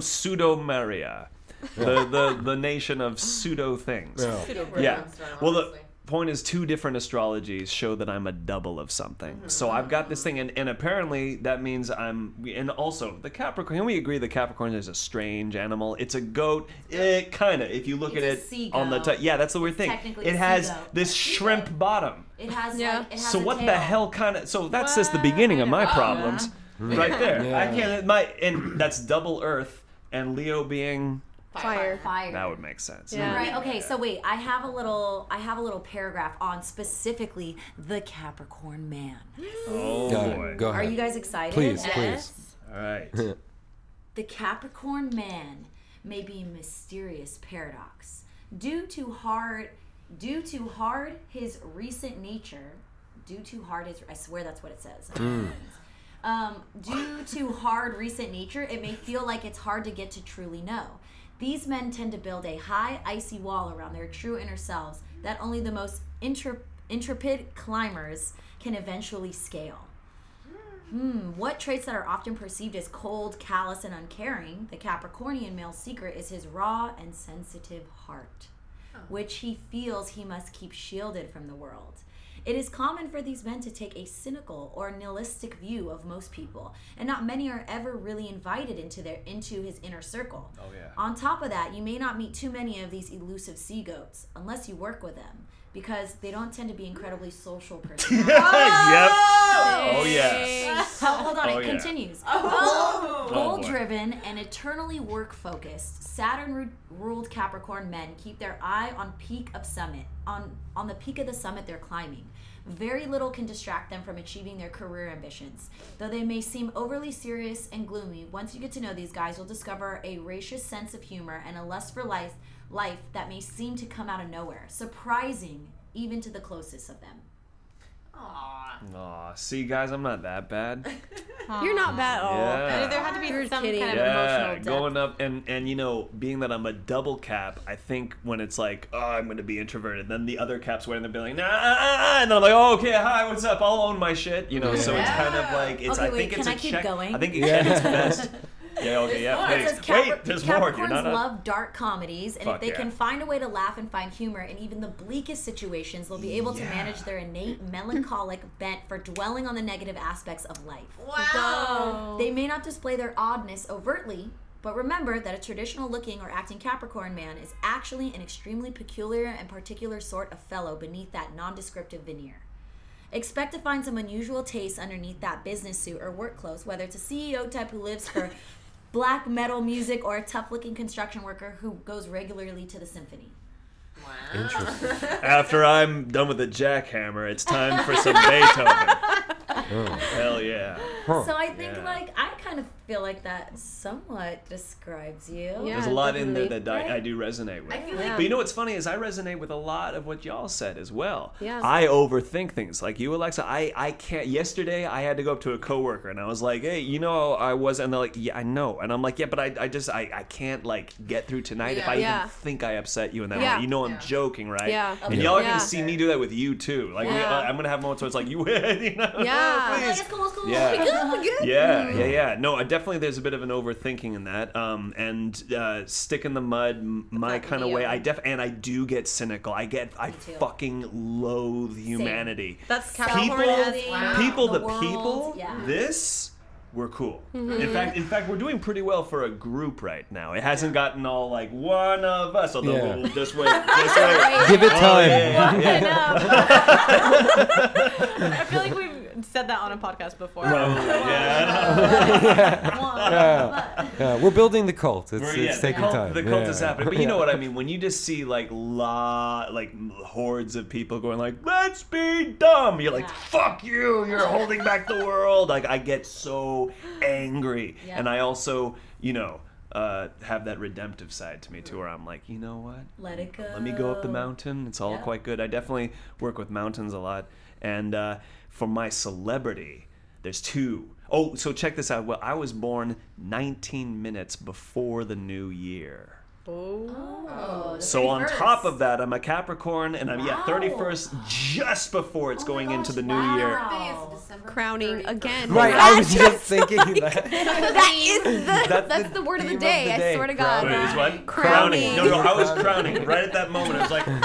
Speaker 2: Pseudomeria, the, the the nation of pseudo things.
Speaker 1: Yeah.
Speaker 8: Pseudo
Speaker 2: Yeah. Well, the
Speaker 8: honestly.
Speaker 2: point is, two different astrologies show that I'm a double of something.
Speaker 5: Mm-hmm.
Speaker 2: So I've got this thing, and, and apparently that means I'm. And also, the Capricorn. Can we agree the Capricorn is a strange animal? It's a goat. It kind of. If you look
Speaker 5: It's a
Speaker 2: at it on the
Speaker 5: seagull.
Speaker 2: top, yeah, that's the weird thing.
Speaker 5: technically
Speaker 2: It
Speaker 5: a
Speaker 2: has
Speaker 5: seagull.
Speaker 2: this shrimp bottom.
Speaker 5: It has
Speaker 4: Yeah.
Speaker 5: like it has
Speaker 2: So
Speaker 5: a
Speaker 2: what the
Speaker 5: tail.
Speaker 2: hell kind of? So that's just the beginning of my problems, right there. I
Speaker 1: Yeah.
Speaker 2: can't. My and that's double Earth and Leo being
Speaker 4: Fire.
Speaker 5: Fire.
Speaker 2: that would make sense.
Speaker 4: Yeah.
Speaker 5: Right. Okay. So wait, I have a little. I have a little paragraph on specifically the Capricorn man.
Speaker 2: Oh
Speaker 1: Go,
Speaker 2: boy.
Speaker 1: go
Speaker 5: Are
Speaker 1: ahead.
Speaker 5: you guys excited?
Speaker 1: please,
Speaker 5: Yeah.
Speaker 1: please.
Speaker 2: All right.
Speaker 5: The Capricorn man may be a mysterious paradox due to hard, due to hard his recent nature, due to hard his. I swear that's what it says. Um, due to hard recent nature, it may feel like it's hard to get to truly know. These men tend to build a high, icy wall around their true inner selves that only the most intre- intrepid climbers can eventually scale. Hmm, what traits that are often perceived as cold, callous, and uncaring, the Capricornian male's secret is his raw and sensitive heart, which he feels he must keep shielded from the world. It is common for these men to take a cynical or nihilistic view of most people, and not many are ever really invited into their into his inner circle. Oh
Speaker 2: yeah.
Speaker 5: on top of that, you may not meet too many of these elusive sea goats unless you work with them because they don't tend to be incredibly social personalities.
Speaker 2: yep.
Speaker 4: Ah!
Speaker 2: Oh yes.
Speaker 5: Ho- hold on,
Speaker 2: Oh,
Speaker 5: it
Speaker 2: yeah.
Speaker 5: continues.
Speaker 2: Oh,
Speaker 5: Goal
Speaker 2: boy.
Speaker 5: driven and eternally work focused, Saturn ru- ruled Capricorn men keep their eye on peak of summit, on on the peak of the summit they're climbing. Very little can distract them from achieving their career ambitions. Though they may seem overly serious and gloomy, once you get to know these guys, you'll discover a racious sense of humor and a lust for life, life that may seem to come out of nowhere, surprising even to the closest of them.
Speaker 2: Aw, see, guys, I'm not that bad.
Speaker 4: You're not bad at all.
Speaker 6: There
Speaker 2: Yeah.
Speaker 6: had to be some kind of
Speaker 2: Yeah,
Speaker 6: emotional depth.
Speaker 2: going up and and you know, being that I'm a double cap, I think when it's like, oh, I'm gonna be introverted, then the other cap's waiting there, be like, nah, ah, ah, ah," and then I'm like, oh, okay, hi, what's up? I'll own my shit, you know. So it's kind of like it's.
Speaker 5: Okay,
Speaker 2: I
Speaker 5: wait,
Speaker 2: think it's
Speaker 5: can
Speaker 2: a
Speaker 5: I keep
Speaker 2: check.
Speaker 5: going?
Speaker 2: I think it can it's best. Yeah. Okay. Yeah.
Speaker 5: It
Speaker 2: Please.
Speaker 5: says Capri-
Speaker 2: Wait. There's more.
Speaker 5: Capricorns
Speaker 2: You're not.
Speaker 5: love dark comedies, and
Speaker 2: Fuck
Speaker 5: if they
Speaker 2: yeah.
Speaker 5: can find a way to laugh and find humor in even the bleakest situations, they'll be able to manage their innate melancholic bent for dwelling on the negative aspects of life. Wow. They may not display their oddness overtly. But remember that a traditional looking or acting Capricorn man is actually an extremely peculiar and particular sort of fellow beneath that nondescriptive veneer. Expect to find some unusual taste underneath that business suit or work clothes, whether it's a CEO type who lives for black metal music or a tough looking construction worker who goes regularly to the symphony.
Speaker 1: Interesting.
Speaker 2: After I'm done with the jackhammer, it's time for some Beethoven. Hell yeah.
Speaker 1: Oh. Huh.
Speaker 5: So I think
Speaker 2: Yeah.
Speaker 5: like I kind of feel like that somewhat describes you.
Speaker 4: Yeah.
Speaker 2: There's a lot in there
Speaker 4: definitely.
Speaker 2: that I, I do resonate with.
Speaker 8: I feel like
Speaker 2: But you know what's funny is I resonate with a lot of what y'all said as well.
Speaker 4: Yeah.
Speaker 2: I overthink things. Like you, Alexa, I, I can't. Yesterday, I had to go up to a coworker and I was like, hey, you know, I was. And they're like, yeah, I know. And I'm like, yeah, but I, I just, I, I can't like get through tonight if I
Speaker 4: Yeah.
Speaker 2: even think I upset you in that
Speaker 4: Yeah.
Speaker 2: way. You know, I'm
Speaker 8: Yeah.
Speaker 2: joking, right?
Speaker 4: Yeah.
Speaker 2: And y'all are
Speaker 4: Yeah.
Speaker 2: going to see me do that with you too. Like, we-
Speaker 4: Yeah.
Speaker 2: I'm going to have moments where it's like, you win, you know?
Speaker 4: Yeah.
Speaker 5: I'm like, it's cool, it's cool.
Speaker 2: Yeah.
Speaker 5: Good, good.
Speaker 2: Yeah,
Speaker 5: Mm.
Speaker 2: yeah, yeah. No, I definitely there's a bit of an overthinking in that. Um, and uh, stick in the mud, m- my kind of way. I def and I do get cynical. I get I fucking loathe humanity.
Speaker 6: That's
Speaker 2: people,
Speaker 5: Wow.
Speaker 2: people,
Speaker 5: The
Speaker 2: the,
Speaker 5: world,
Speaker 2: people.
Speaker 5: yeah. Mm-hmm.
Speaker 2: This. We're cool. In fact, in fact, we're doing pretty well for a group right now. It hasn't gotten all like one of us, although
Speaker 1: Yeah.
Speaker 2: we'll just wait, just wait.
Speaker 1: Give it
Speaker 2: Oh,
Speaker 1: time.
Speaker 2: yeah, yeah, yeah.
Speaker 6: I feel like we've said that on a podcast before.
Speaker 2: Probably, yeah. I know.
Speaker 1: yeah. Yeah, We're building the cult. It's,
Speaker 2: Where,
Speaker 1: it's
Speaker 2: yeah, the
Speaker 1: taking
Speaker 2: cult,
Speaker 1: time.
Speaker 2: The cult
Speaker 1: Yeah.
Speaker 2: is happening, but you know what I mean. When you just see like la like hordes of people going like, "Let's be dumb," you're like, "Fuck you! You're holding back the world." Like I get so angry, and I also, you know, uh, have that redemptive side to me too, where I'm like, you know what?
Speaker 5: Let it go.
Speaker 2: Let me go up the mountain. It's all quite good. I definitely work with mountains a lot. And uh, for my celebrity, there's two. Oh, so check this out. Well, I was born 19 minutes before the new year.
Speaker 5: Oh, the
Speaker 2: So on
Speaker 5: 31st.
Speaker 2: top of that, I'm a Capricorn, and I'm yeah 31st just before it's going into the new year.
Speaker 5: Oh Wow.
Speaker 4: crowning again.
Speaker 1: Right,
Speaker 4: That
Speaker 1: I was just thinking that.
Speaker 4: that is the that's, the, word of the
Speaker 1: theme
Speaker 4: day,
Speaker 1: of the day,
Speaker 4: I swear to God.
Speaker 2: Wait, is what?
Speaker 4: Crowning.
Speaker 2: No, no, I was crowning right at that moment. I was like, and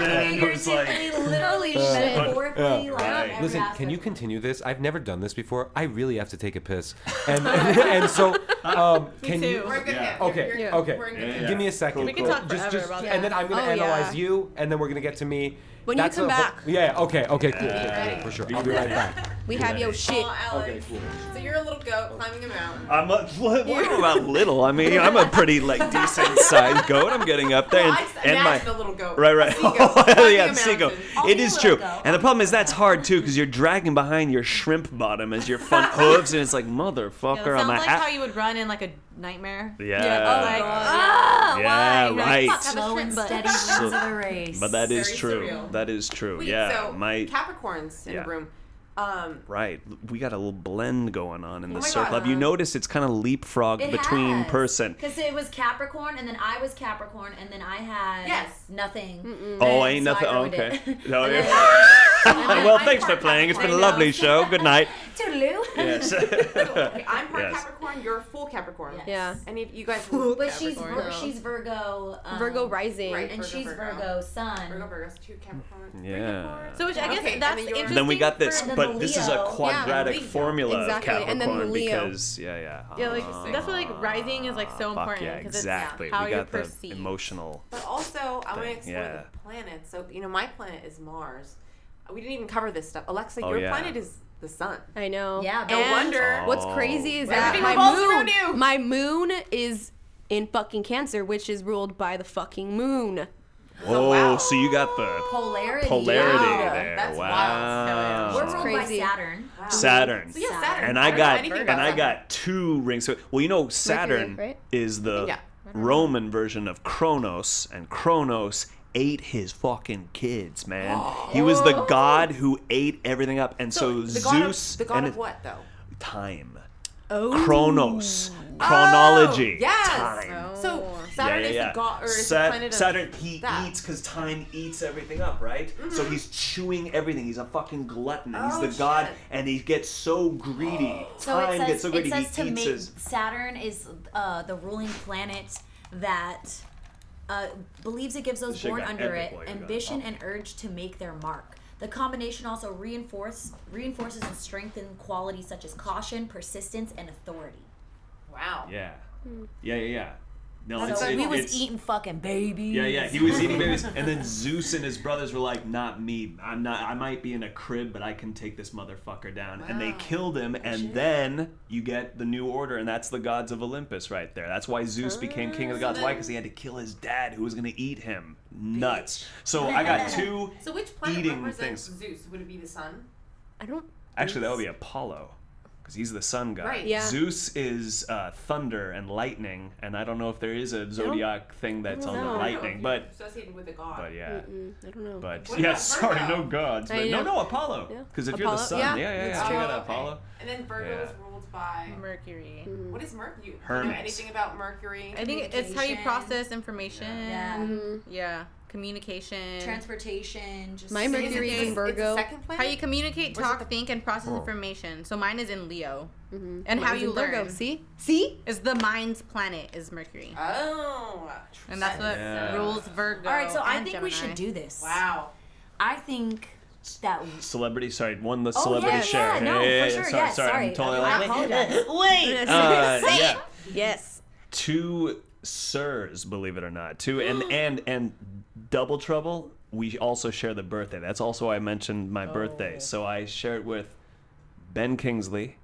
Speaker 2: then it was like,
Speaker 5: literally metaphorically like
Speaker 2: Right.
Speaker 5: every
Speaker 1: Listen, can
Speaker 5: aspect.
Speaker 1: you continue this? I've never done this before. I really have to take a piss. And and so um, can you
Speaker 8: We're good
Speaker 2: Yeah.
Speaker 8: here.
Speaker 1: Okay,
Speaker 8: You're-
Speaker 1: okay.
Speaker 8: We're good.
Speaker 2: Yeah.
Speaker 1: Give me a second.
Speaker 2: We could talk
Speaker 1: just,
Speaker 6: forever
Speaker 1: just,
Speaker 6: about
Speaker 1: And then I'm going to
Speaker 4: Oh, yeah.
Speaker 1: analyze you, and then we're going to get to me.
Speaker 4: When you come
Speaker 1: a whole-
Speaker 4: back.
Speaker 1: yeah, okay, okay, cool, cool,
Speaker 2: Yeah.
Speaker 1: cool, for sure.
Speaker 2: Be
Speaker 1: I'll be right
Speaker 2: ready.
Speaker 1: back.
Speaker 4: We have yo shit.
Speaker 8: Oh, Alex. So you're a little goat climbing a mountain.
Speaker 2: I'm a, what, what about little? I mean, I'm a pretty like decent sized goat. I'm getting up there, and,
Speaker 8: I s-
Speaker 2: and my
Speaker 8: imagine a little goat.
Speaker 2: right, right.
Speaker 8: Seagull.
Speaker 2: Oh,
Speaker 8: Climbing
Speaker 2: yeah,
Speaker 8: a
Speaker 2: the seagull.
Speaker 8: mountain.
Speaker 5: I'll
Speaker 2: It
Speaker 5: be a
Speaker 2: is
Speaker 5: little
Speaker 2: true,
Speaker 5: goat.
Speaker 2: and the problem is that's hard too because you're dragging behind your shrimp bottom as your front hooves, and it's like
Speaker 6: Yeah,
Speaker 2: motherfucker.
Speaker 6: that
Speaker 2: I'm
Speaker 6: sounds
Speaker 2: a
Speaker 6: like
Speaker 2: ha-
Speaker 6: how you would run in like a nightmare.
Speaker 2: yeah,
Speaker 6: like,
Speaker 4: Ah.
Speaker 2: yeah, right.
Speaker 5: slow and steady wins
Speaker 2: So-
Speaker 5: the race?
Speaker 2: But that is
Speaker 8: Very
Speaker 2: true.
Speaker 8: surreal.
Speaker 2: That is true.
Speaker 8: Wait,
Speaker 2: yeah,
Speaker 8: so
Speaker 2: my
Speaker 8: Capricorns in
Speaker 2: Yeah.
Speaker 8: the room. Um,
Speaker 2: Right. We got a little blend going on in the
Speaker 8: my
Speaker 2: circle.
Speaker 8: God.
Speaker 2: Have you noticed it's kind of leapfrogged
Speaker 5: It
Speaker 2: between
Speaker 5: has.
Speaker 2: person?
Speaker 5: Because it was Capricorn, and then I was Capricorn, and then I had
Speaker 8: Yes.
Speaker 5: nothing. And
Speaker 2: Oh, ain't
Speaker 5: so I
Speaker 2: nothing. Oh,
Speaker 5: ruined
Speaker 2: okay.
Speaker 5: it.
Speaker 2: No,
Speaker 5: And
Speaker 2: yeah.
Speaker 5: then-
Speaker 2: well, thanks for playing. It's been a lovely show. Good night.
Speaker 5: Toodaloo.
Speaker 2: Yes.
Speaker 8: okay, I'm part
Speaker 2: Yes.
Speaker 8: Capricorn. You're a full Capricorn.
Speaker 5: Yes.
Speaker 4: Yeah.
Speaker 8: Any of you guys?
Speaker 5: But she's
Speaker 8: Capricorn.
Speaker 5: Vir- she's Virgo. um,
Speaker 4: Virgo rising.
Speaker 8: Right.
Speaker 5: and
Speaker 8: Virgo,
Speaker 5: she's
Speaker 8: Virgo.
Speaker 5: Virgo sun.
Speaker 8: Virgo, Virgo, two Capricorn.
Speaker 2: Mm, Yeah.
Speaker 6: So which I guess
Speaker 8: Okay, and
Speaker 6: that's
Speaker 8: then you're-
Speaker 6: interesting.
Speaker 2: Then we got this,
Speaker 5: And then
Speaker 2: but
Speaker 5: the
Speaker 2: this is a
Speaker 5: Leo.
Speaker 2: quadratic
Speaker 8: Yeah, Leo.
Speaker 2: formula
Speaker 4: Exactly,
Speaker 2: of
Speaker 4: and then
Speaker 2: Capricorn
Speaker 4: Leo.
Speaker 2: because yeah, yeah.
Speaker 6: Yeah, like
Speaker 2: Ah,
Speaker 6: that's why like rising is like so
Speaker 2: fuck
Speaker 6: important
Speaker 2: yeah,
Speaker 6: because
Speaker 2: exactly.
Speaker 6: it's how
Speaker 2: we
Speaker 6: you're
Speaker 2: got the
Speaker 6: perceived.
Speaker 2: emotional.
Speaker 8: But also, I want to
Speaker 2: Thing,
Speaker 8: explore
Speaker 2: yeah.
Speaker 8: the planets. So you know, my planet is Mars. We didn't even cover this stuff. Alexa,
Speaker 2: Oh,
Speaker 8: your
Speaker 2: yeah.
Speaker 8: planet is the sun.
Speaker 4: I know.
Speaker 5: Yeah,
Speaker 8: No
Speaker 5: but
Speaker 8: wonder.
Speaker 4: What's
Speaker 2: Oh.
Speaker 4: crazy is that
Speaker 8: Everything revolves
Speaker 4: my
Speaker 8: around you.
Speaker 4: moon, my moon is in fucking Cancer, which is ruled by the fucking moon.
Speaker 2: Whoa!
Speaker 8: wow.
Speaker 2: So you got the
Speaker 5: Oh, polarity.
Speaker 2: polarity
Speaker 8: Wow.
Speaker 2: there.
Speaker 8: That's wild.
Speaker 2: wow.
Speaker 5: We're ruled
Speaker 4: crazy.
Speaker 5: by Saturn.
Speaker 2: Saturn.
Speaker 8: So yeah, Saturn.
Speaker 2: and I
Speaker 8: don't know
Speaker 2: got
Speaker 8: anything
Speaker 2: and
Speaker 8: about
Speaker 2: I
Speaker 8: Saturn.
Speaker 2: got two rings. So, well, you know, Saturn
Speaker 4: right?
Speaker 2: is the
Speaker 8: Yeah.
Speaker 2: Roman version of Kronos, and Kronos ate his fucking kids, man. he was the god who ate everything up, and so,
Speaker 8: Oh. the god of-
Speaker 2: Zeus
Speaker 8: the god
Speaker 2: and
Speaker 8: of what though?
Speaker 2: time. Oh. Kronos, chronology,
Speaker 8: Oh, yes.
Speaker 2: time.
Speaker 8: So Saturn
Speaker 2: yeah, yeah, yeah.
Speaker 8: is the god, or is
Speaker 2: Sa-
Speaker 8: the planet of
Speaker 2: Saturn, he
Speaker 8: that.
Speaker 2: eats because time eats everything up, right? So
Speaker 5: Mm-hmm.
Speaker 2: he's chewing everything. He's a fucking glutton.
Speaker 8: Oh,
Speaker 2: he's the god,
Speaker 8: shit.
Speaker 2: and he gets so greedy.
Speaker 5: So
Speaker 2: time
Speaker 5: it says,
Speaker 2: gets so greedy.
Speaker 5: it says
Speaker 2: he
Speaker 5: to
Speaker 2: eats
Speaker 5: make
Speaker 2: his.
Speaker 5: Saturn is uh, the ruling planet that uh, believes it gives those
Speaker 2: Shit
Speaker 5: born
Speaker 2: got
Speaker 5: under
Speaker 2: epic
Speaker 5: it
Speaker 2: while you're gone.
Speaker 5: ambition and urge to make their mark. The combination also reinforce, reinforces and strengthens qualities such as caution, persistence, and authority.
Speaker 8: wow.
Speaker 2: Yeah. Yeah, yeah, yeah. No,
Speaker 5: So Hmm. we was eating fucking babies.
Speaker 2: Yeah, yeah, he was eating babies, and then Zeus and his brothers were like, "Not me. I'm not. I might be in a crib, but I can take this motherfucker down." And they killed him, and then you get the new order, and that's the gods of Olympus right there. That's why Zeus became king of the
Speaker 8: Ah.
Speaker 2: gods. Why? Because he had to kill his dad, who was going to eat him. Nuts. So I got two.
Speaker 8: So which planet
Speaker 2: Eating
Speaker 8: represents
Speaker 2: things.
Speaker 8: Zeus? Would it be the sun?
Speaker 4: I don't.
Speaker 2: Actually, that would be Apollo, because he's the sun god.
Speaker 8: Right.
Speaker 4: Yeah.
Speaker 2: Zeus is uh, thunder and lightning, and I don't know if there is a zodiac thing that's on the
Speaker 4: know.
Speaker 8: I don't know if
Speaker 2: lightning,
Speaker 8: you
Speaker 2: but
Speaker 8: Oh, associated with a god.
Speaker 2: but yeah.
Speaker 4: Mm, I don't know.
Speaker 2: But
Speaker 8: What
Speaker 2: yeah,
Speaker 8: about
Speaker 2: sorry,
Speaker 8: Virgo?
Speaker 2: no gods. But
Speaker 4: I
Speaker 2: no,
Speaker 4: know.
Speaker 2: no Apollo.
Speaker 4: Yeah.
Speaker 2: Because if you're the
Speaker 4: Apollo-
Speaker 2: sun, yeah,
Speaker 4: yeah,
Speaker 2: yeah, yeah.
Speaker 4: that's
Speaker 2: You
Speaker 4: true.
Speaker 2: got
Speaker 8: Oh, okay.
Speaker 2: Apollo.
Speaker 8: And then Virgo
Speaker 2: Yeah. Hmm.
Speaker 8: is ruled by
Speaker 6: Mercury.
Speaker 8: what is Mercury? Do
Speaker 2: Hermes.
Speaker 8: you know anything about Mercury?
Speaker 6: I think it's how you
Speaker 5: Communication.
Speaker 6: process information.
Speaker 5: Yeah.
Speaker 6: Yeah. Communication.
Speaker 5: Transportation. Just
Speaker 4: My
Speaker 8: Is it
Speaker 4: Mercury
Speaker 8: the-
Speaker 4: is in Virgo.
Speaker 8: It's the second planet.
Speaker 6: how you communicate,
Speaker 8: Was it
Speaker 6: talk,
Speaker 8: the-
Speaker 6: think, and
Speaker 1: Oh.
Speaker 6: process information. So mine is in Leo. And how
Speaker 4: Mine's
Speaker 6: you
Speaker 4: in Virgo,
Speaker 6: learn
Speaker 4: See, see.
Speaker 6: is the mind's planet is Mercury,
Speaker 8: Oh.
Speaker 6: and that's what
Speaker 2: Yeah.
Speaker 6: rules Virgo.
Speaker 5: All right, so I
Speaker 6: and
Speaker 5: think we should do
Speaker 6: Gemini.
Speaker 5: this.
Speaker 8: Wow.
Speaker 5: I think that.
Speaker 2: Celebrity, sorry, one the
Speaker 5: Oh,
Speaker 2: celebrity
Speaker 5: yeah,
Speaker 2: share.
Speaker 5: yeah, no, for
Speaker 2: yeah, yeah, yeah,
Speaker 5: sure,
Speaker 2: sorry,
Speaker 5: yeah,
Speaker 2: sorry,
Speaker 5: sorry.
Speaker 2: I'm totally
Speaker 5: I
Speaker 2: like,
Speaker 5: apologize.
Speaker 4: Yes.
Speaker 2: uh,
Speaker 4: Say
Speaker 2: yeah.
Speaker 4: it. Yes.
Speaker 2: Two sirs, believe it or not. Two and and and double trouble. We also share the birthday. That's also why I mentioned my birthday. So I shared with Ben Kingsley,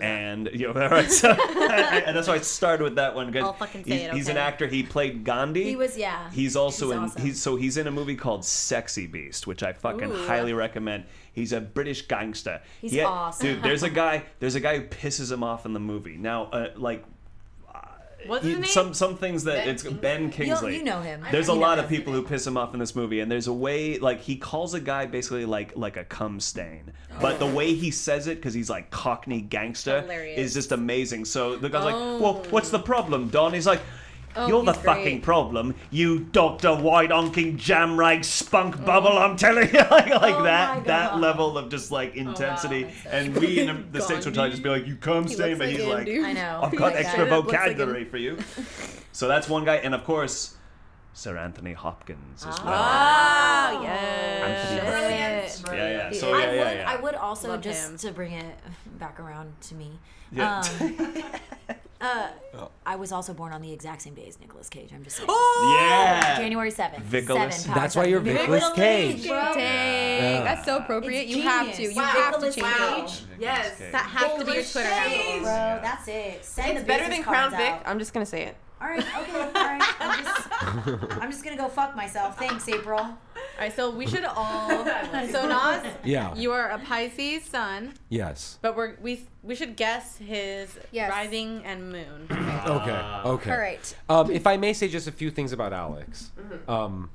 Speaker 2: and you know, all right, so, and that's why I started with that one. 'cause
Speaker 6: I'll fucking say
Speaker 2: he's,
Speaker 6: it,
Speaker 2: he's an
Speaker 6: okay?
Speaker 2: actor. He played Gandhi.
Speaker 5: He was, yeah.
Speaker 2: He's also
Speaker 5: He's
Speaker 2: in.
Speaker 5: awesome.
Speaker 2: He's so he's in a movie called Sexy Beast, which I fucking highly recommend. He's a British gangster. He's
Speaker 5: awesome.
Speaker 2: dude. There's a guy. There's a guy who pisses him off in the movie. Now, uh, like
Speaker 6: What's
Speaker 2: you-
Speaker 6: his name?
Speaker 2: some some things that it's Ben Kingsley.
Speaker 7: you know him.
Speaker 2: There's
Speaker 7: I
Speaker 2: a
Speaker 7: know
Speaker 2: lot of
Speaker 7: him.
Speaker 2: people who piss him off in this movie, and there's a way like he calls a guy basically like like a cum stain, but the way he says it because he's like Cockney gangster
Speaker 6: Hilarious.
Speaker 2: is just amazing. So the guy's like, "Well, what's the problem, Don?" He's like. You're the fucking problem, you Doctor White Onking Jamrag Spunk Bubble. I'm telling you, like, like that, that level of just like intensity. And we in the- the states would probably just be like, "You cum stain," but he's like,
Speaker 7: I know.
Speaker 2: I've got
Speaker 4: Like
Speaker 2: extra
Speaker 4: that. Looks like
Speaker 2: vocabulary for you. So that's one guy, and of course, Sir Anthony Hopkins as well. Anthony
Speaker 6: Oh, yeah.
Speaker 2: Hopkins.
Speaker 5: Brilliant.
Speaker 2: Yeah, yeah. So
Speaker 5: I
Speaker 2: yeah,
Speaker 5: would,
Speaker 2: yeah, yeah.
Speaker 5: I would also
Speaker 3: Love
Speaker 5: just
Speaker 3: him.
Speaker 5: to bring it back around to me.
Speaker 2: Yeah. Oh.
Speaker 5: Um, uh, I was also born on the exact same day as Nicolas Cage. I'm just saying.
Speaker 2: Oh,
Speaker 5: Uh,
Speaker 2: yeah.
Speaker 5: January 7th.
Speaker 2: Vicolas.
Speaker 5: Seven,
Speaker 1: That's why you're Nicolas Cage.
Speaker 4: Dang, that's so appropriate. you have to. You have to change it.
Speaker 8: Yes.
Speaker 2: Okay.
Speaker 6: That has to be your Twitter handle.
Speaker 5: Bro, that's it. Send
Speaker 8: It's
Speaker 5: the
Speaker 8: better than
Speaker 5: business
Speaker 8: Crown
Speaker 5: cards
Speaker 8: Vic.
Speaker 5: out.
Speaker 8: I'm just gonna say it.
Speaker 5: All right, okay, all right. I'm just, I'm just gonna go fuck myself. Thanks, April.
Speaker 6: All right, so we should all. So Nas,
Speaker 1: Yeah.
Speaker 6: you are a Pisces sun,
Speaker 1: yes.
Speaker 6: but we're we we should guess his
Speaker 4: Yes.
Speaker 6: rising and moon.
Speaker 2: Ah.
Speaker 1: Okay. Okay.
Speaker 4: All right. Mm-hmm.
Speaker 1: Um, if I may say just a few things about Alex. Um,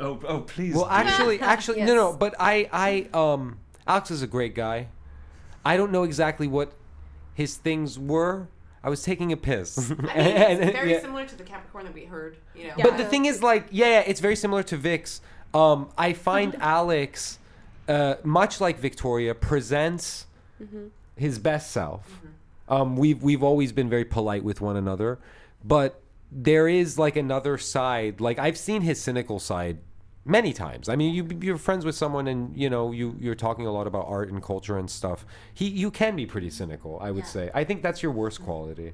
Speaker 2: Oh, oh, please.
Speaker 1: well, actually, actually, no, no. But I, I, um, Alex is a great guy. I don't know exactly what his things were. I was taking a piss.
Speaker 8: I mean,
Speaker 1: And-
Speaker 8: it's very
Speaker 1: yeah.
Speaker 8: similar to the Capricorn that we heard. You know.
Speaker 1: But the thing is, like, yeah, yeah, it's very similar to Vix. Um, I find Alex, uh, much like Victoria, presents his best self. Um, we've we've always been very polite with one another, but there is like another side. Like I've seen his cynical side many times. I mean, you you're friends with someone, and you know you you're talking a lot about art and culture and stuff. He you can be pretty cynical. I would say. I think that's your worst quality.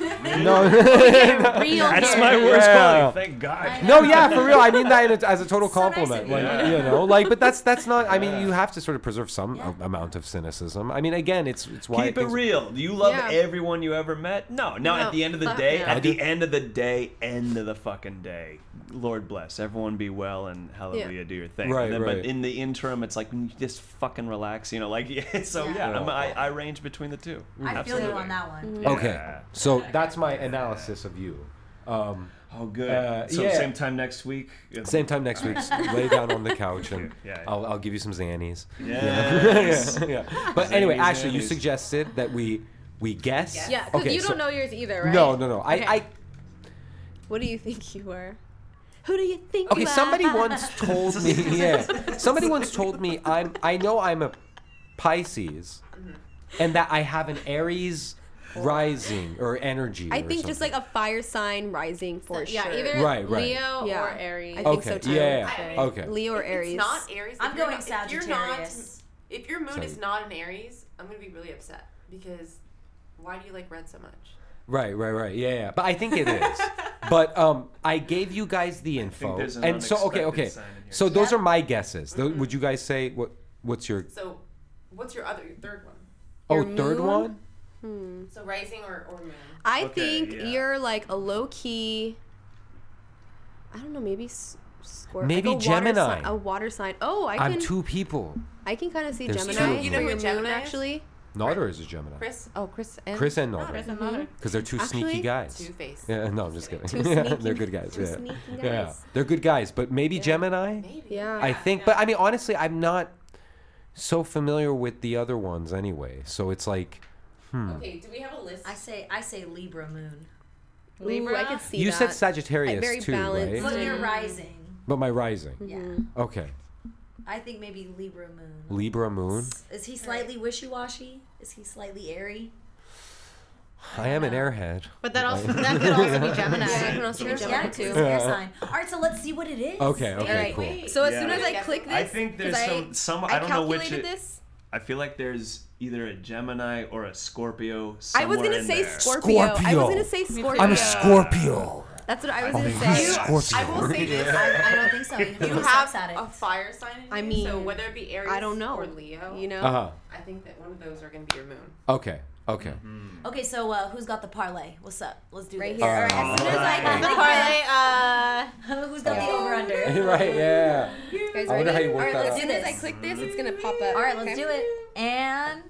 Speaker 1: no,
Speaker 6: Real
Speaker 2: that's
Speaker 6: hair.
Speaker 2: my worst
Speaker 1: Yeah.
Speaker 2: quality. Thank God.
Speaker 1: no, yeah, for real. I mean that in a, as a total compliment.
Speaker 2: of you.
Speaker 1: like
Speaker 2: Yeah.
Speaker 1: you know, like but that's that's not. I mean, you have to sort of preserve some a- amount of cynicism. I mean, again, it's it's why
Speaker 2: Keep it
Speaker 1: things-
Speaker 2: real. Do you love
Speaker 6: Yeah.
Speaker 2: everyone you ever met? No. Now, at the end of the
Speaker 6: fuck
Speaker 2: day,
Speaker 6: no.
Speaker 2: at the end of the day, end of the fucking day, Lord bless everyone, be well, and hallelujah, do your thing.
Speaker 1: Right,
Speaker 2: And then-
Speaker 1: right.
Speaker 2: But in the interim, it's like mm, just fucking relax, you know, like yeah. So yeah, I'm, I, I range between the two.
Speaker 1: Mm,
Speaker 5: I feel you
Speaker 2: Absolutely.
Speaker 5: on that one.
Speaker 1: Okay,
Speaker 2: Yeah.
Speaker 1: so that's my analysis of you. Um,
Speaker 2: Oh, good.
Speaker 1: Uh,
Speaker 2: so
Speaker 1: yeah.
Speaker 2: same time next week. It's-
Speaker 1: same time next week, lay down on the couch and
Speaker 2: Yeah, yeah.
Speaker 1: I'll, I'll give you some Xannies.
Speaker 2: Yes.
Speaker 1: yeah. But anyway,
Speaker 2: Xannies,
Speaker 1: Ashley, you
Speaker 2: Xannies.
Speaker 1: suggested that we we guess.
Speaker 4: Yeah, because
Speaker 1: Okay,
Speaker 4: you
Speaker 1: so-
Speaker 4: don't know yours either, right?
Speaker 1: No, no, no. I,
Speaker 4: Okay.
Speaker 1: I
Speaker 4: What do you think you are? Who do you think
Speaker 1: Okay,
Speaker 4: you
Speaker 1: somebody
Speaker 4: are?
Speaker 1: once told me. Yeah, somebody once told me I'm. I know I'm a Pisces,
Speaker 4: Mm-hmm.
Speaker 1: and that I have an Aries rising or energy.
Speaker 4: I
Speaker 1: or
Speaker 4: think just
Speaker 1: something.
Speaker 4: like a fire sign rising for
Speaker 6: Yeah,
Speaker 4: sure.
Speaker 6: either
Speaker 1: Right, right.
Speaker 6: Leo
Speaker 4: Yeah.
Speaker 6: or Aries.
Speaker 4: I think
Speaker 1: okay.
Speaker 4: so too.
Speaker 1: Yeah.
Speaker 8: I-
Speaker 1: Okay.
Speaker 4: Leo or Aries.
Speaker 8: It's not Aries. if
Speaker 5: I'm
Speaker 8: you're
Speaker 5: going
Speaker 8: not- if you're not-
Speaker 5: Sagittarius.
Speaker 8: If your moon is
Speaker 1: Sag-
Speaker 8: not an Aries, I'm gonna be really upset because why do you like red so much?
Speaker 1: Right, right, right. Yeah, yeah. But I think it is. but um, I gave you guys the info,
Speaker 2: there's an
Speaker 1: and so okay,
Speaker 2: unexpected
Speaker 1: okay.
Speaker 2: sign in here.
Speaker 1: So those are my guesses. Tho- Would you guys say what? What's your,
Speaker 8: So, what's your other your third one?
Speaker 1: oh third
Speaker 4: moon?
Speaker 1: one?
Speaker 8: So rising or, or moon?
Speaker 4: I
Speaker 2: Okay,
Speaker 4: think
Speaker 2: yeah.
Speaker 4: you're like a low key. I don't know, maybe s- Scorpio.
Speaker 1: Maybe Gemini.
Speaker 4: a water sign. Oh, I
Speaker 1: I'm
Speaker 4: can.
Speaker 1: two people.
Speaker 4: I can kind of see
Speaker 1: There's
Speaker 2: Oh,
Speaker 1: two of
Speaker 4: Gemini
Speaker 1: them. You
Speaker 4: for
Speaker 1: know
Speaker 4: your
Speaker 8: who
Speaker 4: moon
Speaker 8: Gemini is?
Speaker 4: actually.
Speaker 1: Nodder is a Gemini.
Speaker 8: Chris? Oh, Chris and
Speaker 1: Chris and Nodder,
Speaker 6: Doesn't matter.
Speaker 1: because they're two sneaky
Speaker 4: Actually,
Speaker 1: guys.
Speaker 8: Two Face.
Speaker 1: Yeah, no, I'm just kidding.
Speaker 4: Two
Speaker 1: Yeah,
Speaker 4: sneaky-
Speaker 1: they're good guys.
Speaker 4: two
Speaker 1: yeah.
Speaker 4: sneaky
Speaker 1: yeah,
Speaker 4: guys.
Speaker 1: they're good guys. But maybe Gemini.
Speaker 8: Maybe.
Speaker 4: Yeah.
Speaker 1: I think. But I mean, honestly, I'm not so familiar with the other ones anyway. So it's like
Speaker 8: Okay, do we have a list?
Speaker 5: I say I say Libra moon.
Speaker 4: Ooh, I could see
Speaker 1: you said
Speaker 4: that.
Speaker 1: Sagittarius
Speaker 4: Like, very
Speaker 1: too,
Speaker 4: balanced. Mm-hmm.
Speaker 1: right?
Speaker 5: But you're rising.
Speaker 1: But my rising.
Speaker 5: Yeah.
Speaker 1: Okay,
Speaker 5: I think maybe Libra moon.
Speaker 1: Libra moon.
Speaker 5: Is he slightly wishy-washy? Is he slightly airy?
Speaker 1: I am an airhead.
Speaker 6: But that also that could also be Gemini.
Speaker 4: I can also be
Speaker 5: There's the
Speaker 4: Gemini
Speaker 5: attitude.
Speaker 4: too.
Speaker 5: It's air sign. All right, so let's see what it is.
Speaker 1: Okay, okay,
Speaker 4: Alright,
Speaker 1: cool.
Speaker 4: So as
Speaker 2: Yeah.
Speaker 4: soon as I click this,
Speaker 2: I think there's
Speaker 4: 'cause
Speaker 2: some- some- I don't know which
Speaker 4: calculated
Speaker 2: it-
Speaker 4: this.
Speaker 2: I feel like there's either a Gemini or a Scorpio.
Speaker 4: I was
Speaker 2: somewhere
Speaker 4: gonna
Speaker 2: in
Speaker 4: say
Speaker 2: there.
Speaker 4: Scorpio. I was
Speaker 1: Scorpio.
Speaker 4: gonna say Scorpio.
Speaker 1: I'm a Scorpio.
Speaker 4: That's what I was gonna
Speaker 1: you
Speaker 4: say.
Speaker 8: I
Speaker 1: Scorpio.
Speaker 8: will say this.
Speaker 5: I, I don't think so. You have,
Speaker 8: You
Speaker 5: a
Speaker 8: have
Speaker 5: sex addict.
Speaker 8: a fire sign in
Speaker 4: I
Speaker 8: you,
Speaker 4: mean,
Speaker 8: so whether it be Aries
Speaker 4: I don't know.
Speaker 8: or Leo,
Speaker 4: You know,
Speaker 1: Uh huh.
Speaker 8: I think that one of those are going to be your moon.
Speaker 1: Okay. Okay.
Speaker 6: Mm-hmm.
Speaker 5: okay, so uh, who's got the parlay? What's up? Let's do
Speaker 4: right
Speaker 5: this.
Speaker 4: here. All right. As soon as I got the parlay, uh,
Speaker 5: Who's got the over under?
Speaker 1: right. Yeah.
Speaker 4: you guys
Speaker 1: I wonder
Speaker 4: ready?
Speaker 1: how you work
Speaker 4: All right,
Speaker 1: that
Speaker 4: as
Speaker 1: out.
Speaker 4: soon as I click this, it's gonna pop up.
Speaker 5: All right, let's do it. And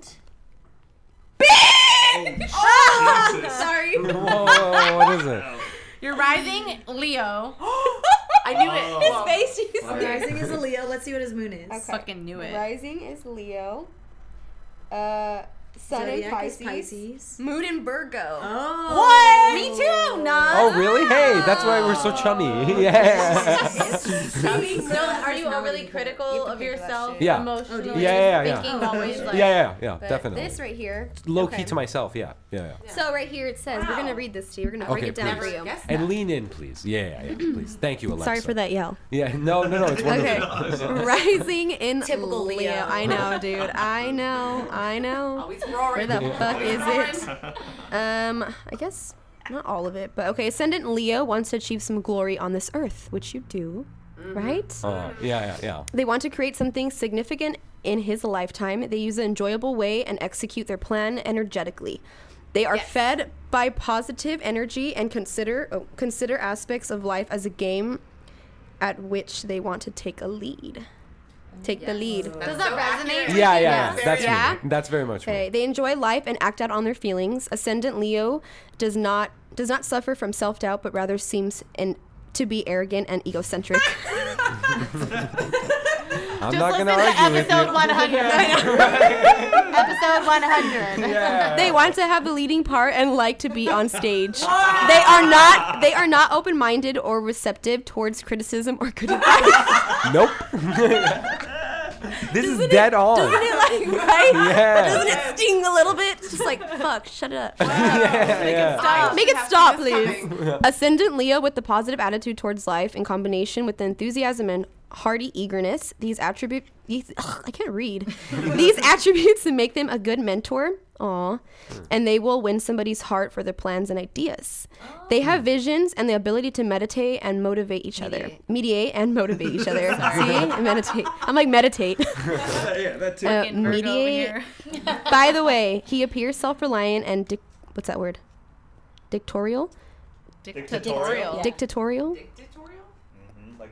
Speaker 6: Oh,
Speaker 4: Sorry.
Speaker 1: Whoa. What is it?
Speaker 6: You're rising Leo.
Speaker 8: I knew
Speaker 2: Oh.
Speaker 8: it.
Speaker 2: His
Speaker 8: Well,
Speaker 4: Face you see.
Speaker 5: rising is a Leo. Let's see what his moon is.
Speaker 4: Okay.
Speaker 6: Fucking knew it.
Speaker 4: Rising is Leo. Uh, Sun and
Speaker 5: Zodiac is
Speaker 4: Pisces. Moon in Virgo.
Speaker 5: Oh.
Speaker 4: What? Me too. Nah.
Speaker 1: Oh really? Hey, that's why we're so chummy. Yeah.
Speaker 6: So are you overly critical
Speaker 4: You have to
Speaker 6: of
Speaker 4: think about
Speaker 6: yourself?
Speaker 4: shit. Oh,
Speaker 1: Yeah. Yeah,
Speaker 6: Emotionally?
Speaker 1: yeah, yeah.
Speaker 6: Thinking always
Speaker 1: Yeah,
Speaker 6: like.
Speaker 1: yeah, yeah,
Speaker 4: But
Speaker 1: definitely.
Speaker 4: This right here.
Speaker 1: Low
Speaker 4: okay.
Speaker 1: key to myself, yeah, yeah, yeah.
Speaker 4: So right here it says we're gonna read this to you. We're gonna break
Speaker 1: Okay,
Speaker 4: it down
Speaker 1: please.
Speaker 4: for you.
Speaker 8: guess
Speaker 1: And
Speaker 8: that.
Speaker 1: lean in, please. Yeah, yeah, yeah. Please. Thank you, Alexa.
Speaker 4: Sorry for that yell.
Speaker 1: Yeah, no, no, no. It's wonderful.
Speaker 4: Okay. Rising in
Speaker 5: Typical
Speaker 4: Leo.
Speaker 5: Leo.
Speaker 4: I know, dude. I know. I know.
Speaker 8: always roaring.
Speaker 4: Where the
Speaker 1: Yeah.
Speaker 4: fuck is it? Um, I guess not all of it, but okay. Ascendant Leo wants to achieve some glory on this earth, which you do, right?
Speaker 1: Uh, yeah, yeah, yeah.
Speaker 4: They want to create something significant in his lifetime. They use an enjoyable way and execute their plan energetically. They are fed by positive energy and consider oh, consider aspects of life as a game at which they want to take a lead. Take the lead.
Speaker 8: Does that resonate?
Speaker 1: Yeah, yeah, yeah. That's
Speaker 4: Yeah.
Speaker 1: me. That's very much
Speaker 4: Okay,
Speaker 1: me.
Speaker 4: they enjoy life and act out on their feelings. Ascendant Leo does not does not suffer from self doubt, but rather seems and to be arrogant and egocentric.
Speaker 1: I'm
Speaker 6: Just
Speaker 1: not
Speaker 6: listen
Speaker 1: gonna
Speaker 6: to
Speaker 1: argue with you.
Speaker 6: episode 100. episode 100.
Speaker 4: they want to have the leading part and like to be on stage. they are not they are not open minded or receptive towards criticism or good advice.
Speaker 1: Nope. this is dead on.
Speaker 4: like, right?
Speaker 1: Yeah.
Speaker 4: Doesn't it sting a little bit? It's just like fuck, shut up.
Speaker 1: yeah, yeah.
Speaker 8: Stop.
Speaker 4: Make
Speaker 8: You
Speaker 4: it
Speaker 8: have to
Speaker 4: stop,
Speaker 8: see this
Speaker 4: please. Ascendant Leo with the positive attitude towards life in combination with the enthusiasm and hearty eagerness. These attributes, these, ugh, I can't read. these attributes make them a good mentor. Aw. And they will win somebody's heart for their plans and ideas. They have visions and the ability to meditate and motivate each other. Mediate and motivate each other. See? Meditate. I'm like, meditate.
Speaker 2: yeah, that too.
Speaker 4: Uh,
Speaker 6: Fucking Virgo over
Speaker 4: mediate.
Speaker 6: here.
Speaker 4: By the way, he appears self-reliant and dic- what's that word? Dictatorial?
Speaker 2: Dictatorial.
Speaker 5: Yeah.
Speaker 4: Dictatorial?
Speaker 8: Dictatorial?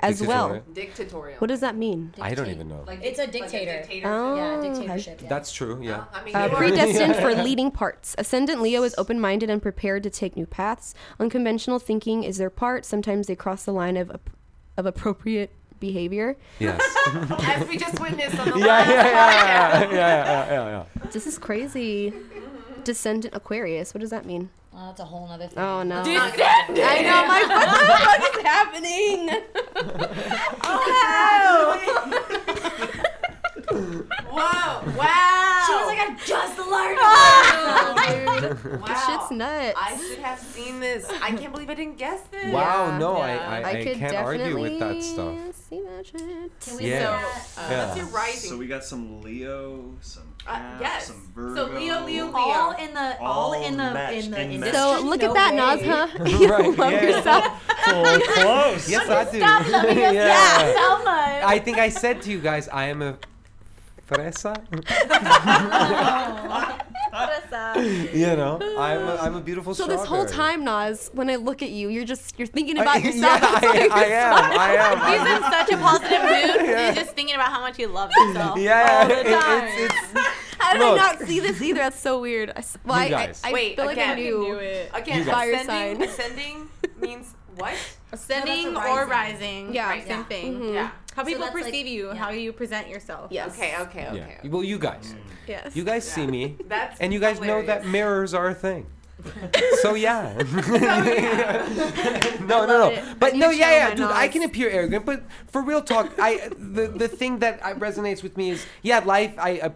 Speaker 4: As well.
Speaker 1: Dictatorial.
Speaker 8: Dictatorial.
Speaker 4: What does that mean?
Speaker 1: I don't even know.
Speaker 8: Like,
Speaker 5: It's a
Speaker 8: like
Speaker 5: dictator.
Speaker 8: dictator. Oh.
Speaker 5: yeah,
Speaker 4: Oh,
Speaker 5: dictatorship. Yeah.
Speaker 1: That's true. Yeah.
Speaker 3: uh-huh.
Speaker 8: I mean,
Speaker 4: Uh,
Speaker 8: you are-
Speaker 4: predestined for leading parts. Ascendant Leo is open minded and prepared to take new paths. Unconventional thinking is their part. Sometimes they cross the line of, ap- of appropriate behavior.
Speaker 1: Yes.
Speaker 8: as we just witnessed on the
Speaker 1: yeah, yeah, yeah, yeah, yeah, yeah, yeah, yeah.
Speaker 4: This is crazy. Descendant Aquarius. What does that mean?
Speaker 5: Oh, that's a whole nother thing.
Speaker 4: Oh, no.
Speaker 6: I know, my
Speaker 4: What is happening?
Speaker 8: Whoa! Wow!
Speaker 5: She was like, I just
Speaker 8: wow.
Speaker 5: learned.
Speaker 4: Shit's nuts.
Speaker 8: I should have seen this. I can't believe I didn't guess this.
Speaker 1: Wow.
Speaker 6: Yeah,
Speaker 1: no,
Speaker 6: yeah.
Speaker 1: I, I, I, can't argue with that stuff.
Speaker 4: see that shit.
Speaker 1: Yeah.
Speaker 8: You're
Speaker 1: yeah.
Speaker 8: rising.
Speaker 2: So we got some Leo, some Cap,
Speaker 8: uh, yes.
Speaker 2: some Virgo.
Speaker 8: So Leo, Leo, Leo.
Speaker 5: All in the, all, in the,
Speaker 2: match
Speaker 5: in the
Speaker 2: and
Speaker 5: industry.
Speaker 4: So look at that, Nas, huh? You
Speaker 1: Right,
Speaker 4: love
Speaker 1: yeah.
Speaker 4: yourself.
Speaker 2: Oh, close.
Speaker 1: Yes, I do. Stop loving yeah.
Speaker 5: So much.
Speaker 1: I think I said to you guys, I am a fresa. you know, I'm a, I'm a beautiful.
Speaker 4: So this whole
Speaker 1: strawberry.
Speaker 4: time, Nas, when I look at you, you're just you're thinking
Speaker 1: I-
Speaker 4: about yourself.
Speaker 1: yeah, I, I am. I am.
Speaker 6: He's
Speaker 1: I'm
Speaker 6: in such a positive mood. He's just thinking about how much he loves himself.
Speaker 1: yeah,
Speaker 6: all the
Speaker 1: it-
Speaker 6: time.
Speaker 1: it's, it's
Speaker 4: How did
Speaker 1: Look.
Speaker 4: I not see this either? That's so weird. I, s- well,
Speaker 1: You
Speaker 4: I- I-
Speaker 1: guys.
Speaker 4: I,
Speaker 8: Wait,
Speaker 4: feel like I
Speaker 8: again.
Speaker 4: knew.
Speaker 8: Again,
Speaker 4: Fire
Speaker 8: ascending,
Speaker 4: sign.
Speaker 8: ascending means what?
Speaker 5: No,
Speaker 6: Ascending
Speaker 5: that's a
Speaker 6: or
Speaker 5: rising.
Speaker 6: rising.
Speaker 4: Yeah.
Speaker 6: Right,
Speaker 5: Yeah.
Speaker 6: same thing.
Speaker 4: Mhm.
Speaker 8: Yeah.
Speaker 6: How people
Speaker 5: that's like-
Speaker 6: perceive you, how you present yourself.
Speaker 4: Yes.
Speaker 8: Okay, okay, okay.
Speaker 1: yeah.
Speaker 8: okay.
Speaker 1: Well, you guys,
Speaker 4: Yes.
Speaker 1: you guys see me,
Speaker 8: That's
Speaker 1: and you guys know that
Speaker 8: hilarious.
Speaker 1: mirrors are a thing. so yeah. no, no,
Speaker 4: love
Speaker 1: no.
Speaker 4: it.
Speaker 1: But
Speaker 4: Oh, I
Speaker 1: no,
Speaker 4: need
Speaker 1: yeah,
Speaker 4: to show
Speaker 1: yeah,
Speaker 4: my
Speaker 1: dude. I
Speaker 4: nods.
Speaker 1: can appear arrogant, but for real talk, I the the thing that I, resonates with me is yeah, life. I uh,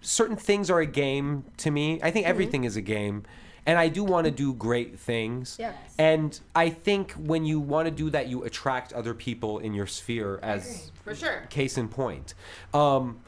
Speaker 1: certain things are a game to me. I
Speaker 4: Mm-hmm.
Speaker 1: think everything is a game. And I do want to do great things.
Speaker 4: Yes.
Speaker 1: And I think when you want to do that, you attract other people in your sphere as
Speaker 8: For sure.
Speaker 1: case in point. Um,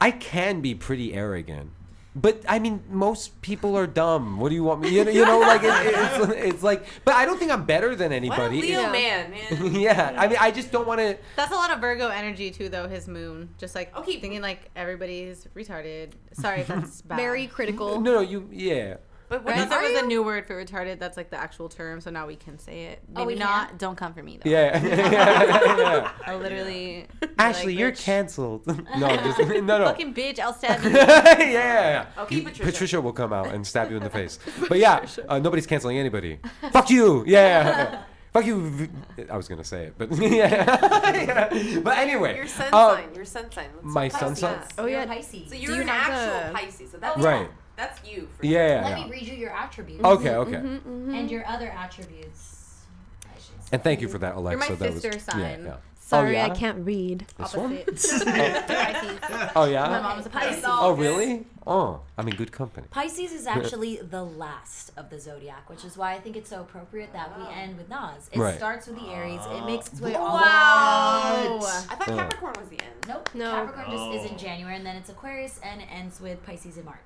Speaker 1: I can be pretty arrogant. But I mean, most people are dumb. What do you want me? You know, you know like it, it's, it's like. But I don't think I'm better than
Speaker 8: What a
Speaker 1: anybody.
Speaker 8: Leo
Speaker 1: It's-
Speaker 8: man, man.
Speaker 1: yeah, I mean, I just don't want to.
Speaker 6: That's a lot of Virgo energy too, though. His moon, just like
Speaker 8: Okay.
Speaker 6: thinking like everybody's retarded. Sorry, if that's bad.
Speaker 4: Very critical.
Speaker 1: No, no, you. Yeah.
Speaker 8: But what
Speaker 6: I thought
Speaker 8: else
Speaker 6: there
Speaker 8: are
Speaker 6: was
Speaker 8: you?
Speaker 6: a new word for retarded. That's like the actual term, so now we can say it.
Speaker 5: we
Speaker 6: Maybe not. Don't come for me though.
Speaker 1: Yeah. yeah.
Speaker 6: I literally.
Speaker 1: Ashley,
Speaker 6: like,
Speaker 1: you're
Speaker 6: bitch.
Speaker 1: canceled. no, I'm just, no, no.
Speaker 6: Fucking bitch, I'll stab you.
Speaker 1: yeah.
Speaker 8: Okay,
Speaker 1: You-
Speaker 8: Patricia.
Speaker 1: will come out and stab you in the face. But yeah, uh, nobody's canceling anybody. Fuck you. Yeah. Fuck you. V- I was gonna say it, but yeah. yeah. But anyway,
Speaker 8: Your sun
Speaker 1: uh,
Speaker 8: sign. Your sun sign. Let's
Speaker 1: my
Speaker 8: talk
Speaker 1: sun
Speaker 8: about
Speaker 1: sign?
Speaker 8: that.
Speaker 4: Oh,
Speaker 5: You're
Speaker 4: yeah.
Speaker 5: Pisces.
Speaker 8: So you're
Speaker 4: you
Speaker 8: an
Speaker 4: have
Speaker 8: actual
Speaker 4: the-
Speaker 8: Pisces. So that's
Speaker 1: Right.
Speaker 8: That's you. For
Speaker 1: yeah. yeah,
Speaker 5: Let
Speaker 1: yeah.
Speaker 5: me read you your attributes
Speaker 1: Okay. Okay.
Speaker 5: and your other attributes. I should say.
Speaker 1: And thank you for that,
Speaker 6: You're
Speaker 1: Alexa.
Speaker 6: my
Speaker 1: that
Speaker 6: sister
Speaker 1: was,
Speaker 6: sign.
Speaker 1: Yeah, yeah.
Speaker 4: Sorry,
Speaker 1: oh, yeah?
Speaker 4: I can't read.
Speaker 1: This one?
Speaker 6: Opposite. Pisces.
Speaker 1: Oh
Speaker 6: My
Speaker 1: yeah.
Speaker 6: mom's a Pisces.
Speaker 1: Oh really? Oh, I'm in good company.
Speaker 5: Pisces is actually the last of the zodiac, which is why I think it's so appropriate that we end with Nas. It
Speaker 1: Right.
Speaker 5: starts with the Aries. It makes its way all
Speaker 1: Oh,
Speaker 6: Wow.
Speaker 8: I thought
Speaker 1: Uh.
Speaker 8: Capricorn was the end.
Speaker 5: the Nope.
Speaker 4: No.
Speaker 5: Capricorn just is in January, and then it's Aquarius, and ends with Pisces in March.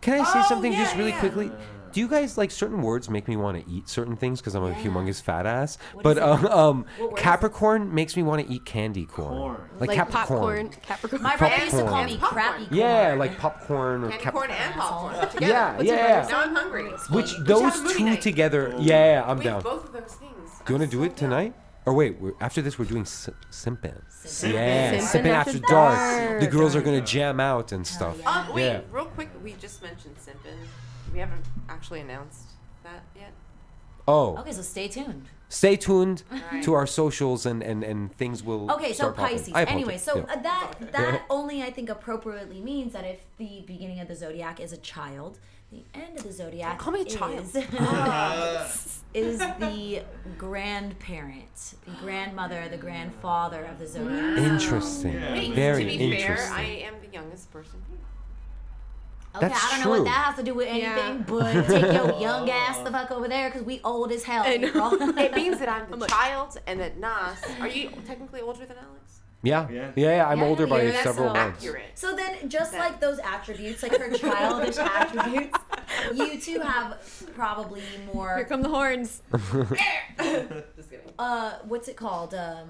Speaker 1: Can I say
Speaker 8: Oh,
Speaker 1: something
Speaker 8: yeah,
Speaker 1: just really
Speaker 8: yeah.
Speaker 1: quickly? Do you guys like certain words make me want to eat certain things because I'm a humongous fat ass?
Speaker 5: is
Speaker 1: but
Speaker 5: it?
Speaker 1: um, um
Speaker 5: What word is it?
Speaker 1: Capricorn makes me want to eat candy corn,
Speaker 2: Corn.
Speaker 1: like,
Speaker 4: Like
Speaker 1: Capricorn.
Speaker 4: popcorn. Capricorn.
Speaker 5: My brother used to call
Speaker 1: Popcorn.
Speaker 5: me
Speaker 8: Popcorn.
Speaker 5: crappy. corn.
Speaker 1: Yeah, like popcorn or cap-
Speaker 8: Capricorn and popcorn together.
Speaker 1: Yeah, yeah, yeah.
Speaker 8: Now I'm hungry.
Speaker 1: Which
Speaker 8: We should
Speaker 1: those
Speaker 8: have a movie
Speaker 1: two
Speaker 8: night.
Speaker 1: together? Yeah, I'm
Speaker 8: We
Speaker 1: down.
Speaker 8: have both of those things.
Speaker 1: Do you
Speaker 8: I'm
Speaker 1: want to do
Speaker 8: so
Speaker 1: it
Speaker 8: down.
Speaker 1: tonight? Or wait, we're, after this we're doing s- simpin.
Speaker 2: Simpin'.
Speaker 1: Yeah,
Speaker 4: Simpin'
Speaker 1: simpin
Speaker 4: After
Speaker 1: after dark.
Speaker 4: Dark.
Speaker 1: The girls are gonna jam out and stuff.
Speaker 5: yeah.
Speaker 8: Um, wait,
Speaker 1: Yeah.
Speaker 8: real quick. We just mentioned Simpin. We haven't actually announced that yet.
Speaker 1: Oh,
Speaker 5: Okay, so stay tuned.
Speaker 1: stay tuned
Speaker 8: Right.
Speaker 1: to our socials and and and things will.
Speaker 5: Okay, so
Speaker 1: start popping.
Speaker 5: Pisces.
Speaker 1: I apologize.
Speaker 5: Anyway, so
Speaker 1: Yeah.
Speaker 5: uh, that that only I think appropriately means that if the beginning of the zodiac is a child, the end of the zodiac
Speaker 8: Call me a
Speaker 5: is,
Speaker 8: child.
Speaker 5: is the grandparent, the grandmother, the grandfather of the zodiac.
Speaker 1: Interesting.
Speaker 8: Wait,
Speaker 1: Very
Speaker 8: to be
Speaker 1: interesting.
Speaker 8: fair, I am the youngest person here.
Speaker 5: Okay,
Speaker 1: That's
Speaker 5: I don't know what
Speaker 1: true.
Speaker 5: that has to do with anything,
Speaker 6: Yeah.
Speaker 5: but take your young ass the fuck over there because we old as hell. April.
Speaker 8: It means that I'm the child and that Nas. Are you technically older than Alex?
Speaker 1: yeah. yeah,
Speaker 2: Yeah.
Speaker 1: yeah, I'm
Speaker 5: Yeah,
Speaker 1: older by
Speaker 5: you're-
Speaker 8: That's
Speaker 1: several
Speaker 8: so
Speaker 1: months.
Speaker 8: accurate.
Speaker 5: So then, just like those attributes, like her childish attributes, you two have probably
Speaker 4: Here
Speaker 5: more.
Speaker 4: come the horns.
Speaker 8: Just kidding.
Speaker 5: Uh, what's it called? Um,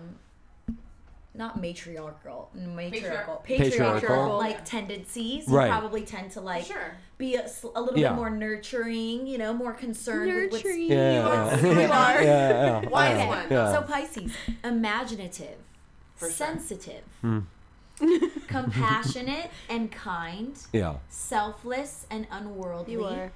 Speaker 5: not matriarchal, matriarchal, patriarchal,
Speaker 1: Patriarchal.
Speaker 5: like tendencies.
Speaker 1: Right.
Speaker 5: You probably tend to like
Speaker 8: Sure.
Speaker 5: be a, sl- a little
Speaker 1: Yeah.
Speaker 5: bit more nurturing. You know, more concerned with what's
Speaker 4: Nurturing.
Speaker 1: Yeah, yeah,
Speaker 8: You are.
Speaker 1: yeah, yeah.
Speaker 8: Wise
Speaker 1: yeah,
Speaker 8: one.
Speaker 1: yeah.
Speaker 5: So Pisces, imaginative, sensitive, compassionate and kind,
Speaker 1: yeah.
Speaker 5: selfless and unworldly,
Speaker 4: You are.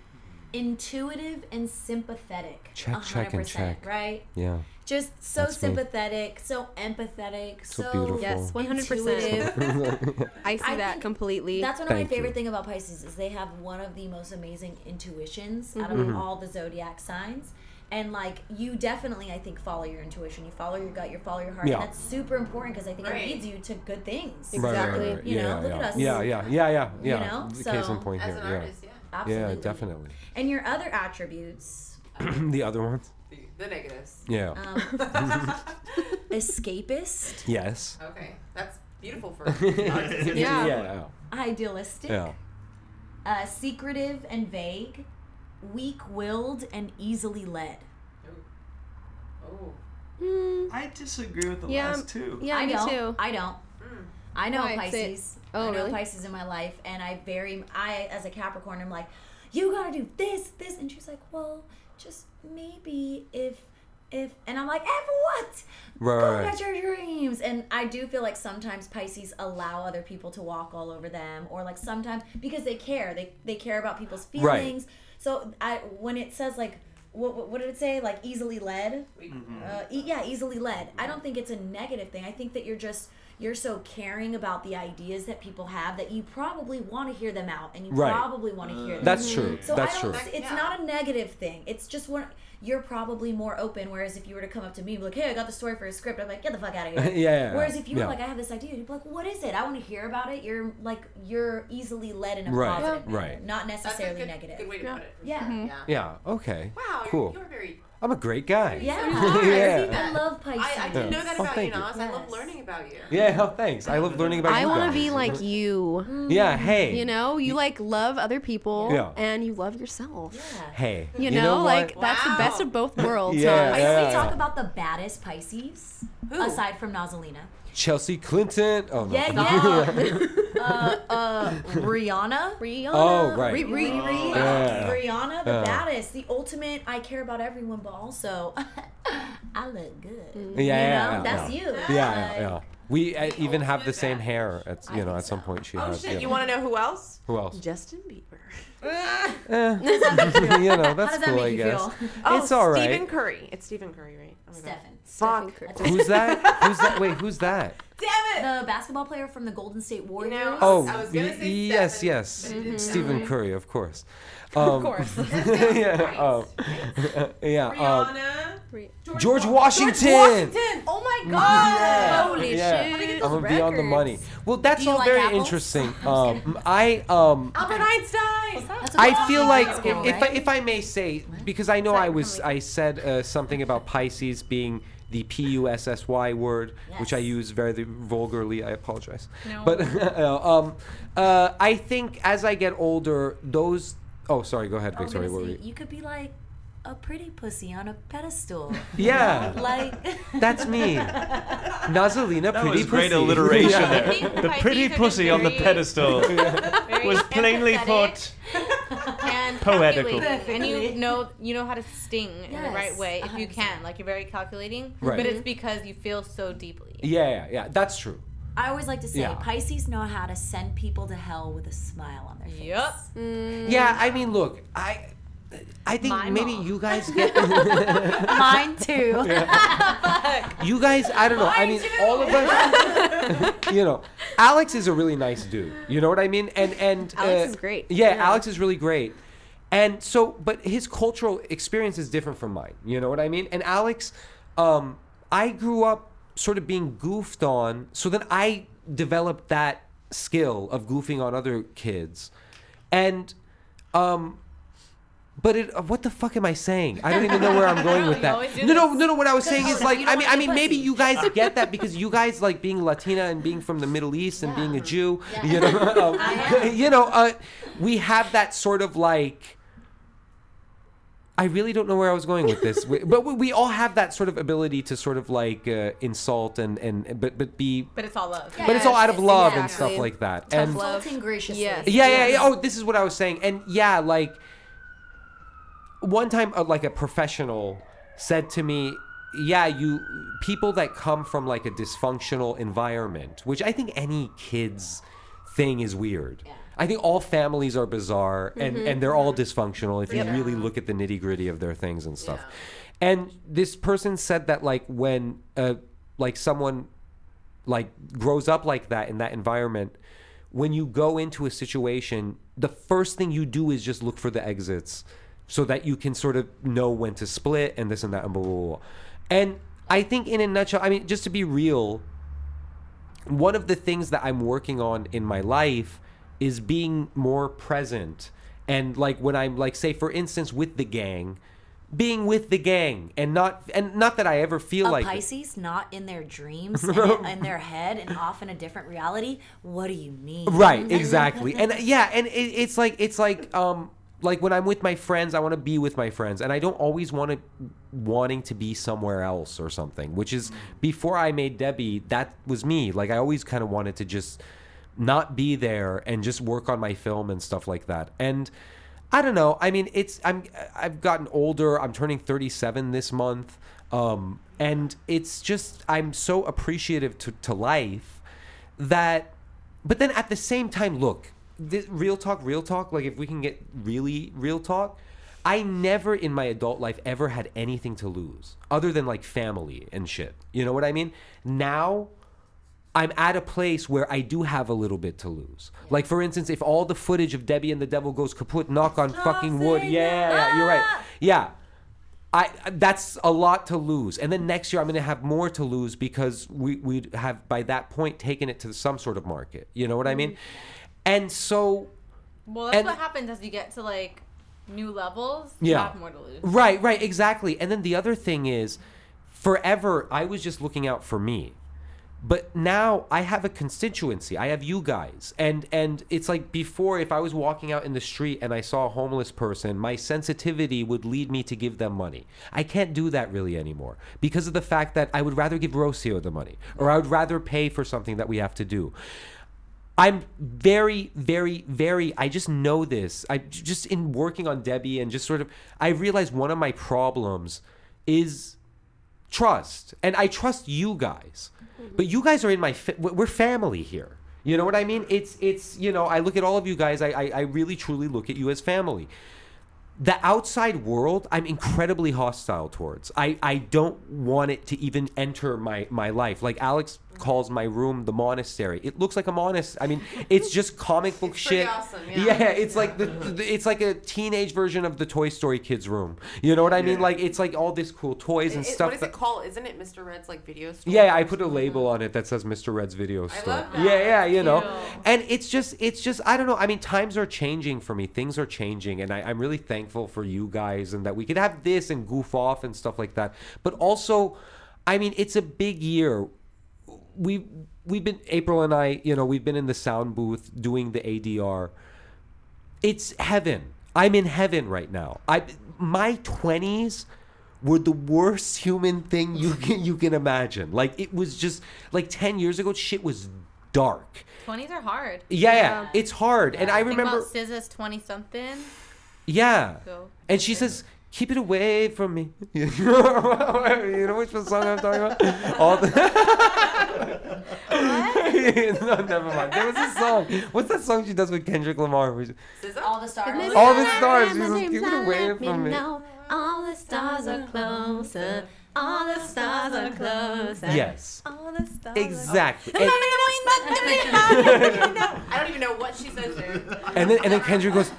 Speaker 5: intuitive and sympathetic.
Speaker 1: Check, check, and
Speaker 5: 100%,
Speaker 1: check.
Speaker 5: Right?
Speaker 1: Yeah.
Speaker 5: Just so
Speaker 1: That's me.
Speaker 5: sympathetic, so empathetic,
Speaker 1: So
Speaker 5: so,
Speaker 1: beautiful.
Speaker 4: Yes, 100%.
Speaker 5: intuitive.
Speaker 4: I see
Speaker 5: I
Speaker 4: that
Speaker 5: think
Speaker 4: completely.
Speaker 5: That's one of
Speaker 1: Thank
Speaker 5: my favorite
Speaker 1: you.
Speaker 5: thing about Pisces is they have one of the most amazing intuitions out of
Speaker 4: Mm-hmm.
Speaker 5: all the zodiac signs. And like you definitely, I think follow your intuition. You follow your gut. You follow your heart.
Speaker 1: Yeah.
Speaker 5: And that's super important because I think
Speaker 8: Right.
Speaker 5: it leads you to good things.
Speaker 1: Right, right,
Speaker 4: Exactly.
Speaker 1: right.
Speaker 5: You
Speaker 1: yeah,
Speaker 5: know, look
Speaker 1: yeah.
Speaker 5: at us.
Speaker 1: Yeah, yeah, yeah, yeah, yeah.
Speaker 5: know?
Speaker 1: Case
Speaker 5: So,
Speaker 1: in point
Speaker 8: As
Speaker 1: here.
Speaker 8: an
Speaker 1: yeah.
Speaker 8: artist, yeah.
Speaker 5: Absolutely.
Speaker 1: Yeah, definitely.
Speaker 5: And your other attributes,
Speaker 1: the other ones?
Speaker 8: The, the negatives.
Speaker 1: Yeah.
Speaker 5: um, escapist,
Speaker 1: yes.
Speaker 8: Okay, that's beautiful for Oh, artists.
Speaker 1: Yeah.
Speaker 4: Yeah.
Speaker 1: Yeah.
Speaker 5: idealistic,
Speaker 1: yeah.
Speaker 5: uh, secretive and vague, weak-willed and easily led.
Speaker 8: Oh.
Speaker 2: I disagree with the
Speaker 4: Yeah,
Speaker 2: last two.
Speaker 4: Hmm. yeah, me
Speaker 5: don't.
Speaker 4: too.
Speaker 5: I don't. I know
Speaker 4: Why? 'Cause it-
Speaker 5: Pisces.
Speaker 4: Oh,
Speaker 5: I know
Speaker 4: really?
Speaker 5: Pisces in my life, and I very, I as a Capricorn, I'm like, you gotta do this, this, and she's like, well, just maybe if, if, and I'm like, and what? Go
Speaker 1: Right.
Speaker 5: get your dreams. And I do feel like sometimes Pisces allow other people to walk all over them, or like sometimes because they care, they they care about people's
Speaker 1: Right.
Speaker 5: feelings. So I when it says like. What, what, what did it say? Like easily led?
Speaker 1: Mm.
Speaker 5: Uh, e- yeah, easily led. I don't think it's a negative thing. I think that you're just you're so caring about the ideas that people have that you probably want to hear them out and you
Speaker 1: Right.
Speaker 5: probably want to hear them.
Speaker 1: That's true.
Speaker 5: So
Speaker 1: That's
Speaker 5: I don't,
Speaker 1: true.
Speaker 5: It's not a negative thing. It's just one. You're probably more open. Whereas if you were to come up to me and be like, "Hey, I got the story for a script," I'm like, "Get the fuck out of here."
Speaker 1: Yeah, yeah,
Speaker 5: Whereas if you were
Speaker 1: yeah.
Speaker 5: like, "I have this idea," you'd be like, "What is it? I want to hear about it." You're like, you're easily led in a
Speaker 1: Right,
Speaker 5: positive,
Speaker 1: Yeah.
Speaker 5: manner,
Speaker 1: right.
Speaker 5: not
Speaker 8: That's
Speaker 5: necessarily
Speaker 8: a good,
Speaker 5: negative.
Speaker 8: good way to put it.
Speaker 5: yeah.
Speaker 8: Yeah.
Speaker 1: Yeah. Okay.
Speaker 8: Wow,
Speaker 1: cool.
Speaker 8: You're very.
Speaker 1: I'm a great guy.
Speaker 5: Yeah.
Speaker 1: yeah.
Speaker 5: I love Pisces.
Speaker 8: I, I didn't know that
Speaker 1: Oh,
Speaker 8: about you,
Speaker 1: thank you.
Speaker 8: Nas. I love
Speaker 5: Yes.
Speaker 8: learning about you.
Speaker 1: Yeah, oh, thanks. I love learning about
Speaker 4: I
Speaker 1: you
Speaker 4: want to
Speaker 1: guys.
Speaker 4: be like you.
Speaker 1: Yeah, hey.
Speaker 4: You know, you like love other people
Speaker 1: Yeah.
Speaker 4: and you love yourself.
Speaker 5: yeah.
Speaker 1: Hey.
Speaker 4: You, know,
Speaker 1: what?
Speaker 4: like that's the
Speaker 8: Wow.
Speaker 4: best of both worlds.
Speaker 1: Yeah,
Speaker 4: huh?
Speaker 5: Can
Speaker 1: yeah.
Speaker 5: we talk about the baddest Pisces aside from Nazalina?
Speaker 1: Chelsea Clinton. Oh, no.
Speaker 5: Yeah, yeah. uh, uh, Rihanna.
Speaker 4: Rihanna.
Speaker 1: Oh, right.
Speaker 5: Ri- Ri- Ri-
Speaker 1: Yeah.
Speaker 5: Rihanna, the
Speaker 1: Yeah.
Speaker 5: baddest, the ultimate. I care about everyone, but also I look good.
Speaker 1: Yeah,
Speaker 5: Mm-hmm. you
Speaker 1: yeah,
Speaker 5: know?
Speaker 1: yeah,
Speaker 5: That's
Speaker 1: yeah.
Speaker 5: you.
Speaker 1: Yeah, yeah,
Speaker 5: Like,
Speaker 1: yeah. We uh, even have the same hair. At you know, at some point she
Speaker 8: Oh
Speaker 1: has.
Speaker 8: shit!
Speaker 1: yeah.
Speaker 8: You want to know who else?
Speaker 1: Who else?
Speaker 8: Justin Bieber.
Speaker 1: Eh.
Speaker 5: How
Speaker 1: you know, that's
Speaker 5: does that
Speaker 1: cool.
Speaker 5: make
Speaker 1: I
Speaker 5: you
Speaker 1: guess.
Speaker 5: feel?
Speaker 8: Oh,
Speaker 1: it's all right.
Speaker 8: Stephen Curry. It's Stephen Curry, right? Oh my God.
Speaker 5: Stefan.
Speaker 8: Fuck.
Speaker 5: Stephen Curry.
Speaker 1: Who's that? Who's that? Wait, who's that?
Speaker 5: The basketball player from the Golden State Warriors.
Speaker 8: know,
Speaker 1: Oh,
Speaker 8: I was gonna
Speaker 1: y-
Speaker 8: say
Speaker 1: yes,
Speaker 8: Stephen,
Speaker 1: yes.
Speaker 8: but it didn't
Speaker 1: Stephen Curry, of course. of course. yeah. Oh. yeah. Um,
Speaker 8: Rihanna.
Speaker 1: George Washington.
Speaker 5: Oh my God.
Speaker 4: Holy
Speaker 1: yeah.
Speaker 4: shit.
Speaker 1: I'm gonna be on the money. Well, that's
Speaker 5: you
Speaker 1: all
Speaker 5: like
Speaker 1: very
Speaker 5: apples?
Speaker 1: interesting. Um, I um,
Speaker 8: Albert Einstein.
Speaker 5: That's what
Speaker 1: I feel like if,
Speaker 5: people,
Speaker 1: if, I,
Speaker 5: right?
Speaker 1: if I may say, because I know I was I said uh, something about Pisces being the P U S S Y word, which I
Speaker 5: Yes.
Speaker 1: use very vulgarly. I apologize. No. But uh, um, uh, I think as I get older, those. Oh, sorry. Go ahead,
Speaker 5: I was gonna
Speaker 1: Victoria. what were
Speaker 5: say,
Speaker 1: you-
Speaker 5: you could be like a pretty pussy on a pedestal.
Speaker 1: Yeah,
Speaker 5: like
Speaker 1: that's me. Nazalina,
Speaker 2: That
Speaker 1: pretty
Speaker 2: was great
Speaker 1: pussy.
Speaker 2: alliteration
Speaker 1: Yeah.
Speaker 2: there. The pretty pussy on the pedestal was plainly put.
Speaker 6: and
Speaker 2: Poetical.
Speaker 6: calculating. and you know you know how to sting in the right
Speaker 5: Yes,
Speaker 6: way if you
Speaker 5: 100%.
Speaker 6: can. Like you're very calculating,
Speaker 1: Right.
Speaker 6: but it's because you feel so deeply.
Speaker 1: Yeah, yeah, yeah. That's true.
Speaker 5: I always like to say,
Speaker 1: Yeah.
Speaker 5: Pisces know how to send people to hell with a smile on their face.
Speaker 6: Yup.
Speaker 1: Yeah, I mean, look, I, I think
Speaker 6: My
Speaker 1: maybe
Speaker 6: mom.
Speaker 1: you guys get.
Speaker 5: Mine too.
Speaker 1: You guys, I don't know. I mean, all of us. you know, Alex is a really nice dude. You know what I mean? And and uh,
Speaker 4: Alex is great.
Speaker 1: Yeah, Alex is really great. And so, but his cultural experience is different from mine. You know what I mean? And Alex, um, I grew up sort of being goofed on, so then I developed that skill of goofing on other kids, and um. But it, uh, what the fuck am I saying? I don't even know where I'm going with
Speaker 6: always
Speaker 1: that.
Speaker 6: do
Speaker 1: No, no, no, no. What I was saying is like,
Speaker 5: you don't
Speaker 1: I mean,
Speaker 5: wanna
Speaker 1: I
Speaker 5: be
Speaker 1: mean, maybe
Speaker 5: pussy.
Speaker 1: you guys get that because you guys like being Latina and being from the Middle East and being a Jew. You know, um, you know, uh, we have that sort of like. I really don't know where I was going with this, We- but we, we all have that sort of ability to sort of like uh, insult and and but but be.
Speaker 6: But it's all love.
Speaker 1: But it's all out of love and
Speaker 4: Exactly.
Speaker 1: stuff like that.
Speaker 4: Tough
Speaker 1: and
Speaker 4: love.
Speaker 5: Insulting graciously.
Speaker 4: Yes.
Speaker 1: yeah, yeah, yeah. Oh, this is what I was saying. And yeah, like one time, uh, like a professional said to me, "Yeah, you people that come from like a dysfunctional environment, which I think any kids thing is weird. I think all families are bizarre and
Speaker 4: Mm-hmm.
Speaker 1: and they're all dysfunctional if you really look at the nitty gritty of their things and stuff." And this person said that like when uh like someone like grows up like that in that environment when you go into a situation the first thing you do is just look for the exits so that you can sort of know when to split and this and that and blah blah blah and i think in a nutshell i mean just to be real one of the things that i'm working on in my life is being more present and like when i'm like say for instance with the gang being with the gang and not and not that i ever feel
Speaker 5: A
Speaker 1: like
Speaker 5: Pisces not in their dreams and in their head and off in a different reality. What do you mean?
Speaker 1: Right, exactly. and uh, yeah, and it, it's like it's like um like when I'm with my friends, I want to be with my friends, and I don't always want to wanting to be somewhere else or something. Which is before I made Debbie, that was me. Like I always kind of wanted to just not be there and just work on my film and stuff like that. And I don't know. I mean, it's I'm I've gotten older. I'm turning 37 this month. Um and it's just I'm so appreciative to, to life that but then at the same time look this, real talk real talk like if we can get really real talk i never in my adult life ever had anything to lose other than like family and shit you know what i mean now I'm at a place where I do have a little bit to lose. Like for instance, if all the footage of Debbie and the Devil goes kaput, knock on fucking wood. Yeah, yeah, you're right. Yeah. I that's a lot to lose. And then next year I'm going to have more to lose because we we have by that point taken it to some sort of market. You know what I mean? And so
Speaker 6: Well, that's
Speaker 1: And-
Speaker 6: what happens as you get to like new levels, you
Speaker 1: Yeah.
Speaker 6: have more to lose.
Speaker 1: Right, right, exactly. And then the other thing is, forever I was just looking out for me. But now I have a constituency. I have you guys. And and it's like before if I was walking out in the street and I saw a homeless person, my sensitivity would lead me to give them money. I can't do that really anymore because of the fact that I would rather give Rocio the money or I would rather pay for something that we have to do. I'm very, very, very. I just know this. I j- just in working on Debbie and just sort of, I realize one of my problems is trust, and I trust you guys, but you guys are in my. Fa- we- we're family here. You know what I mean? It's it's you know. I look at all of you guys. I I, I really truly look at you as family the outside world i'm incredibly hostile towards i, I don't want it to even enter my, my life like alex calls my room the monastery it looks like a monastery i mean it's just comic book
Speaker 8: pretty
Speaker 1: shit
Speaker 8: awesome, yeah.
Speaker 1: it's like the, the it's like a teenage version of the toy story kids room you know what i mean
Speaker 2: Yeah.
Speaker 1: like it's like all this cool toys and
Speaker 8: It-
Speaker 1: stuff
Speaker 8: what is
Speaker 1: that-
Speaker 8: it called? Isn't it Mr. Red's like video store?
Speaker 1: yeah, I put a label on it that says Mr. Red's video store.
Speaker 8: love that.
Speaker 1: Yeah, yeah, you know.
Speaker 6: Cute.
Speaker 1: And it's just it's just I don't know. I mean, times are changing for me. Things are changing and I, I'm really thankful for you guys and that we could have this and goof off and stuff like that. But also, I mean, it's a big year we we've been April and I, you know, we've been in the sound booth doing the ADR. It's heaven. I'm in heaven right now. I my 20s were the worst human thing you can you can imagine. Like it was just like 10 years ago shit was dark.
Speaker 6: Twenties are hard.
Speaker 1: Yeah, yeah, it's hard. and I
Speaker 6: Think
Speaker 1: remember
Speaker 6: about SZA's twenty something.
Speaker 1: yeah.
Speaker 6: Go.
Speaker 1: And she says, "Keep it away from me." you know which song I'm talking about? All the no, never mind. There was a song. What's that song she does with Kendrick Lamar? where she-
Speaker 5: All the stars.
Speaker 4: Maybe
Speaker 1: All
Speaker 4: I
Speaker 1: the stars,
Speaker 4: remember
Speaker 1: Jesus,
Speaker 4: names
Speaker 1: keep it
Speaker 4: I
Speaker 1: away
Speaker 4: let me
Speaker 1: from me.
Speaker 4: know. All the stars are closer. All the stars are closer.
Speaker 1: Yes,
Speaker 6: Oh,
Speaker 4: All the stars.
Speaker 1: exactly. And,
Speaker 8: I don't even know what she says there.
Speaker 1: and then and then Kendrick goes,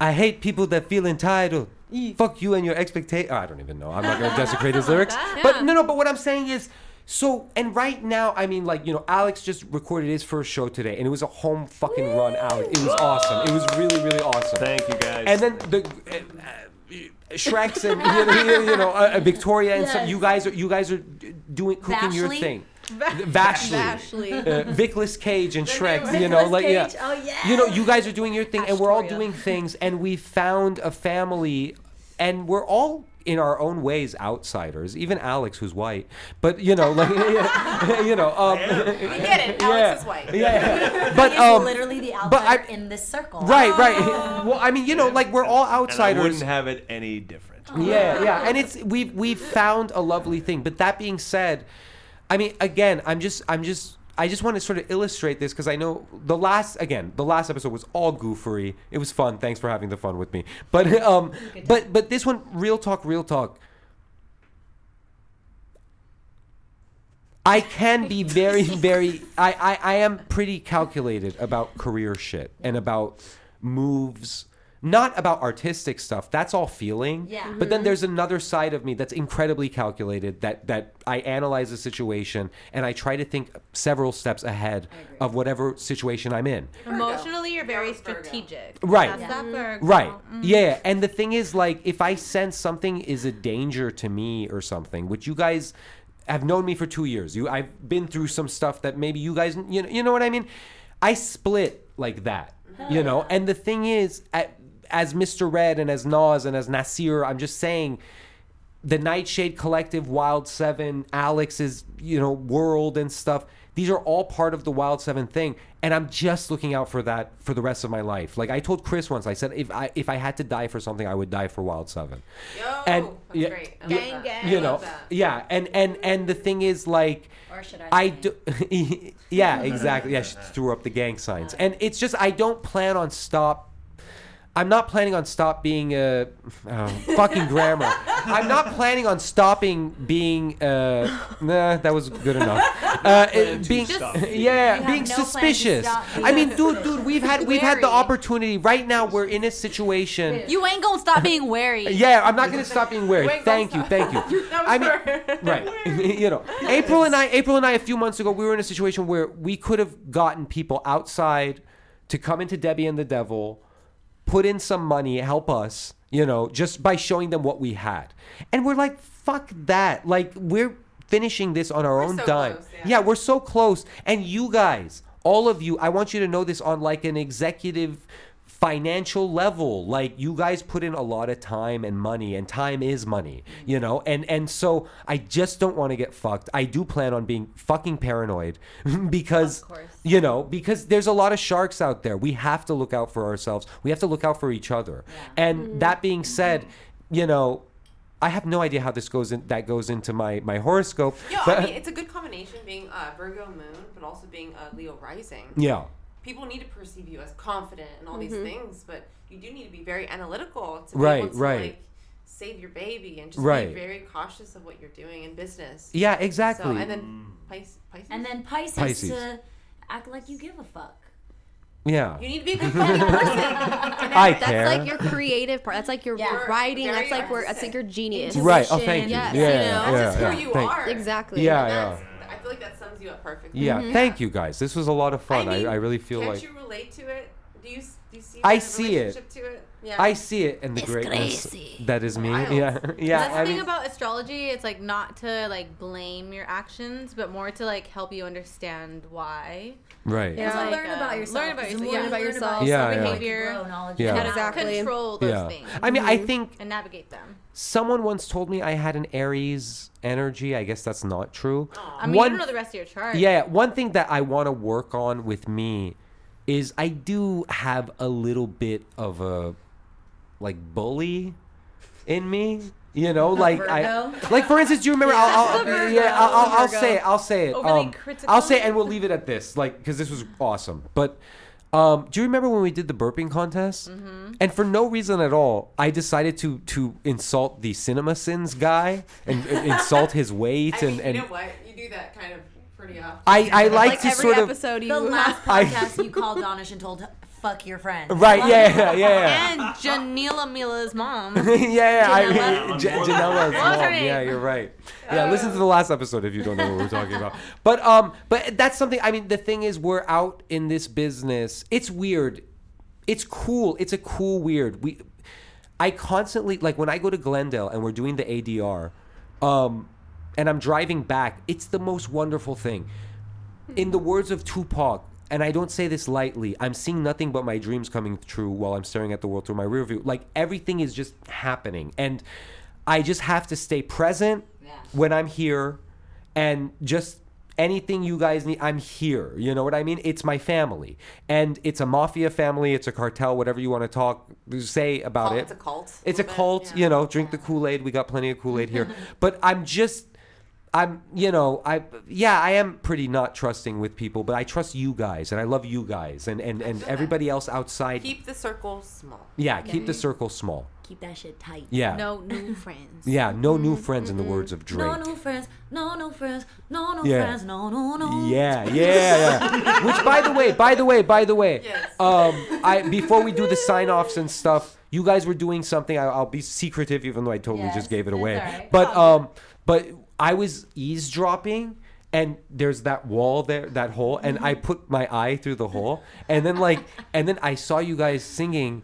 Speaker 1: "I hate people that feel entitled." Fuck you and your expectation. I don't even know. I'm not gonna desecrate his lyrics. But no, no. But what I'm saying is, so and right now, I mean, like you know, Alex just recorded his first show today, and it was a home fucking run, Alex. It was awesome. It was really, really awesome.
Speaker 2: Thank you guys.
Speaker 1: and then the uh, uh, Shreks and you know, you know, uh, uh, Victoria and stuff.
Speaker 5: Yes.
Speaker 1: You guys are you guys are d- doing cooking your
Speaker 5: Vashley?
Speaker 1: thing. Vashly,
Speaker 4: Ashley.
Speaker 1: uh, Nicolas Cage and Shrek, you know, like yeah.
Speaker 5: Oh yeah.
Speaker 1: You know, you guys are doing your thing, and we're all
Speaker 6: Astoria.
Speaker 1: doing things, and we found a family, and we're all in our own ways outsiders. Even Alex, who's white, but you know, like you know, um,
Speaker 8: We get it. Alex
Speaker 1: yeah,
Speaker 8: is white.
Speaker 1: yeah. But
Speaker 5: He is
Speaker 1: um,
Speaker 5: literally the outsider
Speaker 1: but I-
Speaker 5: in this circle.
Speaker 1: right, right. Well, I mean, you know, like we're all
Speaker 2: And I
Speaker 1: outsiders.
Speaker 2: wouldn't have it any different.
Speaker 1: Yeah, yeah. And it's we've we've found a lovely thing. But that being said, I mean, again, I'm just I'm just I just want to sort of illustrate this because I know the last again, the last episode was all goofery. It was fun. Thanks for having the fun with me. But um but but this one, real talk, real talk. I can be very, very. I, I, I am pretty calculated about career shit and about moves. Not about artistic stuff. That's all feeling.
Speaker 5: Yeah.
Speaker 1: But then there's another side of me that's incredibly calculated. That that I analyze the situation and I try to think several steps ahead of whatever situation I'm in.
Speaker 6: Emotionally, you're very strategic.
Speaker 1: Right.
Speaker 6: That's that Virgo.
Speaker 1: Right. Yeah. And the thing is, like, if I sense something is a danger to me or something, which you guys have known me for two years, you I've been through some stuff that maybe you guys, you know, you know what I mean. I split like that, you know. And the thing is, at, as Mr. Red and as Nas and as Nasir, I'm just saying the Nightshade Collective, Wild Seven, Alex's, you know, World and stuff. These are all part of the Wild Seven thing, and I'm just looking out for that for the rest of my life. Like I told Chris once, I said if I if I had to die for something, I would die for Wild Seven.
Speaker 8: Yo,
Speaker 1: And-
Speaker 8: that's
Speaker 1: yeah,
Speaker 8: great. I
Speaker 6: Gang,
Speaker 8: love that.
Speaker 6: gang.
Speaker 1: you
Speaker 8: I
Speaker 1: know,
Speaker 8: love that.
Speaker 1: yeah, and and and the thing is like.
Speaker 5: Or should I?
Speaker 1: I
Speaker 5: say?
Speaker 1: do, yeah, exactly. Yeah, she threw up the gang signs, and it's just I don't plan on stop. I'm not planning on stop being a oh, fucking grammar. I'm not planning on stopping being. Uh, nah, that was good enough. Uh, it-
Speaker 2: to
Speaker 1: being
Speaker 2: stop.
Speaker 1: yeah,
Speaker 5: You have
Speaker 1: being
Speaker 5: no plan to
Speaker 1: suspicious.
Speaker 5: stop being
Speaker 1: I mean, dude, dude, we've had we've had the
Speaker 6: Wary.
Speaker 1: opportunity. Right now, we're in a situation.
Speaker 6: You ain't gonna stop being wary.
Speaker 1: Yeah, I'm not gonna stop being weird.
Speaker 8: Wait,
Speaker 1: thank you,
Speaker 8: don't
Speaker 1: thank you. I mean, right? you know, April and I, April and I, a few months ago, we were in a situation where we could have gotten people outside to come into Debbie and the Devil, put in some money, help us, you know, just by showing them what we had. And we're like, fuck that. Like, we're finishing this on our own
Speaker 8: so
Speaker 1: dime.
Speaker 8: close,
Speaker 1: yeah.
Speaker 8: yeah.
Speaker 1: we're so close. And you guys, all of you, I want you to know this on like an executive financial level like you guys put in a lot of time and money and time is money you know and and so i just don't want to get fucked i do plan on being fucking paranoid because you know because there's a lot of sharks out there we have to look out for ourselves we have to look out for each other and
Speaker 8: Mm-hmm.
Speaker 1: that being said you know I have no idea how this goes in. That goes into my my horoscope.
Speaker 8: Yo,
Speaker 1: but-
Speaker 8: I mean, it's a good combination being uh, Virgo moon, but also being uh, Leo rising.
Speaker 1: yeah,
Speaker 8: People need to perceive you as confident and all these things, but you do need to be very analytical to be
Speaker 1: Mm-hmm. Right,
Speaker 8: able to,
Speaker 1: right.
Speaker 8: like, save your baby and just
Speaker 1: Right.
Speaker 8: be very cautious of what you're doing in business.
Speaker 1: yeah, exactly.
Speaker 8: So, and then Pis- Pisces.
Speaker 5: And then Pisces,
Speaker 1: Pisces.
Speaker 5: to act like you give a fuck.
Speaker 1: yeah,
Speaker 8: you need to be a good fucking person. And
Speaker 1: I
Speaker 4: That's
Speaker 1: care.
Speaker 4: like your creative part. That's like your
Speaker 5: Yeah.
Speaker 4: writing.
Speaker 8: Very
Speaker 4: That's like where that's
Speaker 8: artistic.
Speaker 4: like your genius.
Speaker 1: right. Oh, thank you.
Speaker 4: Yes,
Speaker 1: yeah,
Speaker 4: you know,
Speaker 1: yeah,
Speaker 8: that's just
Speaker 1: yeah,
Speaker 8: who you
Speaker 1: thank-
Speaker 8: are.
Speaker 4: Exactly.
Speaker 1: Yeah, yeah,
Speaker 8: That's, I feel like that sums you up perfectly.
Speaker 1: yeah.
Speaker 5: Mm-hmm.
Speaker 6: Mm-hmm.
Speaker 1: Thank you guys. This was a lot of fun. I,
Speaker 8: mean,
Speaker 1: I, really feel
Speaker 8: can't
Speaker 1: like
Speaker 8: you relate to it? Do you s- do you see?
Speaker 1: I
Speaker 8: that
Speaker 1: see it.
Speaker 8: relationship To it? Yeah.
Speaker 1: I see it in the greatness that is me.
Speaker 8: Wild.
Speaker 1: Yeah, yeah.
Speaker 6: That's
Speaker 1: I
Speaker 6: the thing
Speaker 1: mean,
Speaker 6: about astrology. It's like not to like blame your actions, but more to like help you understand why.
Speaker 1: right.
Speaker 4: Yeah.
Speaker 5: So
Speaker 6: Like,
Speaker 5: learn about
Speaker 6: um,
Speaker 5: yourself.
Speaker 6: learn about
Speaker 5: 'cause the
Speaker 6: yourself,
Speaker 5: more
Speaker 6: yeah.
Speaker 5: you
Speaker 6: Learn about
Speaker 4: yourself,
Speaker 1: Yeah,
Speaker 5: the more
Speaker 1: yeah.
Speaker 5: you
Speaker 6: behavior.
Speaker 5: grow, knowledge
Speaker 1: Yeah.
Speaker 5: you
Speaker 1: How
Speaker 5: have.
Speaker 1: does
Speaker 4: Exactly.
Speaker 6: Control those
Speaker 1: Yeah.
Speaker 6: things Mm-hmm.
Speaker 1: I mean, I think
Speaker 6: and navigate them.
Speaker 1: someone once told me I had an Aries energy. I guess that's not true.
Speaker 6: I mean, you don't know the rest of your chart.
Speaker 1: Yeah, one thing that I want to work on with me is I do have a little bit of a like bully in me. You know, like I,
Speaker 5: Virgo?
Speaker 1: like for instance, do you remember? I'll, I'll, yeah, I'll, I'll, I'll say it. I'll say it.
Speaker 6: Overly
Speaker 1: Um,
Speaker 6: critical?
Speaker 1: I'll say, it and we'll leave it at this, like because this was awesome. But um, do you remember when we did the burping contest? And for no reason at all, I decided to to insult the Cinema Sins guy and, and insult his weight
Speaker 8: I mean,
Speaker 1: and and
Speaker 8: you know what? You do that kind of pretty often.
Speaker 1: I I like,
Speaker 4: Like
Speaker 1: to
Speaker 4: every
Speaker 1: sort of
Speaker 4: episode
Speaker 5: The
Speaker 4: you
Speaker 5: last
Speaker 1: I-
Speaker 5: podcast you called Donish and told, fuck your friend.
Speaker 1: Right, yeah, yeah, yeah.
Speaker 6: And Janila Mila's mom.
Speaker 1: yeah, yeah. I
Speaker 6: Janela.
Speaker 1: mean, J- Janela's
Speaker 6: What was her
Speaker 1: mom. Yeah,
Speaker 6: name?
Speaker 1: you're right. Yeah, listen to the last episode if you don't know what we're talking about. But um, but that's something. I mean, the thing is, we're out in this business. It's weird. It's cool. It's a cool weird. We, I constantly like when I go to Glendale and we're doing the ADR, um, and I'm driving back. It's the most wonderful thing. In the words of Tupac, and I don't say this lightly, I'm seeing nothing but my dreams coming true while I'm staring at the world through my rear view. Like everything is just happening. And I just have to stay present when I'm here and just anything you guys need i'm here you know what i mean it's my family and it's a mafia family it's a cartel whatever you want to talk say about
Speaker 8: Cult-
Speaker 1: it
Speaker 8: Oh, it's a cult a
Speaker 1: it's a
Speaker 8: little bit,
Speaker 1: cult
Speaker 8: yeah.
Speaker 1: you know drink the kool-aid we got plenty of kool-aid here but i'm just i'm you know i yeah i am pretty not trusting with people but i trust you guys and i love you guys and and, and everybody else outside
Speaker 8: Keep the circle small.
Speaker 1: yeah keep the circle small
Speaker 5: Keep that shit tight.
Speaker 1: yeah
Speaker 6: No new friends.
Speaker 1: yeah no new friends in the words of drake
Speaker 5: No new friends, no new friends, no new
Speaker 1: Yeah.
Speaker 5: friends, no no no.
Speaker 1: Yeah, yeah, yeah. Which, by the way, by the way, by the way, um, I before we do the sign offs and stuff, you guys were doing something. I, I'll be secretive, even though I totally
Speaker 5: Yes,
Speaker 1: just gave it
Speaker 5: it's
Speaker 1: away.
Speaker 5: all right.
Speaker 1: But um, but I was eavesdropping. And there's that wall there, that hole, and I
Speaker 5: Mm-hmm.
Speaker 1: put my eye through the hole, and then like, and then I saw you guys singing,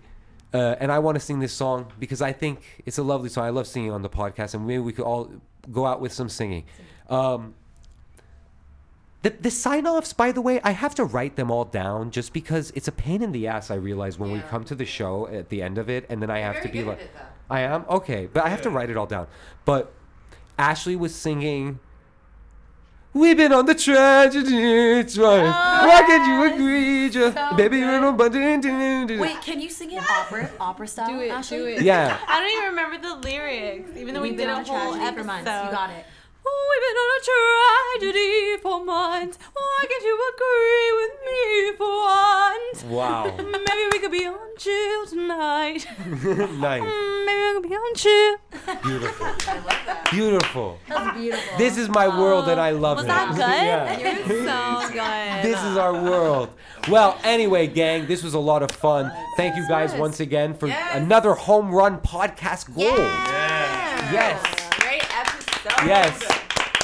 Speaker 1: uh, and I want to sing this song because I think it's a lovely song. I love singing on the podcast, and maybe we could all go out with some singing. Um, the, the sign offs, by the way, I have to write them all down just because it's a pain in the ass. I realize when we come to the show at the end of it, and then I have
Speaker 8: very
Speaker 1: to be
Speaker 8: good
Speaker 1: like,
Speaker 8: at it, though.
Speaker 1: I am okay, but I have to write it all down. But Ashley was singing. We've been on the tragedy twice.
Speaker 8: Oh,
Speaker 1: Why can't you agree, just baby? We're on
Speaker 5: Wait, can you sing it opera opera style?
Speaker 4: Do it,
Speaker 5: Ashley?
Speaker 4: do it.
Speaker 1: Yeah,
Speaker 6: I don't even remember the lyrics, even though we
Speaker 5: We've
Speaker 6: did
Speaker 5: been
Speaker 6: a
Speaker 5: on a
Speaker 6: whole
Speaker 5: tragedy
Speaker 6: episode.
Speaker 5: for months. You got it.
Speaker 6: Oh, we've been on a tragedy for months. Why can't you agree with me for
Speaker 1: Wow.
Speaker 6: once? Maybe we could be on chill tonight. Mm,
Speaker 1: nice,
Speaker 6: Maybe we could be on chill.
Speaker 1: beautiful, beautiful.
Speaker 5: That's beautiful.
Speaker 1: This is my world, and I love
Speaker 6: Was
Speaker 1: it.
Speaker 6: that
Speaker 1: Yeah.
Speaker 6: good? You're so good.
Speaker 1: This is our world. Well, anyway, gang, this was a lot of fun. Thank you guys once again for another home run podcast goal.
Speaker 2: Yeah.
Speaker 1: Yes.
Speaker 8: Great episode.
Speaker 1: Yes.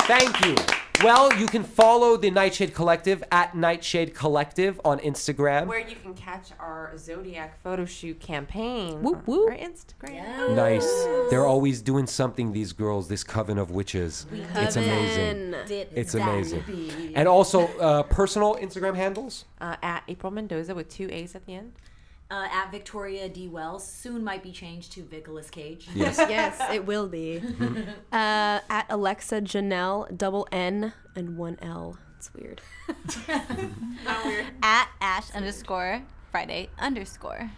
Speaker 1: Thank you. as well, you can follow the Nightshade Collective at Nightshade Collective on Instagram.
Speaker 8: Where you can catch our Zodiac photo shoot campaign
Speaker 4: Whoop,
Speaker 8: on
Speaker 4: whoop.
Speaker 8: our Instagram.
Speaker 1: Nice. They're always doing something, these girls, this coven of witches. It's amazing.
Speaker 5: Did
Speaker 1: It's
Speaker 5: that
Speaker 1: amazing.
Speaker 5: be-
Speaker 1: And also, uh, personal Instagram handles.
Speaker 8: Uh, at April Mendoza with two A's at the end.
Speaker 5: uh, at Victoria D. Wells soon might be changed to Nicolas Cage.
Speaker 1: Yes.
Speaker 4: yes, it will be. uh, at Alexa Janelle, double N and one L. It's weird.
Speaker 6: At Ash underscore Friday underscore.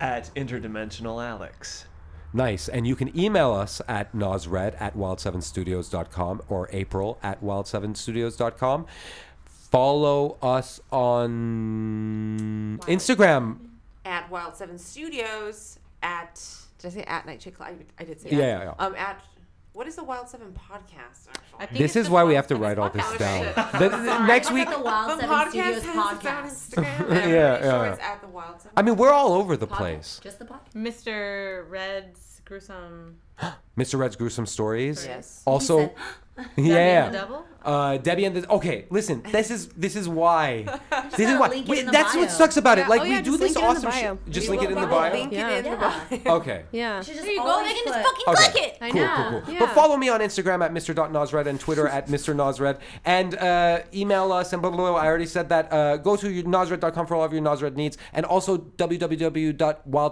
Speaker 2: At Interdimensional Alex.
Speaker 1: Nice. And you can email us at nosred at wild7studios.com or april at wild7studios.com. Follow us on Instagram.
Speaker 8: At Wild Seven Studios. At did I say at Nightshade? Cl- I, I did say
Speaker 1: Yeah,
Speaker 8: that.
Speaker 1: yeah, yeah.
Speaker 8: Um, at what is the Wild Seven podcast? Actually?
Speaker 6: think
Speaker 1: This
Speaker 6: it's
Speaker 1: is
Speaker 6: the
Speaker 1: why we
Speaker 6: font
Speaker 1: have to
Speaker 6: and
Speaker 1: write
Speaker 6: it's
Speaker 1: all this
Speaker 8: podcast.
Speaker 1: down.
Speaker 8: Oh,
Speaker 1: The- next week,
Speaker 5: It's like the Wild
Speaker 8: the
Speaker 5: Seven
Speaker 8: podcast
Speaker 5: Studios
Speaker 8: has its own
Speaker 5: podcast.
Speaker 8: Instagram. and I'm
Speaker 1: Yeah,
Speaker 8: pretty sure
Speaker 1: yeah.
Speaker 8: it's at the Wild Seven.
Speaker 1: I mean, we're all over the place.
Speaker 5: Just the podcast.
Speaker 9: Mr. Red's gruesome
Speaker 1: Mr. Red's gruesome stories.
Speaker 8: Yes.
Speaker 1: Also,
Speaker 9: Double
Speaker 1: yeah.
Speaker 9: double.
Speaker 1: Uh, Debbie and the okay. Listen, this is this is why. This is
Speaker 5: gotta
Speaker 1: why.
Speaker 5: link it
Speaker 1: Wait,
Speaker 5: in the
Speaker 1: that's what
Speaker 5: bio.
Speaker 1: sucks about it. Like
Speaker 4: Oh,
Speaker 1: we
Speaker 4: yeah,
Speaker 1: do
Speaker 4: just
Speaker 1: this
Speaker 4: link it in the
Speaker 1: awesome
Speaker 4: bio.
Speaker 1: shit. Just
Speaker 8: We
Speaker 1: link it in
Speaker 8: will
Speaker 1: the
Speaker 8: probably
Speaker 1: bio.
Speaker 8: Link it in
Speaker 5: Yeah.
Speaker 8: the bio.
Speaker 1: Okay.
Speaker 4: Yeah.
Speaker 5: Should just
Speaker 6: There you go.
Speaker 5: always
Speaker 6: They can just
Speaker 5: put-
Speaker 6: fucking
Speaker 1: Okay.
Speaker 6: click it.
Speaker 4: I
Speaker 1: Cool,
Speaker 4: know.
Speaker 1: cool, cool.
Speaker 4: Yeah.
Speaker 1: But follow me on Instagram at Mr. Nosred and Twitter at Mr. Nosred and uh, email us and blah, blah, blah. I already said that. Uh, go to your nosred.com for all of your Nosred needs and also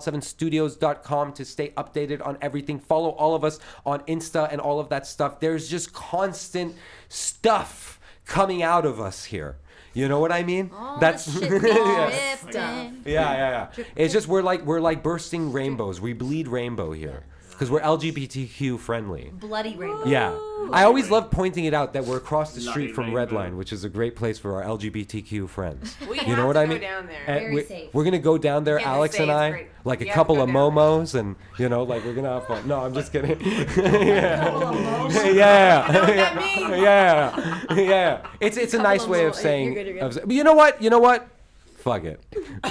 Speaker 1: www.wild7studios.com to stay updated on everything. Follow all of us on Insta and all of that stuff. There's just constant stuff coming out of us here. You know what I mean? That's yeah. Yeah, yeah, yeah. It's just we're like we're like bursting rainbows. We bleed rainbow here because we're LGBTQ friendly.
Speaker 5: Bloody Rainbow.
Speaker 1: Yeah. I always love pointing it out that we're across the
Speaker 2: Bloody
Speaker 1: street from
Speaker 2: rainbow.
Speaker 1: Redline, which is a great place for our LGBTQ friends.
Speaker 8: We
Speaker 1: You
Speaker 8: have
Speaker 1: know what
Speaker 8: to
Speaker 1: I
Speaker 8: go
Speaker 1: mean? Eh,
Speaker 8: down there.
Speaker 1: And
Speaker 5: Very
Speaker 1: we,
Speaker 5: safe.
Speaker 1: We're gonna go down there,
Speaker 8: Yeah, they
Speaker 1: Alex
Speaker 8: say
Speaker 1: and
Speaker 8: it's
Speaker 1: I,
Speaker 8: great.
Speaker 1: like
Speaker 8: You
Speaker 1: a
Speaker 8: have to
Speaker 1: couple
Speaker 8: go
Speaker 1: of
Speaker 8: down there.
Speaker 1: momos, and you know, like we're gonna have fun. No, I'm just kidding. yeah, yeah, yeah,
Speaker 8: what that means.
Speaker 1: yeah, yeah, yeah. It's it's a nice way of saying. of s- but you know what? You know what? Fuck it.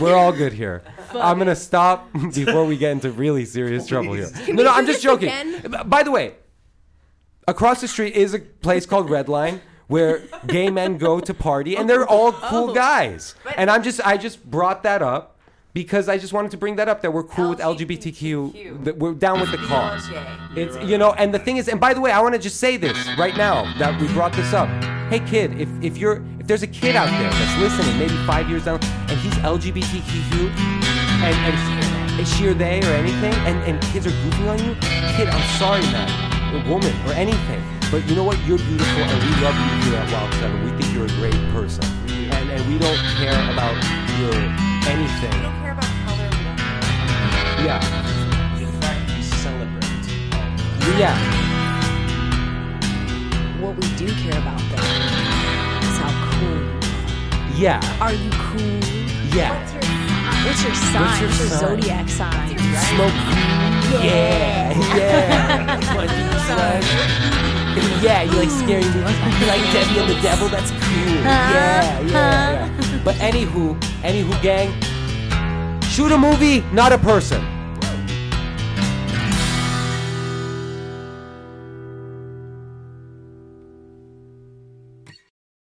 Speaker 1: We're all good here. I'm gonna stop before we get into really serious trouble here. No, no, I'm just joking. B- By the way, across the street is a place called Red Line where gay men go to party and they're all cool guys. and I'm just I just brought that up because I just wanted to bring that up that we're cool with LGBTQ. That we're down with the cause. It's you know, and the thing is, and by the way, I want to just say this right now that we brought this up. Hey kid, if if you're if there's a kid out there that's listening, maybe five years down, and he's LGBTQ, and and is she or they or anything, and and kids are goofing on you, kid, I'm sorry, man, or woman or anything, but you know what? You're beautiful, and we love you here at Wild Seven. We think you're a great person, and and we don't care about your
Speaker 8: We
Speaker 1: anything.
Speaker 8: don't care about color. We don't care.
Speaker 1: Yeah,
Speaker 2: In fact, we celebrate all of us.
Speaker 1: yeah,
Speaker 7: What we do care about though is how cool.
Speaker 1: yeah,
Speaker 7: Are you cool?
Speaker 1: yeah.
Speaker 7: What's your sign?
Speaker 1: What's your sign?
Speaker 7: zodiac sign?
Speaker 1: Smoke. Yeah, yeah. Like, yeah, you like scary movies. You like Debbie and the Devil. That's cool. Yeah, yeah, yeah. But anywho, anywho, gang, shoot a movie, not a person.